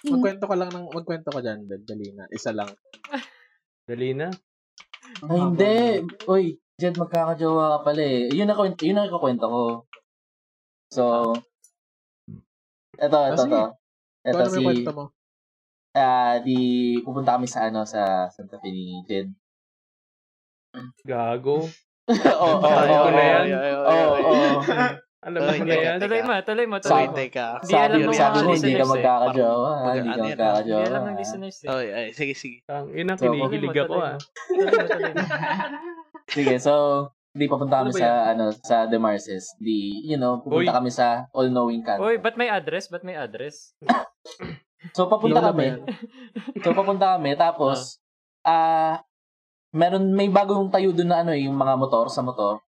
C: Mm.
A: Magkwento ka lang ng, magkwento ka Jandel. Dali na, isa lang.
D: Dali na.
C: Ay, hindi. Uy, Jed, magkakajowa ka pala eh. Yun na, kwent- yun na kwento ko. So, eto,
D: Ah,
C: eto,
A: sige.
C: eto.
A: Ito
C: Eto
A: ano may
C: si,
A: kwento mo?
C: ah, di, pupunta kami sa ano, sa Santa Fe ni Jed.
D: Gago.
C: Oo, oo,
D: Ayaw
C: oo.
D: ko na yan.
F: Oh,
C: Oo, oo.
D: Alam mo
F: Ay,
D: na yan.
B: Tuloy mo, tuloy mo, tuloy
F: Sorry,
C: Sa-
B: mo.
F: teka.
B: Di alam
C: Sabi mo,
B: ng
C: sabi
B: mga
C: mo, hindi ka
B: listeners eh.
C: magkakajowa. ha?
F: Parang-
C: Hindi ka
F: ano yan, ah.
C: magkakajowa.
B: Hindi alam ng
C: ha?
B: listeners eh.
F: Ay, ay, sige, sige.
D: Ang ina,
C: So,
D: kinikilig Ah, ako ah.
B: Tuloy mo, tuloy mo.
C: Sige, so, di papunta kami
A: Ano ba
C: sa, ano, sa Demarces. Di, you know,
D: Uy.
C: pupunta kami sa all-knowing Canto.
B: Uy, ba't may address? Ba't may address?
C: So, papunta
A: Lola ba
C: kami.
A: yan?
C: So, papunta kami. Tapos, ah, meron, may bagong tayo dun na, ano, eh, yung mga motor sa motor.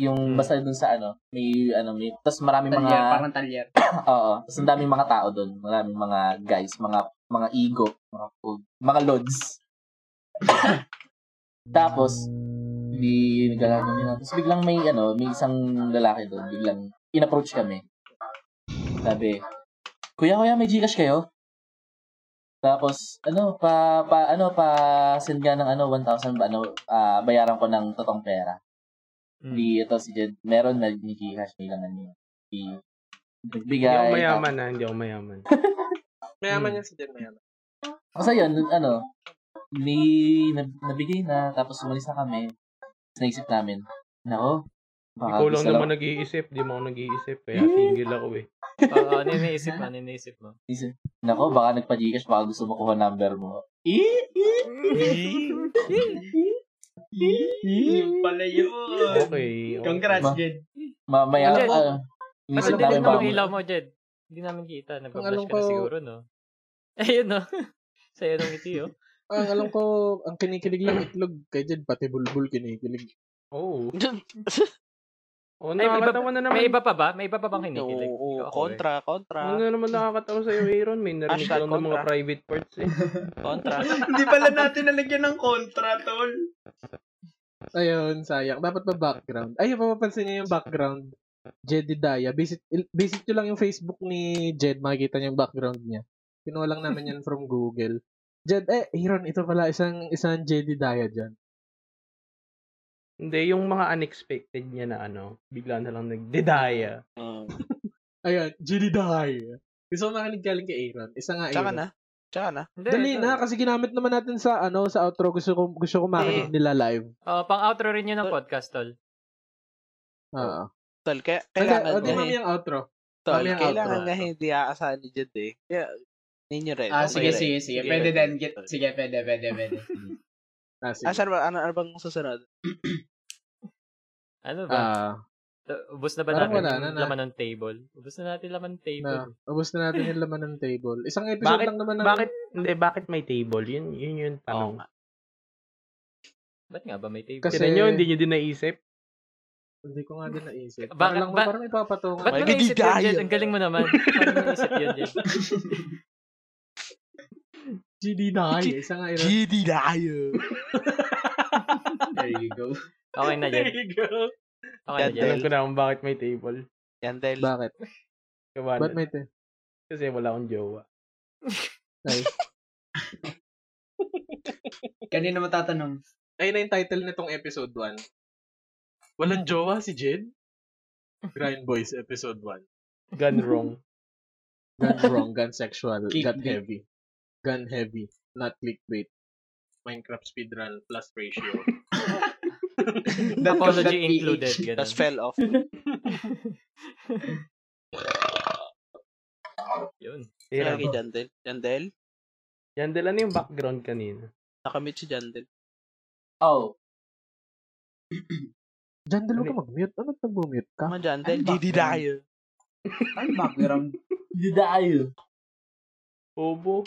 C: Yung,
D: Hmm.
C: basta dun sa, ano, may, ano, may, tapos maraming mga,
E: Talyer, parang talyer.
C: oo, tapos ang daming mga tao dun. Maraming mga guys, mga, mga ego, mga, food, mga lods. Tapos, di naglalaro kami na. Tapos biglang may ano, may isang lalaki doon, biglang in-approach kami. Sabi, Kuya, kuya, may Gcash kayo? Tapos, ano, pa, pa, ano, pa, send nga ng, ano, 1,000, ba, ano, ah, bayaran ko ng totoong pera.
B: Mm.
D: Hmm.
C: Di, ito si Jed, meron, may cash, may lang, ano, di,
D: Hindi ako
C: nagbigay.
D: mayaman na, hindi ako mayaman.
A: Mayaman yan si Jen, mayaman.
C: Basta yun, nun- ano, ni, nab- nabigay na, tapos umalis na kami. Tapos naisip namin, nako, baka
D: Ikaw lang
C: gusto
D: naman nag-iisip, di mo ako nag-iisip, kaya single ako eh.
B: Oo, ano yung naisip mo? Ano yung naisip mo?
C: Isip, nako, baka nagpa-gcash, baka gusto makuha number mo.
E: Yun pala yun.
D: Okay. okay.
E: Congrats,
C: Ma-
E: Jed.
C: Mamaya,
B: Jed.
C: ano,
B: Kasi
C: inisip
B: hindi
C: namin,
B: naman
C: baka,
B: ang ilaw mo, Jed. Hindi namin kita. Nagbablash
A: alam
B: ka na
A: ko-
B: siguro, no? Ayun, no? Sa'yo nung ngiti, oh.
A: Ang alam ko, ang kinikilig lang itlog kay Jed, pati bulbul kinikilig.
D: Oh. Oh,
B: Ay, may iba-
D: nakakatawa na naman.
B: May iba pa ba? May iba pa bang kinikilig?
F: Oo,
B: Ikaw ako, eh.
F: kontra,
D: Ano
F: kontra,
D: na naman nakakatawa sa'yo, Aaron? May narinig ka
F: Hashtag
D: lang ng mga
F: kontra.
D: private parts eh.
F: kontra.
E: Hindi pala natin nalagyan ng kontra, tol.
A: Ayun, sayang. Dapat ba background? Ayun, mapapansin niyo yung background. Jedidaya. Visit, il- visit nyo lang yung Facebook ni Jed. Makikita niyo yung background niya. Kinuha lang namin yan from Google. Jed, eh, Hiron, ito pala isang isang Jedidaya dyan.
D: Hindi, yung mga unexpected niya na ano, bigla na lang ah. nagdedaya.
F: eh. Oo.
A: Ayun, Jedidaya. Gusto ko makinig galing kay Aaron. Isa nga
F: Tsaka
A: Aaron.
F: na. Tsaka na.
B: Hindi,
A: Dali
B: ito.
A: na, kasi ginamit naman natin sa ano sa outro. Gusto ko, gusto ko makinig nila live.
B: Oh, pang outro rin yun ng podcast, tol.
A: Oo.
F: Tol, kaya,
A: Kaya,
F: kailangan
A: o, di
F: nga,
A: mami ang outro.
F: tol,
A: mamaya
F: kailangan
A: outro.
F: nga hindi aasahan ni Jed eh. Kaya, ninyo rin.
E: Ah,
F: Okay
E: sige,
F: rin.
E: sige, sige.
F: Sige,
E: Pwede
F: pwede.
E: din. Get- Sige, pwede, pwede, pwede.
A: Ah, sige.
F: Asan ba, ano, ano bang susunod?
B: Ano ba? Uh,
A: Ah,
B: Ubus na ba
A: parang
B: natin
A: wala na
B: yung
A: na.
B: laman ng table? Ubus na natin laman ng table.
A: na, ah, ubos na natin yung laman ng table. Isang episode
D: Bakit-
A: lang naman ng...
D: Bakit, hindi, bakit may table? Yun, yun yun
F: Oo
D: tanong.
F: nga.
B: Ba't nga ba may table?
A: Kasi-
D: Kasi nyo, hindi nyo din naisip.
A: Hindi ko nga din naisip.
B: Bakit-
A: Parang lang,
B: ba-
A: parang may papatungan.
B: Ba't
F: May
B: mo naisip yun,
F: gididaya.
B: Jed? Ang galing mo naman. Ba't mo naisip yun, Jed?
A: GD na eh. ay. Isa nga iron.
F: Gidi tayo.
E: There you go.
B: Okay na, Jed. Okay na, Jed.
D: Alam ko na kung bakit may table.
F: Yan, Del.
A: Bakit? Ba't
D: Kawalan.
A: may te?
D: Kasi wala akong jowa.
A: Ay.
E: Kanina matatanong.
A: Ayun na yung title nitong episode 1. Walang jowa si Jed? Grind Boys episode 1.
D: Gun wrong.
A: Gun wrong, gun sexual,
E: Clickbait.
A: gun heavy. Gun heavy, not clickbait. Minecraft speedrun plus ratio.
E: That comes that
B: Apology included.
E: PH.
B: Ganun.
F: Tapos fell off.
B: Yun.
F: Kaya kay
D: Hirap.
F: Jandel. Jandel?
D: Yan, dala na yung background kanina.
F: Nakamute si Jandel.
C: oh,
A: Diyan, dalawa ka mag-mute. Ano nag-mute ka?
F: Mga Jandel,
E: Ano ba?
F: gidi tayo.
E: Ang background.
C: didayo.
D: Obo.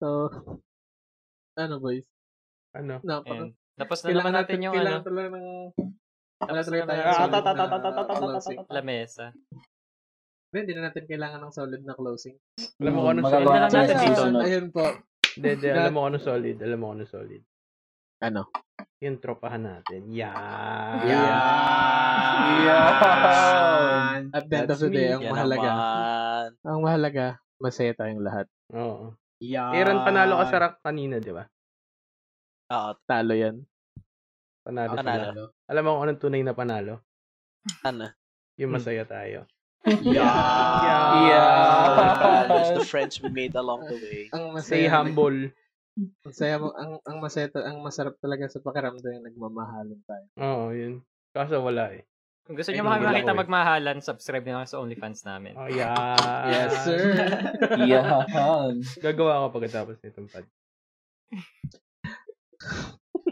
A: So, ano boys?
D: Ano?
A: Napaka-
B: Ayan. Tapos na
A: Kailangan
B: naman natin yung
A: kailangan
B: ano,
A: talaga ng wala
B: Tapos
A: talaga
B: na
A: tayo
B: tayo.
A: ng
D: Ah,
A: solid
D: ta, ta, ta, ta, ta, ta,
A: na
B: ano.
D: ta, ta,
A: closing.
D: ta, ta.
B: lamesa.
A: Hindi, hindi na natin kailangan ng solid na closing.
D: Alam mo kung ano
C: Magagawa
B: na
D: solid.
B: lang natin
C: sa
B: dito.
C: susunod.
A: Ayun po.
D: Hindi, hindi, alam mo kung ano solid. Alam mo kung ano solid.
A: Ano?
D: Yung tropahan natin.
E: Ah.
D: Yan.
E: Yan.
C: Yan.
A: At the end of
D: That's
A: the day,
D: me.
A: ang
F: Yan
A: mahalaga,
F: naman.
A: ang mahalaga, masaya tayong lahat.
D: Oo.
E: Yan.
D: Aaron, panalo ka sa rank kanina, di ba?
F: Oo,
A: Talo yan.
E: Ah,
D: Panalo
F: Panalo.
D: sila. Alam mo kung anong tunay na panalo?
F: ano?
D: Yung
A: Hmm.
D: masaya tayo.
E: Yan.
F: Our
C: Yeah.
F: values, the friends we made along the way.
A: Ang
D: Stay
A: masaya,
D: humble.
A: ang saya mo, ang ang masaya, ta- ang masarap talaga sa pakiramdam yung nagmamahalan tayo.
D: Oo, yun. Kaso wala eh.
B: Kung gusto niyo
A: Ayun, wala
B: makakita
A: ko eh.
B: magmahalan, subscribe na lang sa OnlyFans namin.
D: Oh, yeah.
A: Yes, sir.
C: Yan.
D: Gagawa ko pagkatapos nitong pod.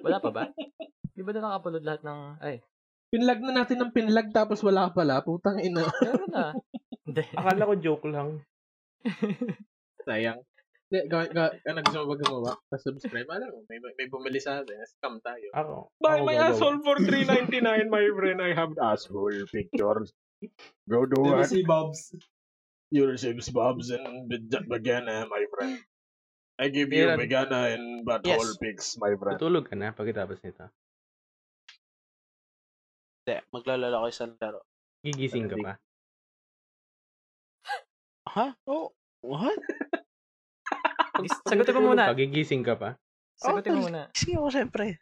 B: Wala pa ba? Di ba na upload lahat ng... Ay,
A: pinlag na natin ng pinlag tapos wala ka pala. Putang ina.
B: meron na. Hindi.
D: Akala ko joke lang.
A: Sayang. Hindi, gawa, gawa, ano gusto mo ba gumawa? Pa-subscribe, alam mo, may, may bumili sa atin. Scam tayo.
D: Ako.
A: Buy
D: ako
A: my
D: gagawa.
A: asshole for 3.99, my friend. I have asshole pictures. Go do
E: Diba
A: it.
E: si Bobs?
A: You'll save bobs and veg- vagina, my friend. I give you
D: Ilan?
A: vagina and butthole
F: Yes.
A: pics, my friend.
D: Tutulog ka na pagkatapos nito.
F: Hindi, maglalala ko isang laro.
D: Gigising ka pa.
F: Ha? Oo. What?
B: Sagutin mo muna.
D: Pagigising ka pa.
B: Sagutin
F: Oh,
B: mo muna.
F: Sige ako, syempre.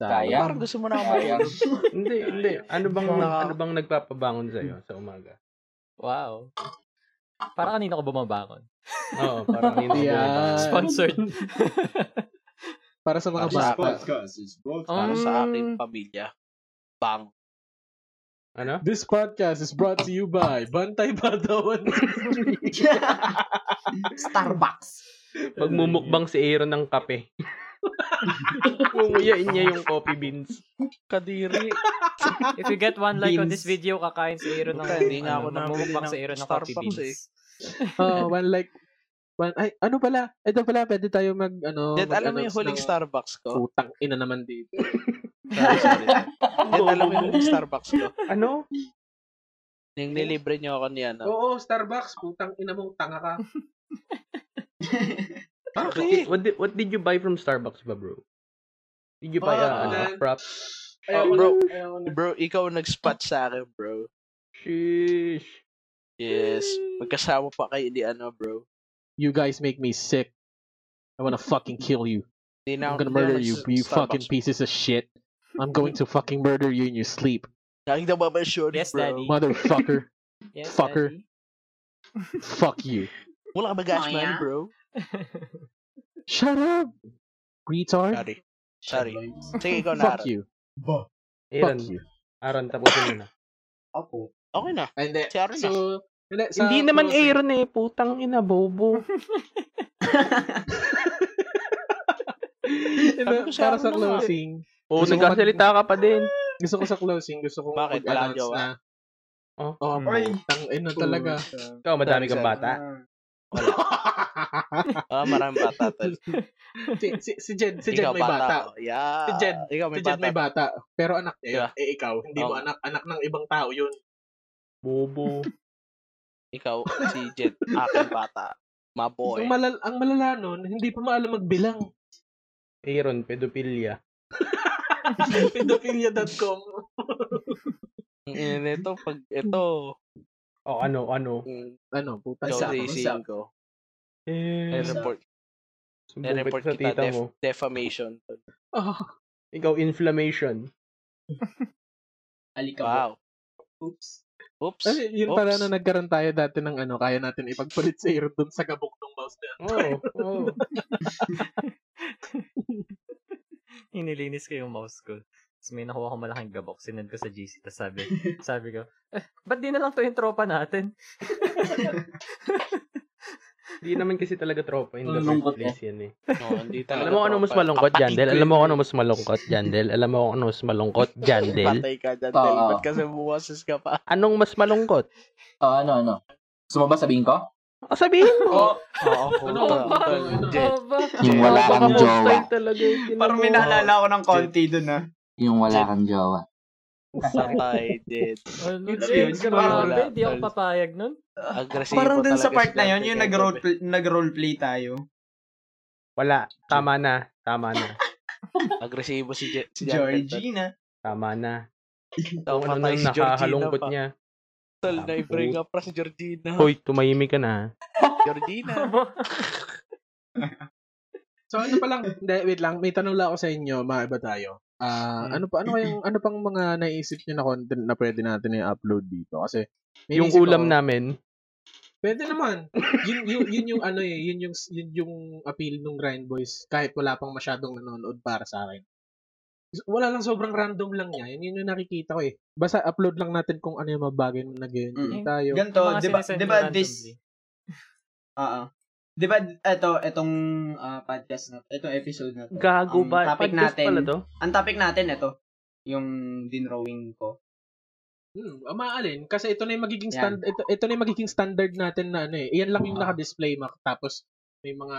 C: Kaya.
F: Parang gusto mo na ako
C: Kaya.
F: matulog.
D: hindi, hindi. Ano bang
F: Naka-
D: ano bang nagpapabangon sa iyo sa umaga?
B: Wow. Para kanina ko bumabangon.
F: Eh.
D: Oo, parang hindi.
A: Yeah.
B: Sponsored.
A: Para sa mga
F: Para sa
A: bata. Mm.
E: podcast is both.
B: Um,
F: Para sa aking pamilya. Bang.
D: Ano?
A: This podcast is brought to you by Bantay Padawan.
E: Starbucks.
D: Pagmumukbang si Aaron ng kape. Punguyain niya yung coffee beans.
F: Kadiri.
B: If you get one like on this
E: Beans.
B: video, kakain si Aaron ng
F: Puta, hindi nga ako nabili
B: mamumukbang
F: ng
B: si Aaron ng coffee
F: Starbucks
B: beans.
F: eh.
A: oh, one like one ay ano pala? Ito pala pwede tayo mag ano.
F: Dad, alam mo yung
A: mag-announce
F: huling
A: ng-
F: Starbucks ko?
A: Putang ina naman dito.
F: Sorry, sorry. Dad, alam mo yung huling Starbucks ko?
D: Ano?
F: Yung nilibre niyo ako ni ano.
A: Oo, Starbucks, putang ina mong tanga ka.
F: Bakit?
D: What did, what did you buy from Starbucks ba, bro? Did you buy
A: Ah,
D: ah,
A: ano yan?
D: props?
A: Ayaw
F: Oh,
A: ko
F: bro.
A: na- ayaw ko na.
F: Bro, ikaw ang nag-spot sa akin, bro.
D: Sheesh.
F: Yes.
A: Hmm.
F: Magkasama pa kayo ni ano, bro.
A: You guys make me sick. I wanna fucking kill you.
F: Hindi
A: I'm
F: na
A: gonna
F: ako- hindi ako
A: murder you,
F: nags-
A: you
F: Starbucks.
A: fucking pieces of shit. I'm going to fucking murder you in your sleep,
F: Nakita ba ba yun,
B: Yes,
F: bro?
B: Daddy.
A: motherfucker.
B: Yes,
A: Fucker.
B: Daddy.
A: Fuck you.
F: Wala ka mag-ash
E: Oh,
F: money,
E: yeah?
F: bro.
A: Shut up, retard.
F: Sorry. Sorry. Sige, ikaw na.
A: Fuck you.
E: Ba?
A: Fuck
D: Aaron,
A: you.
D: Aaron, tapusin mo na.
E: Ako.
F: Okay na.
A: Hindi.
F: Si Aaron na.
A: So, hindi, sa
D: Hindi naman
A: closing-
D: Aaron eh, putang ina, bobo.
A: Hindi,
F: ko si
A: para
F: Aaron
A: sa
F: na nga.
A: closing,
D: Oo,
A: Gusto ko
D: nagkasalita ka pa din.
A: gusto ko sa closing, gusto kong
F: Bakit? Wala
A: mag-announce
F: kang jowa? Hmm.
A: na.
D: Oh.
A: Oh,
E: Oy.
A: putang ina talaga.
D: Ikaw, madami kang bata.
F: Ah, maraming bata tol.
A: si, si, si Jed, si Jed
F: Ikaw,
A: may bata.
F: Yeah.
A: Si Jed,
F: Ikaw
A: Si
F: may
A: Jed
F: bata. Oh.
A: may bata, pero anak niya yun.
F: Yeah.
A: Eh, ikaw, hindi mo
F: Oo.
A: anak. Anak ng ibang tao yun.
D: Bobo.
F: Ikaw, si Jed, aking bata. My boy.
A: Ang, malal ang malala nun, hindi pa maalam magbilang.
D: Aaron, pedophilia.
A: Pedophilia.com
F: Ang ina nito, pag ito,
D: O ano, ano.
F: mm,
A: Ano, puta isa.
F: ikaw
E: Usap,
F: sisihin ko.
D: Eh,
E: Usap.
F: I-report,
D: sumbong
F: i-report eh,
D: kita sa
F: kita
D: tita
F: def-
D: mo.
F: defamation. tol.
A: Oh,
D: Ikaw, inflammation.
E: Alikabok.
F: Wow.
E: Oops.
F: Oops.
A: ay, yun
F: Oops.
A: pala na nagkaroon tayo dati ng ano, kaya natin ipagpalit sa Aaron dun sa gabok ng mouse na.
D: Oo, oh, oo.
F: eh.
D: Oh.
B: Inilinis ko yung mouse ko. Tapos may nakuha ko malaking gabok. Sinend ko sa GC. Tapos sabi, sabi ko, eh, ba't di na lang to yung tropa natin?
D: Hindi naman kasi talaga tropa in the
C: Ang
D: first
C: lungkot
D: place yan eh.
F: No, hindi talaga
D: Alam mo kung ano mas
F: proper.
D: malungkot,
F: Kapatid
D: Jandel?
F: ko
D: Alam mo
F: yun, eh.
D: kung ano mas malungkot, Jandel? Alam mo kung ano mas malungkot, Jandel?
F: Patay ka, Jandel.
C: Oo.
F: Ba't kasi buwasis ka pa?
D: Anong mas malungkot?
C: Oh, ano, ano? Gusto mo ba sabihin ko?
D: O sabihin mo!
F: Oo.
A: Ano,
F: puta.
A: ano,
F: Tol,
A: ano?
F: Jed,
B: Oo ba?
C: Yung wala kang jowa.
D: talaga.
E: Parang may naalala ko ng konti dun ah.
C: Yung wala kang jowa.
F: Patay, Jed.
B: Ano,
E: It's
B: Jed?
E: yun,
B: Grabe,
F: parang-
B: di ako papayag nun.
F: Agresibo
E: Parang dun sa
F: talaga
E: part
F: si
E: na
F: Dante
E: yun, yung
F: kay
E: nag-role,
F: Pepe.
E: nag-roleplay tayo.
D: Wala. Tama na. Tama na.
F: Agresibo si, Je- si Jandel.
E: Georgina.
D: Tama na.
F: Tol,
D: Kung ano
F: patay
D: nang
F: si Georgina
D: nakahalungkot
F: pa.
D: niya.
F: Tol, na-bring up pa si Georgina.
D: Hoy, tumahimik ka na.
F: Georgina.
A: So ano pa lang, hindi, wait lang, may tanong lang ako sa inyo, maiba tayo. Ah, ano pa ano kayang ano pang mga naisip niyo na content na pwede natin i-upload dito kasi may
D: Yung
A: naisip
D: ulam
A: ako-
D: namin.
A: Pwede naman. yun, yun, yun yung ano eh, yun yung, yun yung appeal ng Grind Boys kahit wala pang masyadong nanonood para sa akin. Wala lang, sobrang random lang niya. Yun, yun yung nakikita ko eh. Basta upload lang natin kung ano yung mga bagay na nag
E: Mm.
A: tayo.
E: Ganito,
B: Yung mga
E: di ba,
B: sinesend ko
E: di ba
B: randomly.
E: this, ah, ah. di ba, eto, etong ah, podcast na, etong episode na to.
D: Gago
E: Ang
D: ba?
E: topic
D: Podcast
E: natin.
D: pala to?
E: Ang topic natin, eto, yung dinrawing ko.
A: Hmm, umaalin. Kasi ito na yung magiging stand, ito, ito na yung magiging standard natin na ano eh. Iyan lang yung
E: Ah.
A: naka-display mac. Tapos may mga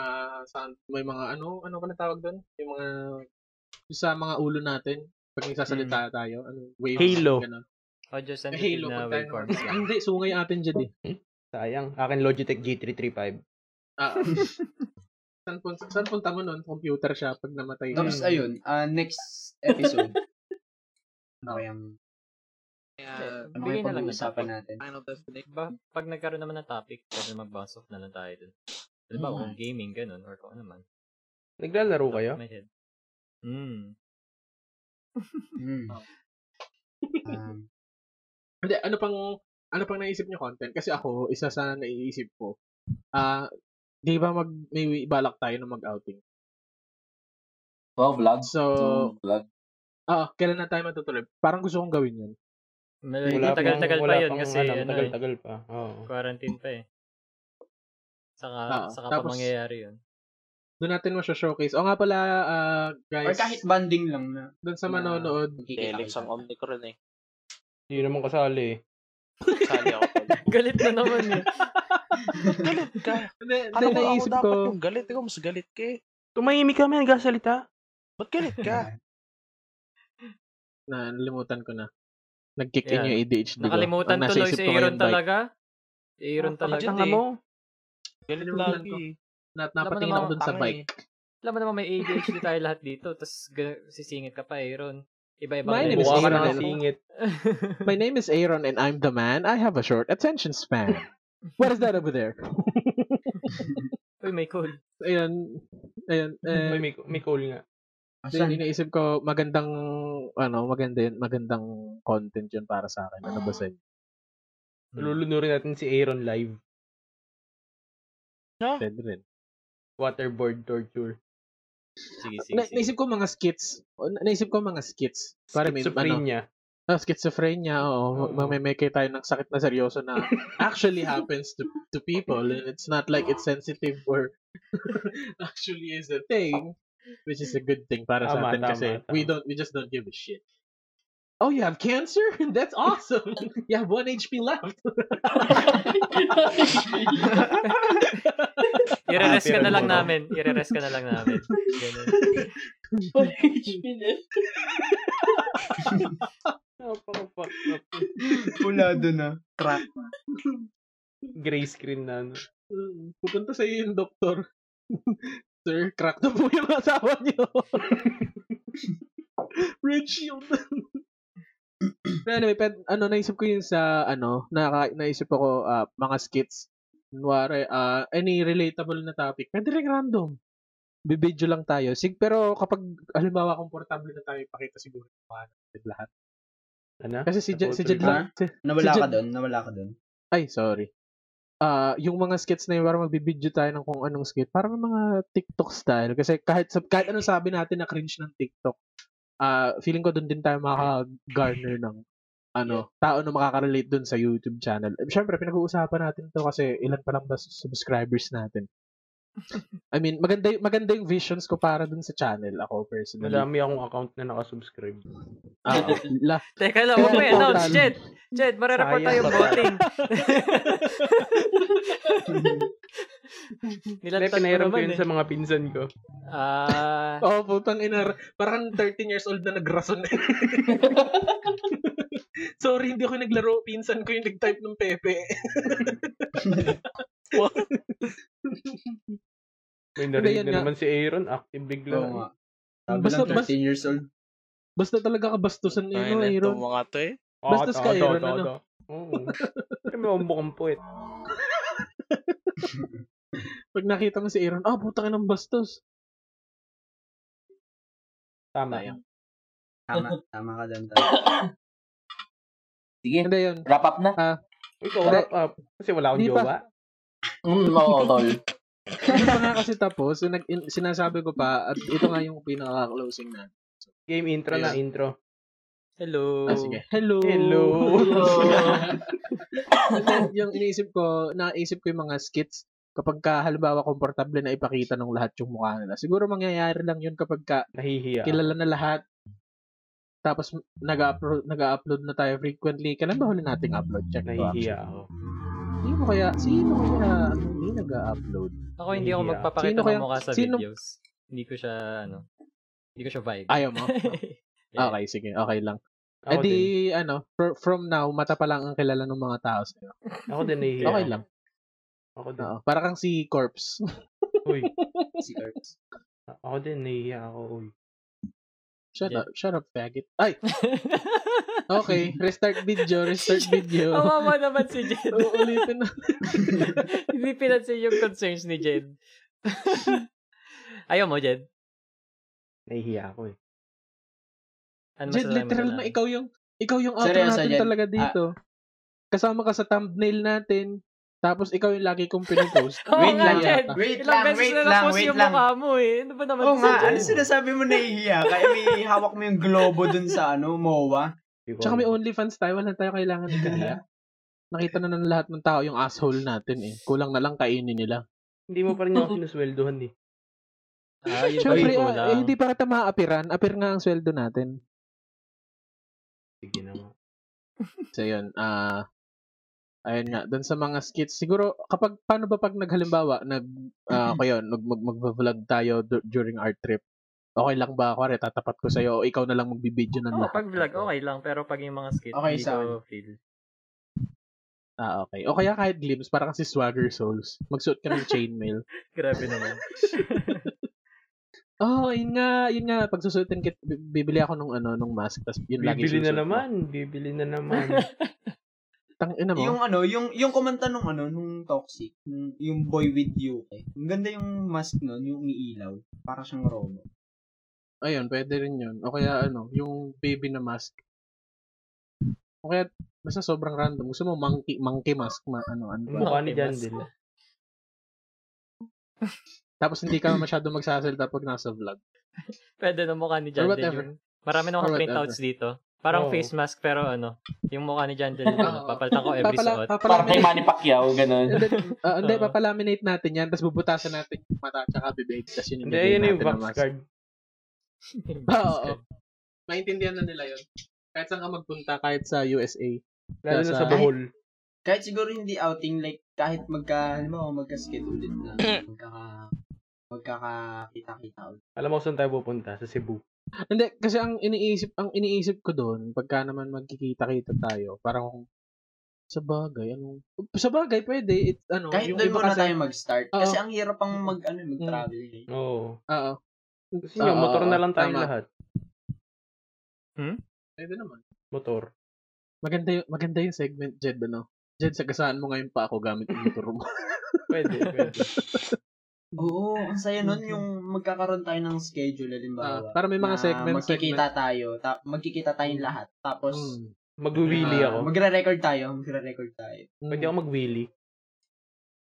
A: sound, may mga ano, ano pa na tawag doon? Yung mga yung sa mga ulo natin pag nagsasalita tayo, ano, waves,
D: Halo.
A: ganun.
B: Audio sensitive
A: Halo,
B: Ano na
A: kung tayo naman.
B: waveforms lang.
A: Hindi, sungay atin dyan eh.
D: Sayang. Akin Logitech G335.
A: Ah, saan, punta, saan punta mo nun? Computer siya pag
D: Mm.
A: namatay. ka.
E: Tapos, ayun, ah, next episode. ano kayang
F: Kaya,
E: Ano
B: Bigay
E: yung
B: na lang ng
E: pag-uusapan
B: topic.
E: natin?
F: uh, Final
B: Ba,
F: Destination.
B: Diba, pag nagkaroon naman ng topic, pwede mag-bounce off na lang tayo dun. Diba,
E: Mm.
B: kung gaming, ganun, or kung ano man.
D: Naglalaro kayo?
B: My head. Mm.
E: Hmm.
D: Oh.
E: Um,
A: Hindi, ano pang, ano pang naisip niyo content? Kasi ako, isa sa naiisip ko, ah, di ba mag, may balak tayo na mag-outing?
C: Wow, vlog.
A: So,
B: Hmm.
C: Mm, vlog.
A: ah, kailan na tayo matutuloy? Parang gusto kong gawin yun.
B: Mal-
A: Wala pang-
B: tagal-tagal pa
D: wala
B: yun
D: pang,
B: kasi
D: ano,
B: ano, eh,
D: tagal-tagal pa. Oo.
B: quarantine pa eh. Saka,
A: Ah,
B: saka
A: tapos-
B: pa mangyayari yun.
A: Doon natin masya-showcase. O nga pala, ah,
E: or
A: guys,
E: kahit banding lang na.
A: doon sa
E: na
A: manonood,
E: magkikita
F: Telex ang
E: kayo.
F: Omnicron eh.
D: Hindi naman kasali eh.
F: Sali ako.
B: Galit na naman eh. yun.
F: galit ka.
A: hindi, hindi,
F: Ano ba ako
A: naisip
F: dapat
A: ko,
F: yung galit? Ikaw mas galit ka eh.
D: Tumahimik kami, nagkasalita.
F: Ba't galit ka?
A: na, nalimutan ko na. Nag-kick in
B: Yan.
A: yung ADHD ko.
B: Nakalimutan
A: Ang nasa
B: tuloy
A: isip ko
B: si
A: ngayon,
B: Aaron
A: bike.
B: talaga. Si Aaron
F: Ah,
B: talaga.
F: Yun
D: Tanga
F: eh.
D: mo.
F: Galit
A: Nalimutan
F: lagi
A: ko.
F: eh.
A: Nat,
B: Alam mo
A: napatingin
B: naman,
A: ako doon sa
F: tanga
A: bike.
B: Alam mo naman may ADHD tayo lahat dito, tapos sisingit ka pa Aaron. Iba-iba
A: My name is
D: Mukha ka
A: Aaron.
D: nakasingit.
A: My name is Aaron and I'm the man. I have a short attention span. What is that over there?
B: Uy, may cold.
A: Ayun, ayun. eh,
D: Uy, may, may call nga.
A: Then
E: Asan?
A: iniisip ko magandang ano, maganda yun, magandang content yun para sa akin. Ano ba sa inyo?
B: Hmm.
D: Lulunurin natin si Aaron live.
A: Pwede rin.
D: Waterboard torture.
B: Sige, sige,
A: Na,
B: sige.
A: naisip ko mga skits. O, na- naisip ko mga skits. Para may ano,
D: Schizophrenia.
A: ah, schizophrenia o
D: Oo.
A: mamemeke tayo ng sakit na seryoso na actually happens to to people and it's not like it's sensitive or actually is a thing which is a good thing para sa
D: Tama,
A: atin
D: tama,
A: kasi
D: tama.
A: we don't we just don't give a shit. Oh, you have cancer? That's awesome. you have 1 HP left.
B: I-rest ka na
D: Happy
B: lang
D: Aaron.
B: namin. I-rest ka na lang namin. Ganun.
D: Napaka-fuck up.
E: Pulado na. Crap.
D: Gray screen na ano.
A: Mm, Pupunta sa iyo yung doktor. Sir, crack na po yung asawa niyo. Red shield. anyway, pet, ano, naisip ko yun sa, ano, naka, naisip ako, ah, mga skits. Kunwari, ah, any relatable na topic. Pwede rin random. Bibidyo lang tayo. Sig, pero kapag, halimbawa, komportable na tayo, pakita siguro yung mga natin lahat.
D: Ano?
A: Kasi si, Jed, si Jed
E: Ah?
A: lang, si- Si
E: Nawala ka
A: Jed-
E: doon, nawala ka doon.
A: ay, sorry. Ah, yung mga skits na yun, parang magbibideo tayo ng kung anong skit. Parang mga TikTok style. Kasi kahit, sa- kahit anong sabi natin na cringe ng TikTok, ah feeling ko doon din tayo makaka-garner ng ano, tao na makaka-relate doon sa YouTube channel. Eh, Siyempre, pinag-uusapan natin to kasi ilan pa lang ba s- subscribers natin. I mean, maganda, y- maganda yung visions ko para doon sa channel ako personally.
D: Madami akong account na nakasubscribe.
A: Ah, la-
B: Teka lang, huwag mo
A: Kaya
B: i-announce,
A: total.
B: Jed. Jed, marereport
D: Sayang
B: tayo
D: ba?
B: voting.
D: Hindi,
B: Nilantan mo
D: pinahiram ko
B: naman
D: yun
B: eh.
D: sa mga pinsan ko.
B: Ah,
A: Oo, oh, putang ina. Parang 13 years old na nagrason. Sorry, hindi ako naglaro. Pinsan ko yung nag-type ng Pepe.
D: Ano May
A: Hindi,
D: narinig
A: yun
D: na
A: nga.
D: naman si Aaron. Active bigla.
E: Oo nga. Sabi
A: Basta-
E: lang 13 years old.
A: Basta talaga kabastusan ni
F: Ayun
A: Aaron.
F: lang
A: Aaron.
F: itong mga to eh.
D: Oo,
A: Bastos
D: tao,
A: ka,
D: tao,
A: Aaron,
D: tao,
A: ano?
D: tao. Oo. Pero may umbukang puwet.
A: Pag nakita mo si Aaron, ah, putang ina ng bastos.
D: Tama.
A: Sayang.
E: Tama, tama ka doon.
C: Sige,
A: Hindi yun.
C: wrap up na.
D: Ikaw,
A: Hindi.
D: wrap up. Kasi wala akong
A: Hindi pa.
D: jowa.
C: Mm, oo, tol.
A: Hindi Ano pa nga kasi tapos. Yung nag- in- sinasabi ko pa, at ito nga yung pinaka-closing na.
D: Game intro na,
A: Ayun.
D: intro.
B: hello.
A: Ah, sige. Hello.
D: Hello.
A: And then, yung iniisip ko, naisip ko yung mga skits kapag ka, halimbawa komportable na ipakita ng lahat yung mukha nila. Siguro mangyayari lang yun kapag ka
D: Nahihiya.
A: kilala na lahat. Tapos nag-upload, nag-upload na tayo frequently. Kailan ba huli nating upload? Check ko.
D: Nahihiya ako.
A: Sino kaya? Sino kaya ang hindi nag-upload?
B: Ako hindi ako
A: Sino
D: Nahihiya.
B: magpapakita
A: kaya-
B: ng mukha sa
A: sino-
B: videos. Hindi ko siya, ano, hindi ko siya vibe.
A: Ayaw mo?
B: Yeah.
A: Okay, sige. Okay lang. Eh
D: Ako
A: di,
D: din.
A: ano, fr- from now, mata pa lang ang kilala ng mga tao sa'yo.
D: Ako din nahihiya.
A: Okay
D: ako.
A: lang.
D: Ako din.
A: Oo. Para kang si Corpse.
D: Uy.
A: Ah.
E: Si Kirk.
D: Ako din nahihiya ako. Uy.
A: Shut up, shut up, faggot. Ay, okay. Restart video, restart video.
B: Kawawa naman si Jed.
A: Oo, Ulitin na.
B: Hindi pinansin yung concerns ni Jed. Ayaw mo, Jed?
D: Nahihiya ako eh.
B: Ano
A: Jed,
B: masasabi mo
A: literal
B: doon?
A: na ikaw yung, ikaw yung outro
E: Seryoso,
A: natin
E: Jed.
A: talaga
B: Ah.
A: dito. Kasama ka sa thumbnail natin. Tapos ikaw yung lagi kong pinupost.
B: Oo
E: Wait
A: ah.
B: nga,
E: lang,
B: Jed.
E: wait
B: Ilang
E: lang,
B: beses
E: wait
B: na
E: lang,
B: na-post
E: wait
B: yung
E: lang.
B: mukha mo eh. Ano ba naman
E: Oo
B: si
E: nga,
B: Jed?
E: ano sinasabi mo nahihiya ka? Eh, may hawak mo yung globo dun sa ano, MOA.
D: Hindi ko
A: Tsaka may
D: alam.
A: OnlyFans tayo. Wala tayo kailangan ikaya. Nakita na ng lahat ng tao yung asshole natin eh. Kulang na lang kainin nila.
D: Hindi mo pa rin ako sinusweldohan eh.
B: Ah, yun ba
A: Siyempre,
B: yung
A: ah,
B: kulang?
A: eh, hindi para tama maapiran. Apir nga ang sweldo natin.
D: Sige na nga.
A: So, yun. ah ayun nga. Doon sa mga skits, siguro, kapag, paano ba pag naghalimbawa, nag, ah ako yun, mag, mag, mag-vlog tayo du- during our trip, okay lang ba? Kuwari, tatapat ko sa'yo o ikaw na lang magbibideo ng
B: Oo,
A: lahat.
B: pag vlog, Oh, okay lang. Pero pag yung mga skit,
E: Okay
B: hindi
E: sa
B: ko feel.
A: Ah, okay. O kaya kahit glimpse, para kasi swagger souls. Magsuot ka ng chainmail.
B: Grabe naman.
A: Oh, yun nga, yun nga. Pag susuotin kit, bi- bibili ako nung ano, nung mask. Tapos yun lagi
D: Bibili
A: susuot
D: na
A: ko.
D: naman. Bibili na naman.
A: Tang ina mo.
E: Yung ano, yung yung kumanta nung ano, nung Toxic, yung, yung Boy With You. Eh. Ang ganda yung mask nun, yung umiilaw. Para siyang robot.
A: Ayun, pwede rin yun. O kaya ano, yung baby na mask. O kaya, basta sobrang random. Gusto mo monkey, monkey mask, ma, ano, ano ba?
D: Mukha ni Jan
B: Mas-
D: din.
A: Tapos hindi ka masyado magsasalita pag nasa vlog.
B: Pwede na mukha ni
A: Or
B: John
A: whatever.
B: Del. Marami na
A: Or
B: akong
A: whatever.
B: printouts dito. Parang
D: Oo.
B: face mask pero ano, yung mukha ni John Del. ano, papalitan ko every
A: Papala,
B: suot.
C: Parang kay
A: papalaminate.
C: Manny Pacquiao, ganun.
A: Hindi, ah, hindi,
B: Oo.
A: papalaminate natin yan. Tapos bubutasan natin yung mata tsaka bibig. Tapos yun
D: Hindi,
A: ilagay
D: yun yung
A: natin na
D: Vox
A: mask.
D: card.
A: Oo, oo. Maintindihan na nila yun. Kahit saan ka magpunta, kahit sa USA.
D: Lalo na
A: Nasa-
D: sa Bohol.
E: Kahit siguro hindi outing, like, kahit magka, ano mo, magka-skit ulit na,
B: Mm.
E: magkaka, magkakakita-kita ulit.
D: Alam mo kung saan tayo pupunta? Sa Cebu.
A: Hindi, kasi ang iniisip, ang iniisip ko doon, pagka naman magkikita-kita tayo, parang sa bagay, ano, sa bagay pwede, it, ano,
E: Kahit doon muna tayo mag-start.
A: Oo. Mm.
E: Kasi ang hirap pang mag, ano, mag-travel. eh.
D: Oo.
A: Oo.
D: Kasi yung
A: Ah, Oo,
D: motor na lang tayo
A: tama.
D: lahat.
A: Pwede naman.
D: Motor.
A: Maganda yung, maganda yung segment, Jed, ano. Jed, sagasaan mo ngayon pa ako gamit yung motor mo.
D: Pwede, pwede.
A: Mm.
E: Oo, ang saya nun yung magkakaroon tayo ng schedule,
A: Ah,
E: halimbawa.
A: para may mga
E: na
A: segment, Hmm.
E: magkikita tayo, ta- magkikita tayong lahat. Tapos,
A: segment.
D: Magwiwili
E: ah,
D: ako.
E: Magre-record tayo, magre-record tayo.
A: Mm.
D: Pwede ako magwili.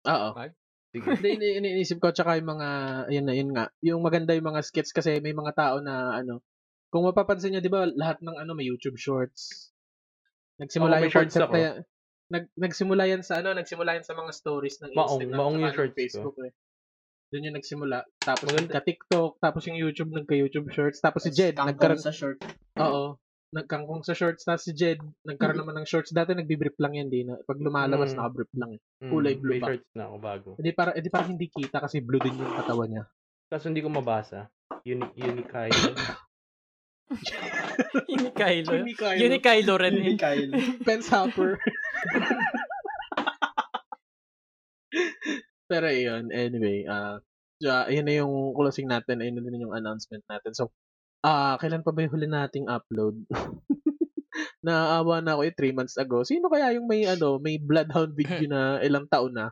A: Oo.
D: Sige.
A: Hindi, ini- iniisip ko, tsaka yung mga, yun na, yun nga, yung maganda yung mga skits kasi may mga tao na, ano, kung mapapansin nyo, di ba, lahat ng, ano, may YouTube shorts. Nagsimula
D: Ako, may
A: yung
D: shorts
A: concept
D: ako.
A: na yan. Nag, nagsimula yan sa, ano, nagsimula yan sa mga stories ng
D: Maong-
A: Instagram.
D: maong
A: tsaka
D: yung
A: ng
D: shorts ko.
A: Facebook, eh. Doon yung nagsimula. Tapos
D: Maganda.
A: nagka-TikTok, tapos yung YouTube, nagka-YouTube shorts. Tapos si Jed,
E: Kangkong
A: nagkaroon,
E: sa short.
A: oo, nagkangkong sa shorts. Tapos si Jed, nagkaroon naman ng shorts. Dati nagbibrip lang yan, di na. Pag lumalabas,
D: Mm.
A: nakabrip lang. Eh.
D: Mm,
A: Kulay blue
D: may
A: ba?
D: shorts na ako bago.
A: Hindi para, hindi para hindi kita kasi blue din yung katawan niya.
D: Kaso hindi ko mabasa. Uni- Unikay.
B: Yun ni Kylo.
A: Yun ni Kylo.
B: Yun ni Kylo rin.
E: Yun
B: eh.
E: ni Kyle.
A: Pence Hopper. Pero yun, anyway, ah uh, yun na yung closing natin, ayun na din yung announcement natin. So, ah kailan pa ba yung huli nating upload? Naawa na ako eh, 3 months ago. Sino kaya yung may, ano, may Bloodhound video na ilang taon na?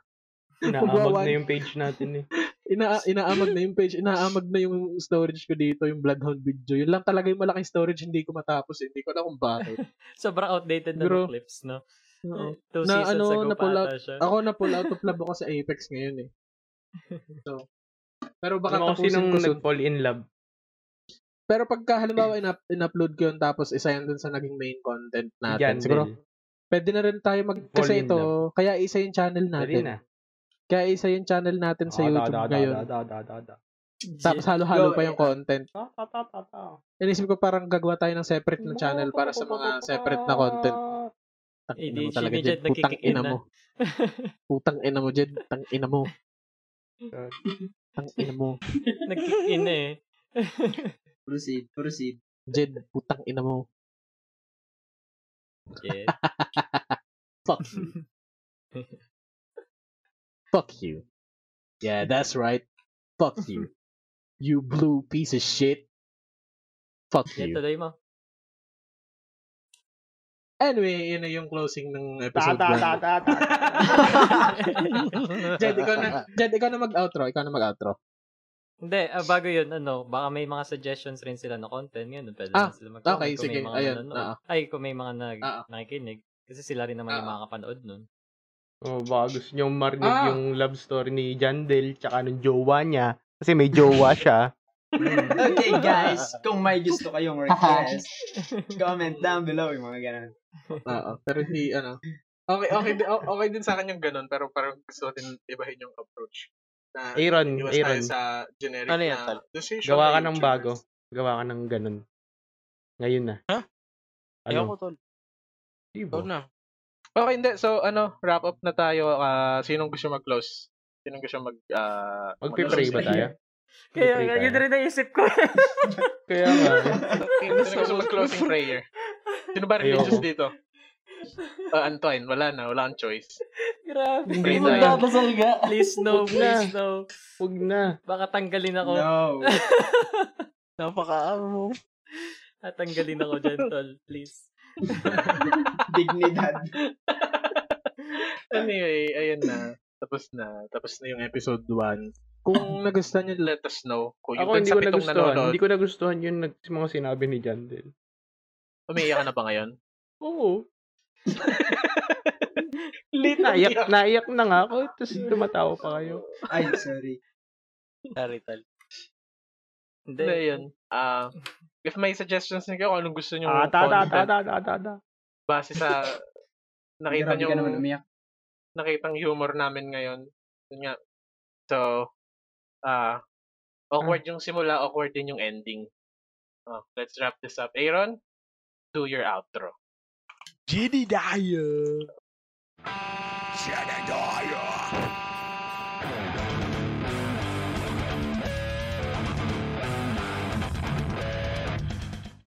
D: Inaamag na yung page natin eh.
A: Ina inaamag na yung page, inaamag na yung storage ko dito, yung Bloodhound video. Yun lang talaga yung malaking storage, hindi ko matapos, eh. hindi ko alam kung bakit.
B: Sobrang outdated na
A: Bro.
B: ng clips, no?
A: Oo.
B: Two
A: Na
B: seasons
A: ano,
B: ago pa
A: na-pull
B: ata siya.
A: Ako na pull out of love ako sa Apex ngayon eh. So, pero baka
D: Alam mo kasi
A: tapusin
D: nung
A: ko soon.
D: nag-fall in love.
A: Pero pagka
D: Eh.
A: halimbawa in in-upload ko yun tapos isa yan dun sa naging main content
D: Si
A: natin.
D: Jan
A: Siguro
D: Del.
A: pwede na rin tayo mag
D: Fall
A: kasi
D: in
A: ito kaya isa yung channel
D: Pwede
A: natin.
D: na.
A: Kaya isa yung channel natin sa
D: Ah, da,
A: YouTube
D: da, da,
A: ngayon.
D: Da, da, da, da, da.
A: Tapos halo-halo
E: Yo,
A: pa yung
E: eh, ah.
A: content.
D: Ta, ta, ta, ta, ta.
A: Inisip ko parang gagawa tayo ng separate na channel para sa mga separate na content. Tang ina mo
B: ADHD
A: talaga,
B: ni
A: Jed.
B: Jed,
A: Putang
B: nakikinig
A: ina
B: na.
A: mo. Putang ina mo, Jed. Tang ina mo.
D: Ah.
A: Tang ina mo.
B: Nag-kick in na eh.
E: Proceed, proceed.
A: Jed, putang ina mo.
B: Jed.
A: Fuck you. Fuck you. Yeah, that's right. Fuck you. You blue piece of shit.
G: Fuck
B: Yan,
G: you.
B: tuloy mo.
A: Anyway, yun na yung closing ng
D: Ta
A: episode
D: ta ta
A: 1.
D: ta ta.
A: Jed, ikaw na, Jed, ikaw na mag-outro. Ikaw na mag-outro.
B: Hindi, ah, bago yun, ano, baka may mga suggestions rin sila na content, yun, pwede
A: Ah,
B: na sila mag
A: okay,
B: kung may
A: sige,
B: mga
A: ayun,
B: nanonood.
A: oo.
B: Ay, kung may mga nag-
A: Oo.
B: nakikinig, kasi sila rin naman yung
A: Oo.
B: makakapanood nun.
D: Oh, baka gusto niyong marinig
A: Ah.
D: yung love story ni Jandel tsaka ng jowa niya. Kasi may jowa siya.
E: Okay, guys. Kung may gusto kayong request, comment down below yung mga ganun.
A: Oo. Pero hindi, ano. Okay, okay, di- o- okay din sa akin yung ganun, pero parang gusto natin ibahin yung approach. Na,
D: Aaron,
A: iwas tayo
D: Aaron,
A: sa generic
F: Ano yan,
A: na
F: tal?
A: decision.
D: gawa ka
A: na
D: ng
A: YouTubers.
D: bago. Gawa ka ng ganun. Ngayon na.
F: Ha? Ayaw ko,
D: Ano?
F: tol.
D: Tibo.
F: Tol na.
A: Okay, hindi. So, ano, wrap up na tayo. Ah, sinong gusto mag-close? Sinong gusto mag... Uh,
D: Magpipray ba tayo?
B: Kaya,
D: Magpipray tayo?
B: yun rin naisip ko.
D: Kaya nga. eh.
A: Sino gusto mag-closing prayer? Sino ba religious
D: Ayoko.
A: dito? Ah, Antoine, wala na. Wala kang choice.
B: Grabe.
A: Pray
C: Hindi
A: tayo.
C: magdadasal ka.
B: Please no,
D: Huwag na.
B: please no.
D: Huwag na.
B: Baka tanggalin ako.
E: No.
F: Napaka, ano,
B: Tatanggalin Ah, ako dyan, tol. Please.
E: Dignidad.
A: Anyway, ayun na. Tapos na. Tapos na yung episode 1. Kung nagustuhan nyo, let us know. Kung
D: Ako
A: yung
D: hindi
A: sa
D: ko
A: pitong
D: nagustuhan.
A: nanonood,
D: Hindi ko nagustuhan yung nag- mga sinabi ni Jandel.
A: umiiyak ka na ba ngayon?
D: Oo. Late naiyak, naiyak na nga ako. Tapos tumatawa pa kayo.
E: Ay, sorry.
F: sorry, tol.
B: Hindi.
A: Hindi, yun. Ah, if may suggestions nyo kayo, kung anong gusto nyo
D: Ah, ta ta ta ta ta ta ta.
A: base sa nakita
E: Grabe
A: nyo,
E: ka naman umiyak.
A: nakitang humor namin ngayon. Yun nga. So, ah, awkward yung simula, awkward din yung ending. Oh, let's wrap this up. Aaron, do your outro.
F: Jenny Dyer!